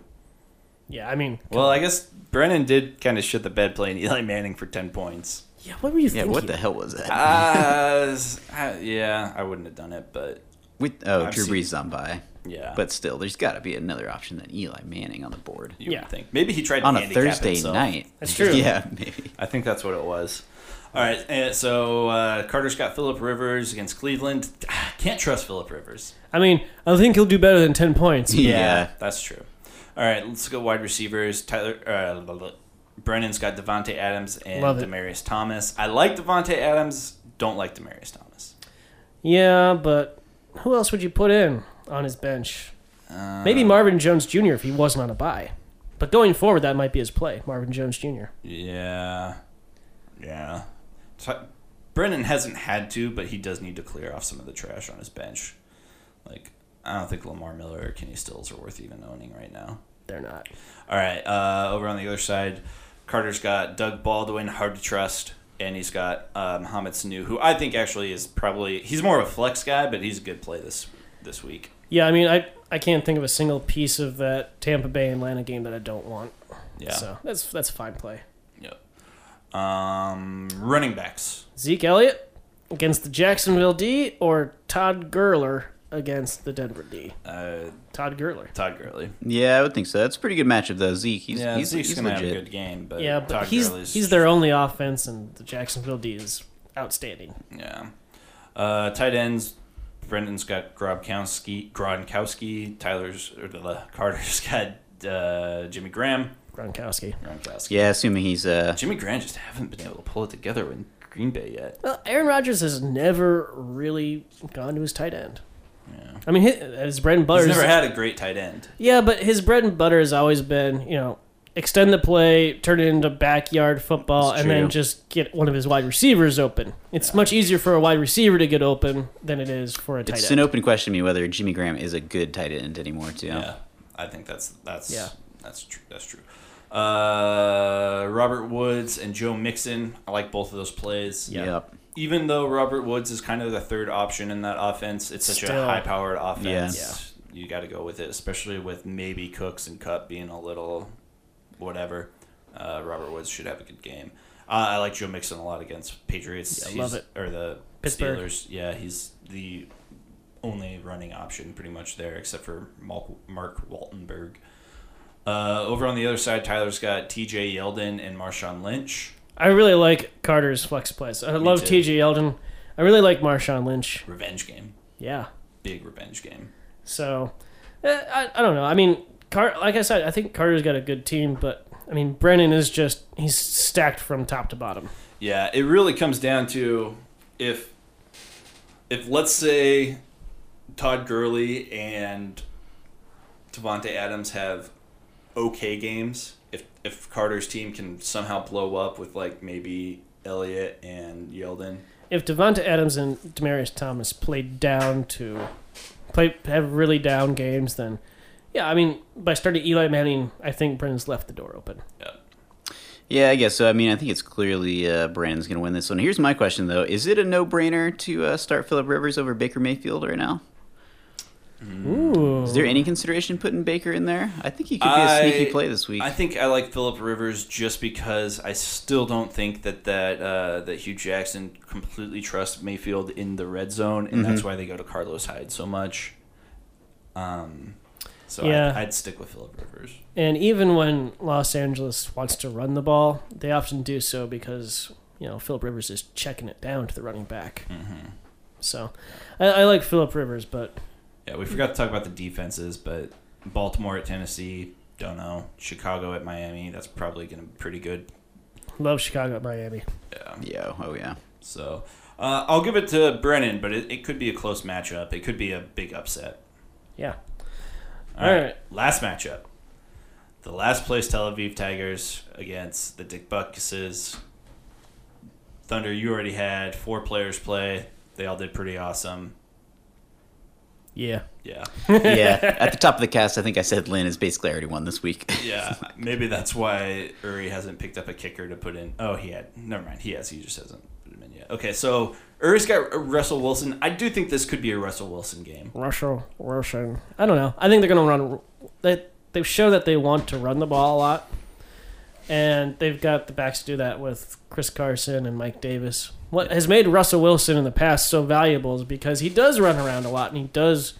S2: Yeah, I mean,
S1: Well, I guess Brennan did kind of shit the bed playing Eli Manning for 10 points.
S2: yeah, what were you
S8: Yeah,
S2: thinking?
S8: what the hell was that?
S1: Uh, s- I- yeah, I wouldn't have done it, but
S8: With oh,
S1: I've
S8: Drew
S1: seen-
S8: Brees on by.
S1: Yeah.
S8: but still, there's got to be another option than Eli Manning on the board
S1: you
S2: Yeah.
S1: would think. Maybe he tried to
S8: on a
S1: handicap
S8: Thursday
S1: himself.
S8: night.
S2: That's true.
S8: Yeah, maybe.
S1: I think that's what it was. All right, and so uh, Carter's got Philip Rivers against Cleveland. Can't trust Philip Rivers.
S2: I mean, I think he'll do better than ten points.
S1: that's true. All right, let's go wide receivers. Tyler uh, blah, blah. Brennan's got Devonte Adams and
S2: Love it.
S1: Demarius Thomas. I like Devonte Adams. Don't like Demarius Thomas.
S2: yeah, but who else would you put in on his bench?
S1: Uh,
S2: Maybe Marvin Jones Jr. if he wasn't on a bye. But going forward, that might be his play, Marvin Jones Jr.
S1: Yeah, yeah. Ty- Brennan hasn't had to, but he does need to clear off some of the trash on his bench. Like, I don't think Lamar Miller or Kenny Stills are worth even owning right now.
S2: They're not.
S1: All right. Uh, over on the other side, Carter's got Doug Baldwin, hard to trust, and he's got uh, Mohamed Sanu, who I think actually is probably he's more of a flex guy, but he's a good play this this week.
S2: Yeah, I mean, I I can't think of a single piece of that Tampa Bay Atlanta game that I don't want.
S1: Yeah.
S2: So that's that's a fine play.
S1: Yep. Um, running backs.
S2: Zeke Elliott against the Jacksonville D or Todd Gurler against the Denver D.
S1: Uh,
S2: Todd Gurler.
S1: Todd Gurley.
S8: Yeah, I would think so. That's a pretty good matchup though. Zeke, he's
S1: yeah,
S8: he's,
S1: Zeke's
S8: he's
S1: gonna
S8: legit.
S1: have a good game, but
S2: yeah, but
S1: Todd
S2: he's
S1: Gurley's
S2: he's their only offense, and the Jacksonville D is outstanding.
S1: Yeah. Uh, tight ends. Brendan's got Grobkowski, Gronkowski. Tyler's or the, the Carter's got uh, Jimmy Graham.
S2: Gronkowski.
S1: Gronkowski.
S8: Yeah, assuming he's uh
S1: Jimmy Graham just haven't been able to pull it together in Green Bay yet.
S2: Well, Aaron Rodgers has never really gone to his tight end. Yeah. I mean, his, his bread and butter.
S1: He's
S2: is-
S1: never had a great tight end.
S2: Yeah, but his bread and butter has always been, you know, extend the play, turn it into backyard football,
S1: It's
S2: and then
S1: true.
S2: just get one of his wide receivers open. It's much easier for a wide receiver to get open than it is for a tight
S8: It's
S2: end.
S8: an open question to me whether Jimmy Graham is a good tight end anymore too.
S1: Yeah, I think that's that's
S2: Yeah.
S1: that's true. That's true. Uh, Robert Woods and Joe Mixon. I like both of those plays.
S8: Yeah. Yep.
S1: Even though Robert Woods is kind of the third option in that offense, it's such
S2: Still.
S1: a high-powered offense.
S8: Yeah.
S1: You got to go with it, especially with maybe Cooks and Cup being a little whatever. Uh, Robert Woods should have a good game. Uh, I like Joe Mixon a lot against Patriots.
S2: Yeah,
S1: He's-
S2: love it.
S1: Or the
S2: Pittsburgh.
S1: Steelers. Yeah, he's the only running option pretty much there, except for Mal- Mark Waltenberg. Uh, over on the other side, Tyler's got T.J. Yeldon and Marshawn Lynch.
S2: I really like Carter's flex plays. I love
S1: too.
S2: T.J. Yeldon. I really like Marshawn Lynch.
S1: Revenge game,
S2: Yeah.
S1: big revenge game.
S2: So, eh, I, I don't know. I mean, Car- like I said, I think Carter's got a good team, but I mean, Brennan is just he's stacked from top to bottom.
S1: Yeah, it really comes down to if if let's say Todd Gurley and Devonte Adams have okay games, if if Carter's team can somehow blow up with like maybe Elliott and Yeldon.
S2: if Devonta Adams and Demarius Thomas played down to play have really down games, then yeah, I mean by starting Eli Manning, I think Brennan's left the door open.
S8: Yeah, I guess so. I mean, I think it's clearly uh, Brandon's going to win this one. Here's my question though: Is it a no-brainer to uh, start Philip Rivers over Baker Mayfield right now?
S2: Ooh,
S8: Is there any consideration putting Baker in there? I think he could be a sneaky play this week.
S1: I think I like Philip Rivers just because I still don't think that that uh, that Hugh Jackson completely trusts Mayfield in the red zone, and that's
S8: Mm-hmm.
S1: why they go to Carlos Hyde so much. Um, so
S2: Yeah.
S1: I'd, I'd stick with Philip Rivers.
S2: and even when Los Angeles wants to run the ball, they often do so because you know Philip Rivers is checking it down to the running back. So I, I like Philip Rivers, but
S1: Yeah, we forgot to talk about the defenses, but Baltimore at Tennessee, don't know. Chicago at Miami, that's probably going to be pretty good.
S2: love Chicago at Miami.
S8: yeah. Oh yeah.
S1: So uh, I'll give it to Brennan, but it, it could be a close matchup. It could be a big upset.
S2: Yeah.
S1: All right.
S2: All right.
S1: Last matchup. The last place Tel Aviv Tigers against the Dick Buckuses. Thunder, you already had four players play. They all did pretty awesome.
S2: Yeah.
S1: Yeah.
S8: yeah. At the top of the cast, I think I said Lynn is basically already won this week.
S1: Yeah. Maybe that's why Uri hasn't picked up a kicker to put in. Oh, he had. Never mind. He has. He just hasn't put him in yet. Okay, so Uri's got Russell Wilson. I do think this could be a Russell Wilson game.
S2: Russia, Russian. I don't know. I think they're going to run. They they show that they want to run the ball a lot, and they've got the backs to do that with Chris Carson and Mike Davis. What has made Russell Wilson in the past so valuable is because he does run around a lot and he does,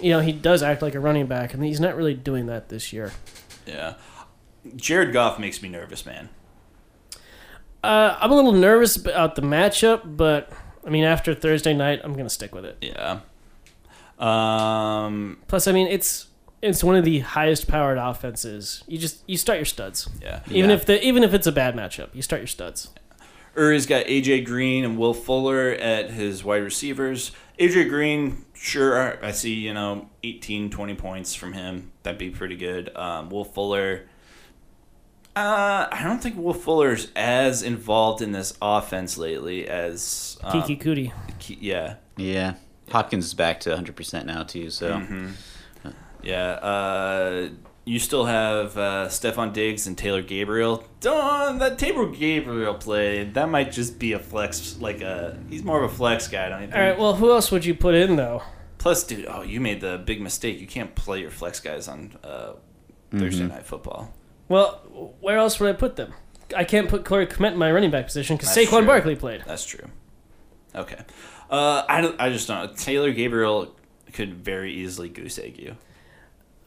S2: you know, he does act like a running back, and he's not really doing that this year.
S1: Yeah. Jared Goff makes me nervous, man.
S2: Uh, I'm a little nervous about the matchup, but I mean, after Thursday night, I'm gonna stick with it.
S1: Yeah. Um.
S2: Plus, I mean, it's it's one of the highest powered offenses. You just you start your studs.
S1: Yeah.
S2: Even
S1: Yeah.
S2: if the even if it's a bad matchup, you start your studs.
S1: Uri's got AJ Green and Will Fuller at his wide receivers. AJ Green, sure, I see, you know, 18, 20 points from him. That'd be pretty good. Um, Will Fuller, uh, I don't think Will Fuller's as involved in this offense lately as. Um,
S2: Kiki Cootie.
S1: Ki- yeah.
S8: Yeah. Hopkins is back to 100% now, too, so.
S1: Mhm. Yeah. Uh, you still have uh, Stefan Diggs and Taylor Gabriel. Don't that Taylor Gabriel play? That might just be a flex, like a he's more of a flex guy. I don't you think?
S2: All right. Well, who else would you put in though?
S1: Plus, dude, oh, you made the big mistake. You can't play your flex guys on uh, Thursday
S8: Mhm.
S1: night football.
S2: Well, where else would I put them? I can't put Corey Kmet in my running back position because
S1: That's
S2: Saquon
S1: true.
S2: Barkley played.
S1: That's true. Okay, uh, I don't, I just don't. know. Taylor Gabriel could very easily goose egg you.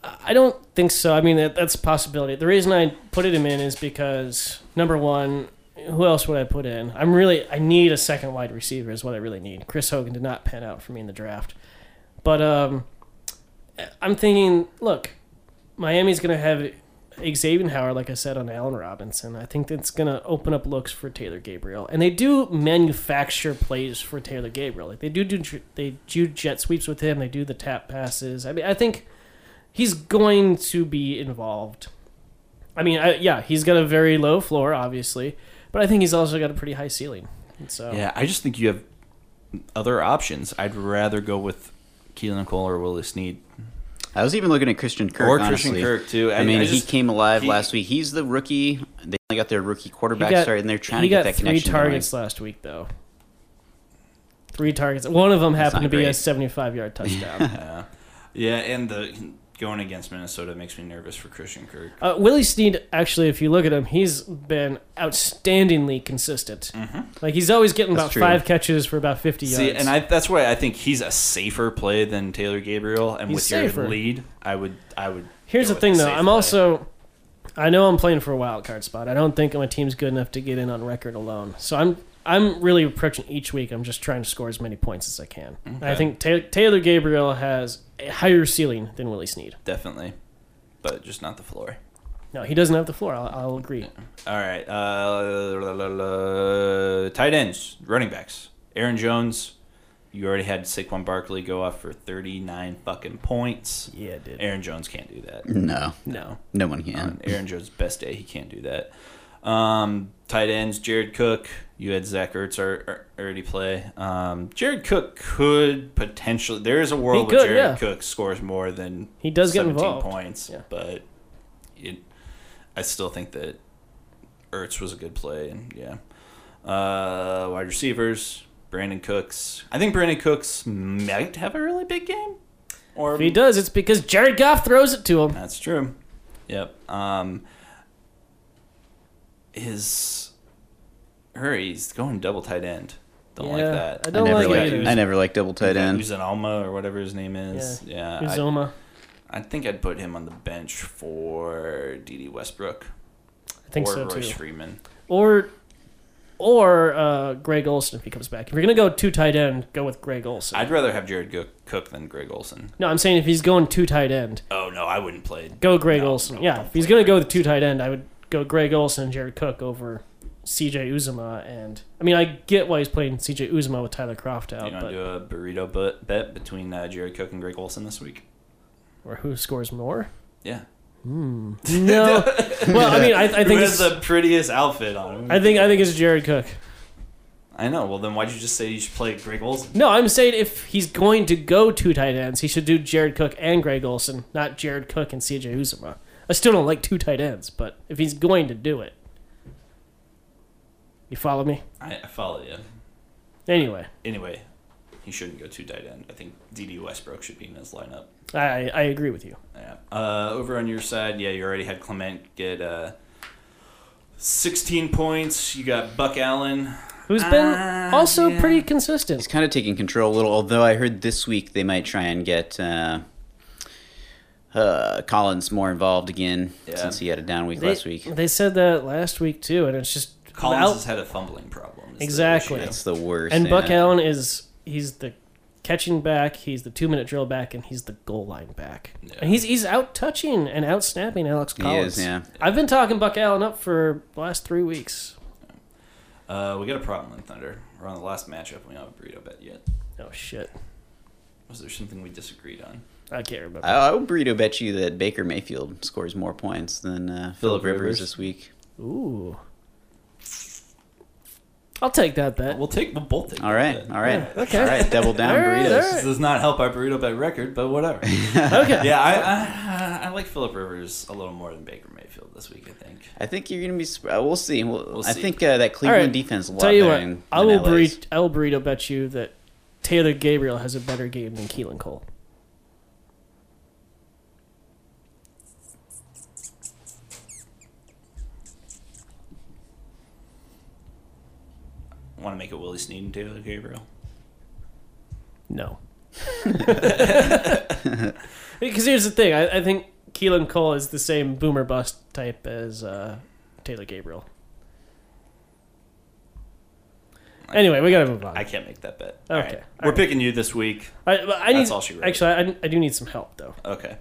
S2: I don't think so. I mean, that, that's a possibility. The reason I put him in is because number one, who else would I put in? I'm really I need a second wide receiver is what I really need. Chris Hogan did not pan out for me in the draft, but um, I'm thinking, look, Miami's going to have Xavier Howard, like I said, on Allen Robinson. I think that's going to open up looks for Taylor Gabriel, and they do manufacture plays for Taylor Gabriel. Like they do, do they do jet sweeps with him. They do the tap passes. I mean, I think he's going to be involved. I mean, I, yeah, he's got a very low floor, obviously, but I think he's also got a pretty high ceiling. And So
S1: Yeah, I just think you have other options. I'd rather go with Keelan Cole or Willie Snead.
S8: I was even looking at Christian Kirk.
S1: Or Christian
S8: honestly.
S1: Kirk, too.
S8: I,
S1: I-
S8: mean,
S1: I
S8: he
S1: just-
S8: came alive
S1: he-
S8: last week. He's the rookie. They only got their rookie
S2: he
S8: quarterback
S2: got,
S8: started, and they're trying
S2: he
S8: to
S2: got
S8: get that
S2: three
S8: connection. going.
S2: targets last week, though. Three targets. One of them
S8: That's
S2: happened to
S8: not
S2: be a
S8: great.
S2: 75 yard touchdown.
S1: yeah, yeah, and the going against Minnesota makes me nervous for Christian Kirk.
S2: uh, Willie Sneed, actually, if you look at him, he's been outstandingly consistent. Like, he's always getting
S1: That's
S2: about
S1: true.
S2: five catches for about 50 yards.
S1: Mm-hmm. See, and I, that's why I think he's a safer play than Taylor Gabriel. And
S2: He's
S1: with
S2: safer.
S1: your lead, I would, I would.
S2: Here's
S1: go
S2: the
S1: with
S2: thing, though.
S1: safe
S2: I'm
S1: play.
S2: also, I know I'm playing for a wild card spot. I don't think my team's good enough to get in on record alone. So I'm, I'm really approaching each week. I'm just trying to score as many points as I can. And I
S1: Okay.
S2: think Ta- Taylor Gabriel has a higher ceiling than Willie Snead.
S1: definitely, but just not the floor.
S2: No, he doesn't have the floor. I'll, I'll agree.
S1: All right, uh, la, la, la, la, tight ends, running backs. Aaron Jones, you already had Saquon Barkley go off for 39 fucking points.
S2: Yeah, dude.
S1: Aaron Jones can't do that.
S8: No.
S2: No.
S8: No one can.
S1: On Aaron Jones' best day, he can't do that. Um, tight ends, Jared Cook. You had Zach Ertz ar- ar- already play. Um, Jared Cook could potentially. There is a world
S2: He could,
S1: where Jared
S2: yeah.
S1: Cook scores more than
S2: He does get
S1: 17
S2: involved.
S1: points, but it, I still think that Ertz was a good play, and yeah. Uh, wide receivers, Brandon Cooks. I think Brandon Cooks might have a really big game. Or
S2: If he does, it's because Jared Goff throws it to him.
S1: That's true. Yep. Um, his hurry, he's going double tight end. Don't like
S2: Yeah,
S1: that.
S2: I don't I never like it
S8: liked- either. I never liked double tight end.
S1: He's an Alma or whatever his name is.
S2: Yeah,
S1: Yeah.
S2: Uzoma.
S1: I, I think I'd put him on the bench for DD Westbrook.
S2: I think
S1: or
S2: so,
S1: Royce
S2: too.
S1: Freeman.
S2: Or, or uh, Greg Olson if he comes back. If you're gonna go two tight end, go with Greg Olson.
S1: I'd rather have Jared Go- Cook than Greg Olson.
S2: no, I'm saying if he's going two tight end,
S1: Oh no, I wouldn't play.
S2: Go Greg Olson. yeah, if he's going to go with two tight end, I would go Greg Olson and Jared Cook over CJ Uzuma. And I mean, I get why he's playing CJ Uzuma with Tyler Croft out,
S1: You want to
S2: but
S1: do a burrito but- bet between uh, Jared Cook and Greg Olson this week?
S2: or who scores more?
S1: Yeah.
S2: Hmm. No. well, I mean, I, I
S1: Who
S2: think
S1: has
S2: it's,
S1: the prettiest outfit on him.
S2: I think I think it's Jared Cook.
S1: I know. Well, then why'd you just say you should play Greg Olson?
S2: No, I'm saying if he's going to go two tight ends, he should do Jared Cook and Greg Olson, not Jared Cook and CJ Uzuma. I still don't like two tight ends, but if he's going to do it, you follow me?
S1: I, I follow you.
S2: Anyway.
S1: Anyway, he shouldn't go two tight end. I think DD Westbrook should be in his lineup.
S2: I I agree with you.
S1: Yeah. Uh, over on your side, yeah, you already had Clement get uh, 16 points. You got Buck Allen.
S2: Who's been also pretty consistent.
S8: He's kind of taking control a little, although I heard this week they might try and get uh, uh, Collins more involved again
S1: Yeah.
S8: since he had a down week
S2: They,
S8: last week.
S2: they said that last week too, and it's just
S1: Collins
S2: out-
S1: has had a fumbling problem. is the
S2: Exactly.
S1: issue.
S2: And Buck Allen is he's the catching back, he's the two minute drill back, and he's the goal line back. And he's he's out touching and out snapping Alex
S1: He
S2: Collins.
S1: is, yeah.
S2: I've been talking Buck Allen up for the last three weeks.
S1: Uh, we got a problem in Thunder. We're on the last matchup. and We don't have a burrito bet yet.
S2: Oh shit!
S1: Was there something we disagreed on?
S2: I can't remember.
S8: I, I would burrito bet you that Baker Mayfield scores more points than uh, Philip Rivers.
S1: Rivers.
S8: this week.
S2: Ooh. I'll take that bet.
S1: We'll take we'll both take.
S8: All right, all right,
S2: Yeah, okay.
S8: all right. Double down
S2: All right,
S8: burritos.
S2: all right.
S1: This does not help our burrito bet record, but whatever.
S8: Okay.
S1: Yeah, I, I I like Philip Rivers a little more than Baker Mayfield this week. I think.
S8: I think you're gonna be. surp- Uh, we'll see. We'll,
S1: We'll
S8: I
S1: see.
S8: think uh, that Cleveland defense is a lot
S2: Tell you
S8: better
S2: what,
S8: than-
S2: I
S8: than
S2: will
S8: LA's.
S2: burrito, I will burrito bet you that Taylor Gabriel has a better game than Keelan Cole.
S1: Want to make a Willie Snead and Taylor Gabriel?
S2: No. Because here's the thing, I, I think Keelan Cole is the same boomer bust type as uh, Taylor Gabriel. Anyway, we gotta move on.
S1: I can't make that bet. All
S2: Okay,
S1: right.
S2: all
S1: We're
S2: right.
S1: picking you this week.
S2: I, but I need,
S1: That's all she wrote.
S2: Actually, I, I do need some help though.
S1: Okay.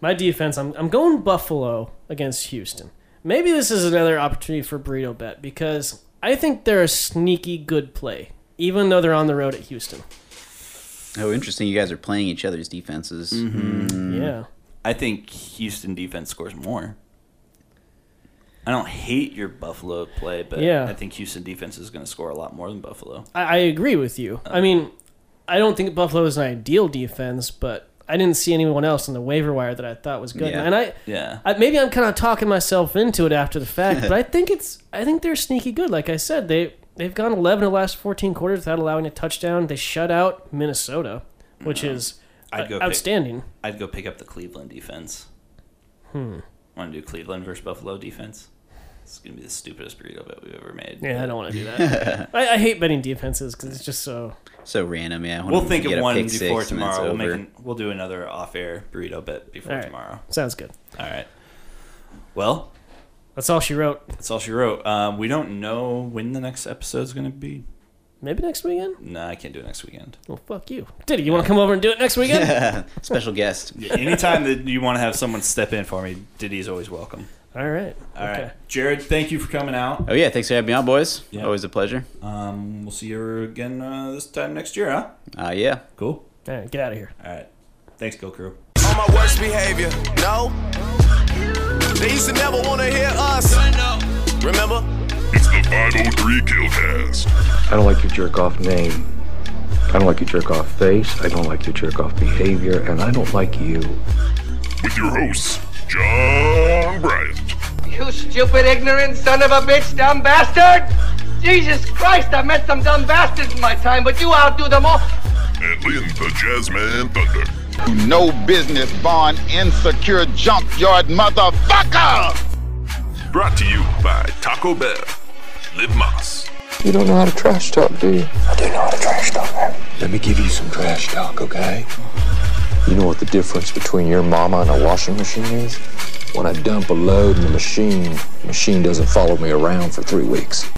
S2: My defense, I'm, I'm going Buffalo against Houston. Maybe this is another opportunity for Burrito Bet because I think they're a sneaky good play, even though they're on the road at Houston.
S8: Oh, interesting. You guys are playing each other's defenses.
S1: Mhm.
S2: Yeah.
S1: I think Houston defense scores more. I don't hate your Buffalo play, but
S2: Yeah.
S1: I think Houston defense is going to score a lot more than Buffalo.
S2: I, I agree with you. I mean, I don't think Buffalo is an ideal defense, but I didn't see anyone else on the waiver wire that I thought was good.
S1: Yeah.
S2: And I,
S1: Yeah.
S2: I, maybe I'm kind of talking myself into it after the fact, but I think it's, I think they're sneaky good. Like I said, they they've gone 11 of the last 14 quarters without allowing a touchdown. They shut out Minnesota, which is uh,
S1: Mm-hmm. pick-
S2: outstanding.
S1: I'd go pick up the Cleveland defense.
S2: Hmm.
S1: Want to do Cleveland versus Buffalo defense? It's going to be the stupidest burrito bet we've ever made.
S2: Yeah, I don't want to do that. I, I hate betting defenses because it's just so.
S8: So random, yeah.
S1: We'll think of one before
S8: and that's
S1: tomorrow. We'll make
S8: over.
S1: an, we'll do another off-air burrito bet before
S2: All right.
S1: tomorrow.
S2: Sounds good.
S1: All right. Well,
S2: that's all she wrote.
S1: That's all she wrote. Um, we don't know when the next episode's going to be.
S2: Maybe next weekend?
S1: No, I can't do it next weekend.
S2: Well, fuck you. Diddy, you want to come over and do it next weekend?
S8: Special guest.
S1: Anytime that you want to have someone step in for me, Diddy's always welcome.
S2: All right.
S1: All right, Jared, thank you for coming out.
S8: Oh yeah, thanks for having me on, boys. Always a pleasure.
S1: Um, we'll see you again uh, this time next year, huh?
S8: Uh, yeah.
S1: Cool.
S2: All right, get out of here.
S1: All right. Thanks, Go Crew.
S14: on my worst behavior. No, they used to never want to hear us. Remember?
S4: It's the 503 Killcast.
S5: I don't like your jerk off name. I don't like your jerk off face. I don't like your jerk off behavior. And I don't like you.
S4: With your hosts, John Bryant
S15: You stupid, ignorant son of a bitch, dumb bastard! Jesus Christ, I met some dumb bastards in my time, but you outdo them all.
S4: and Lynn the Jazzman Thunder.
S7: No business born insecure junkyard motherfucker!
S4: Brought to you by Taco Bell, Live Moss,
S5: You don't know how to trash talk, do you?
S16: I do know how to trash talk, man.
S5: Let me give you some trash talk, okay? You know what the difference between your mama and a washing machine is? When I dump a load in the machine, the machine doesn't follow me around for three weeks.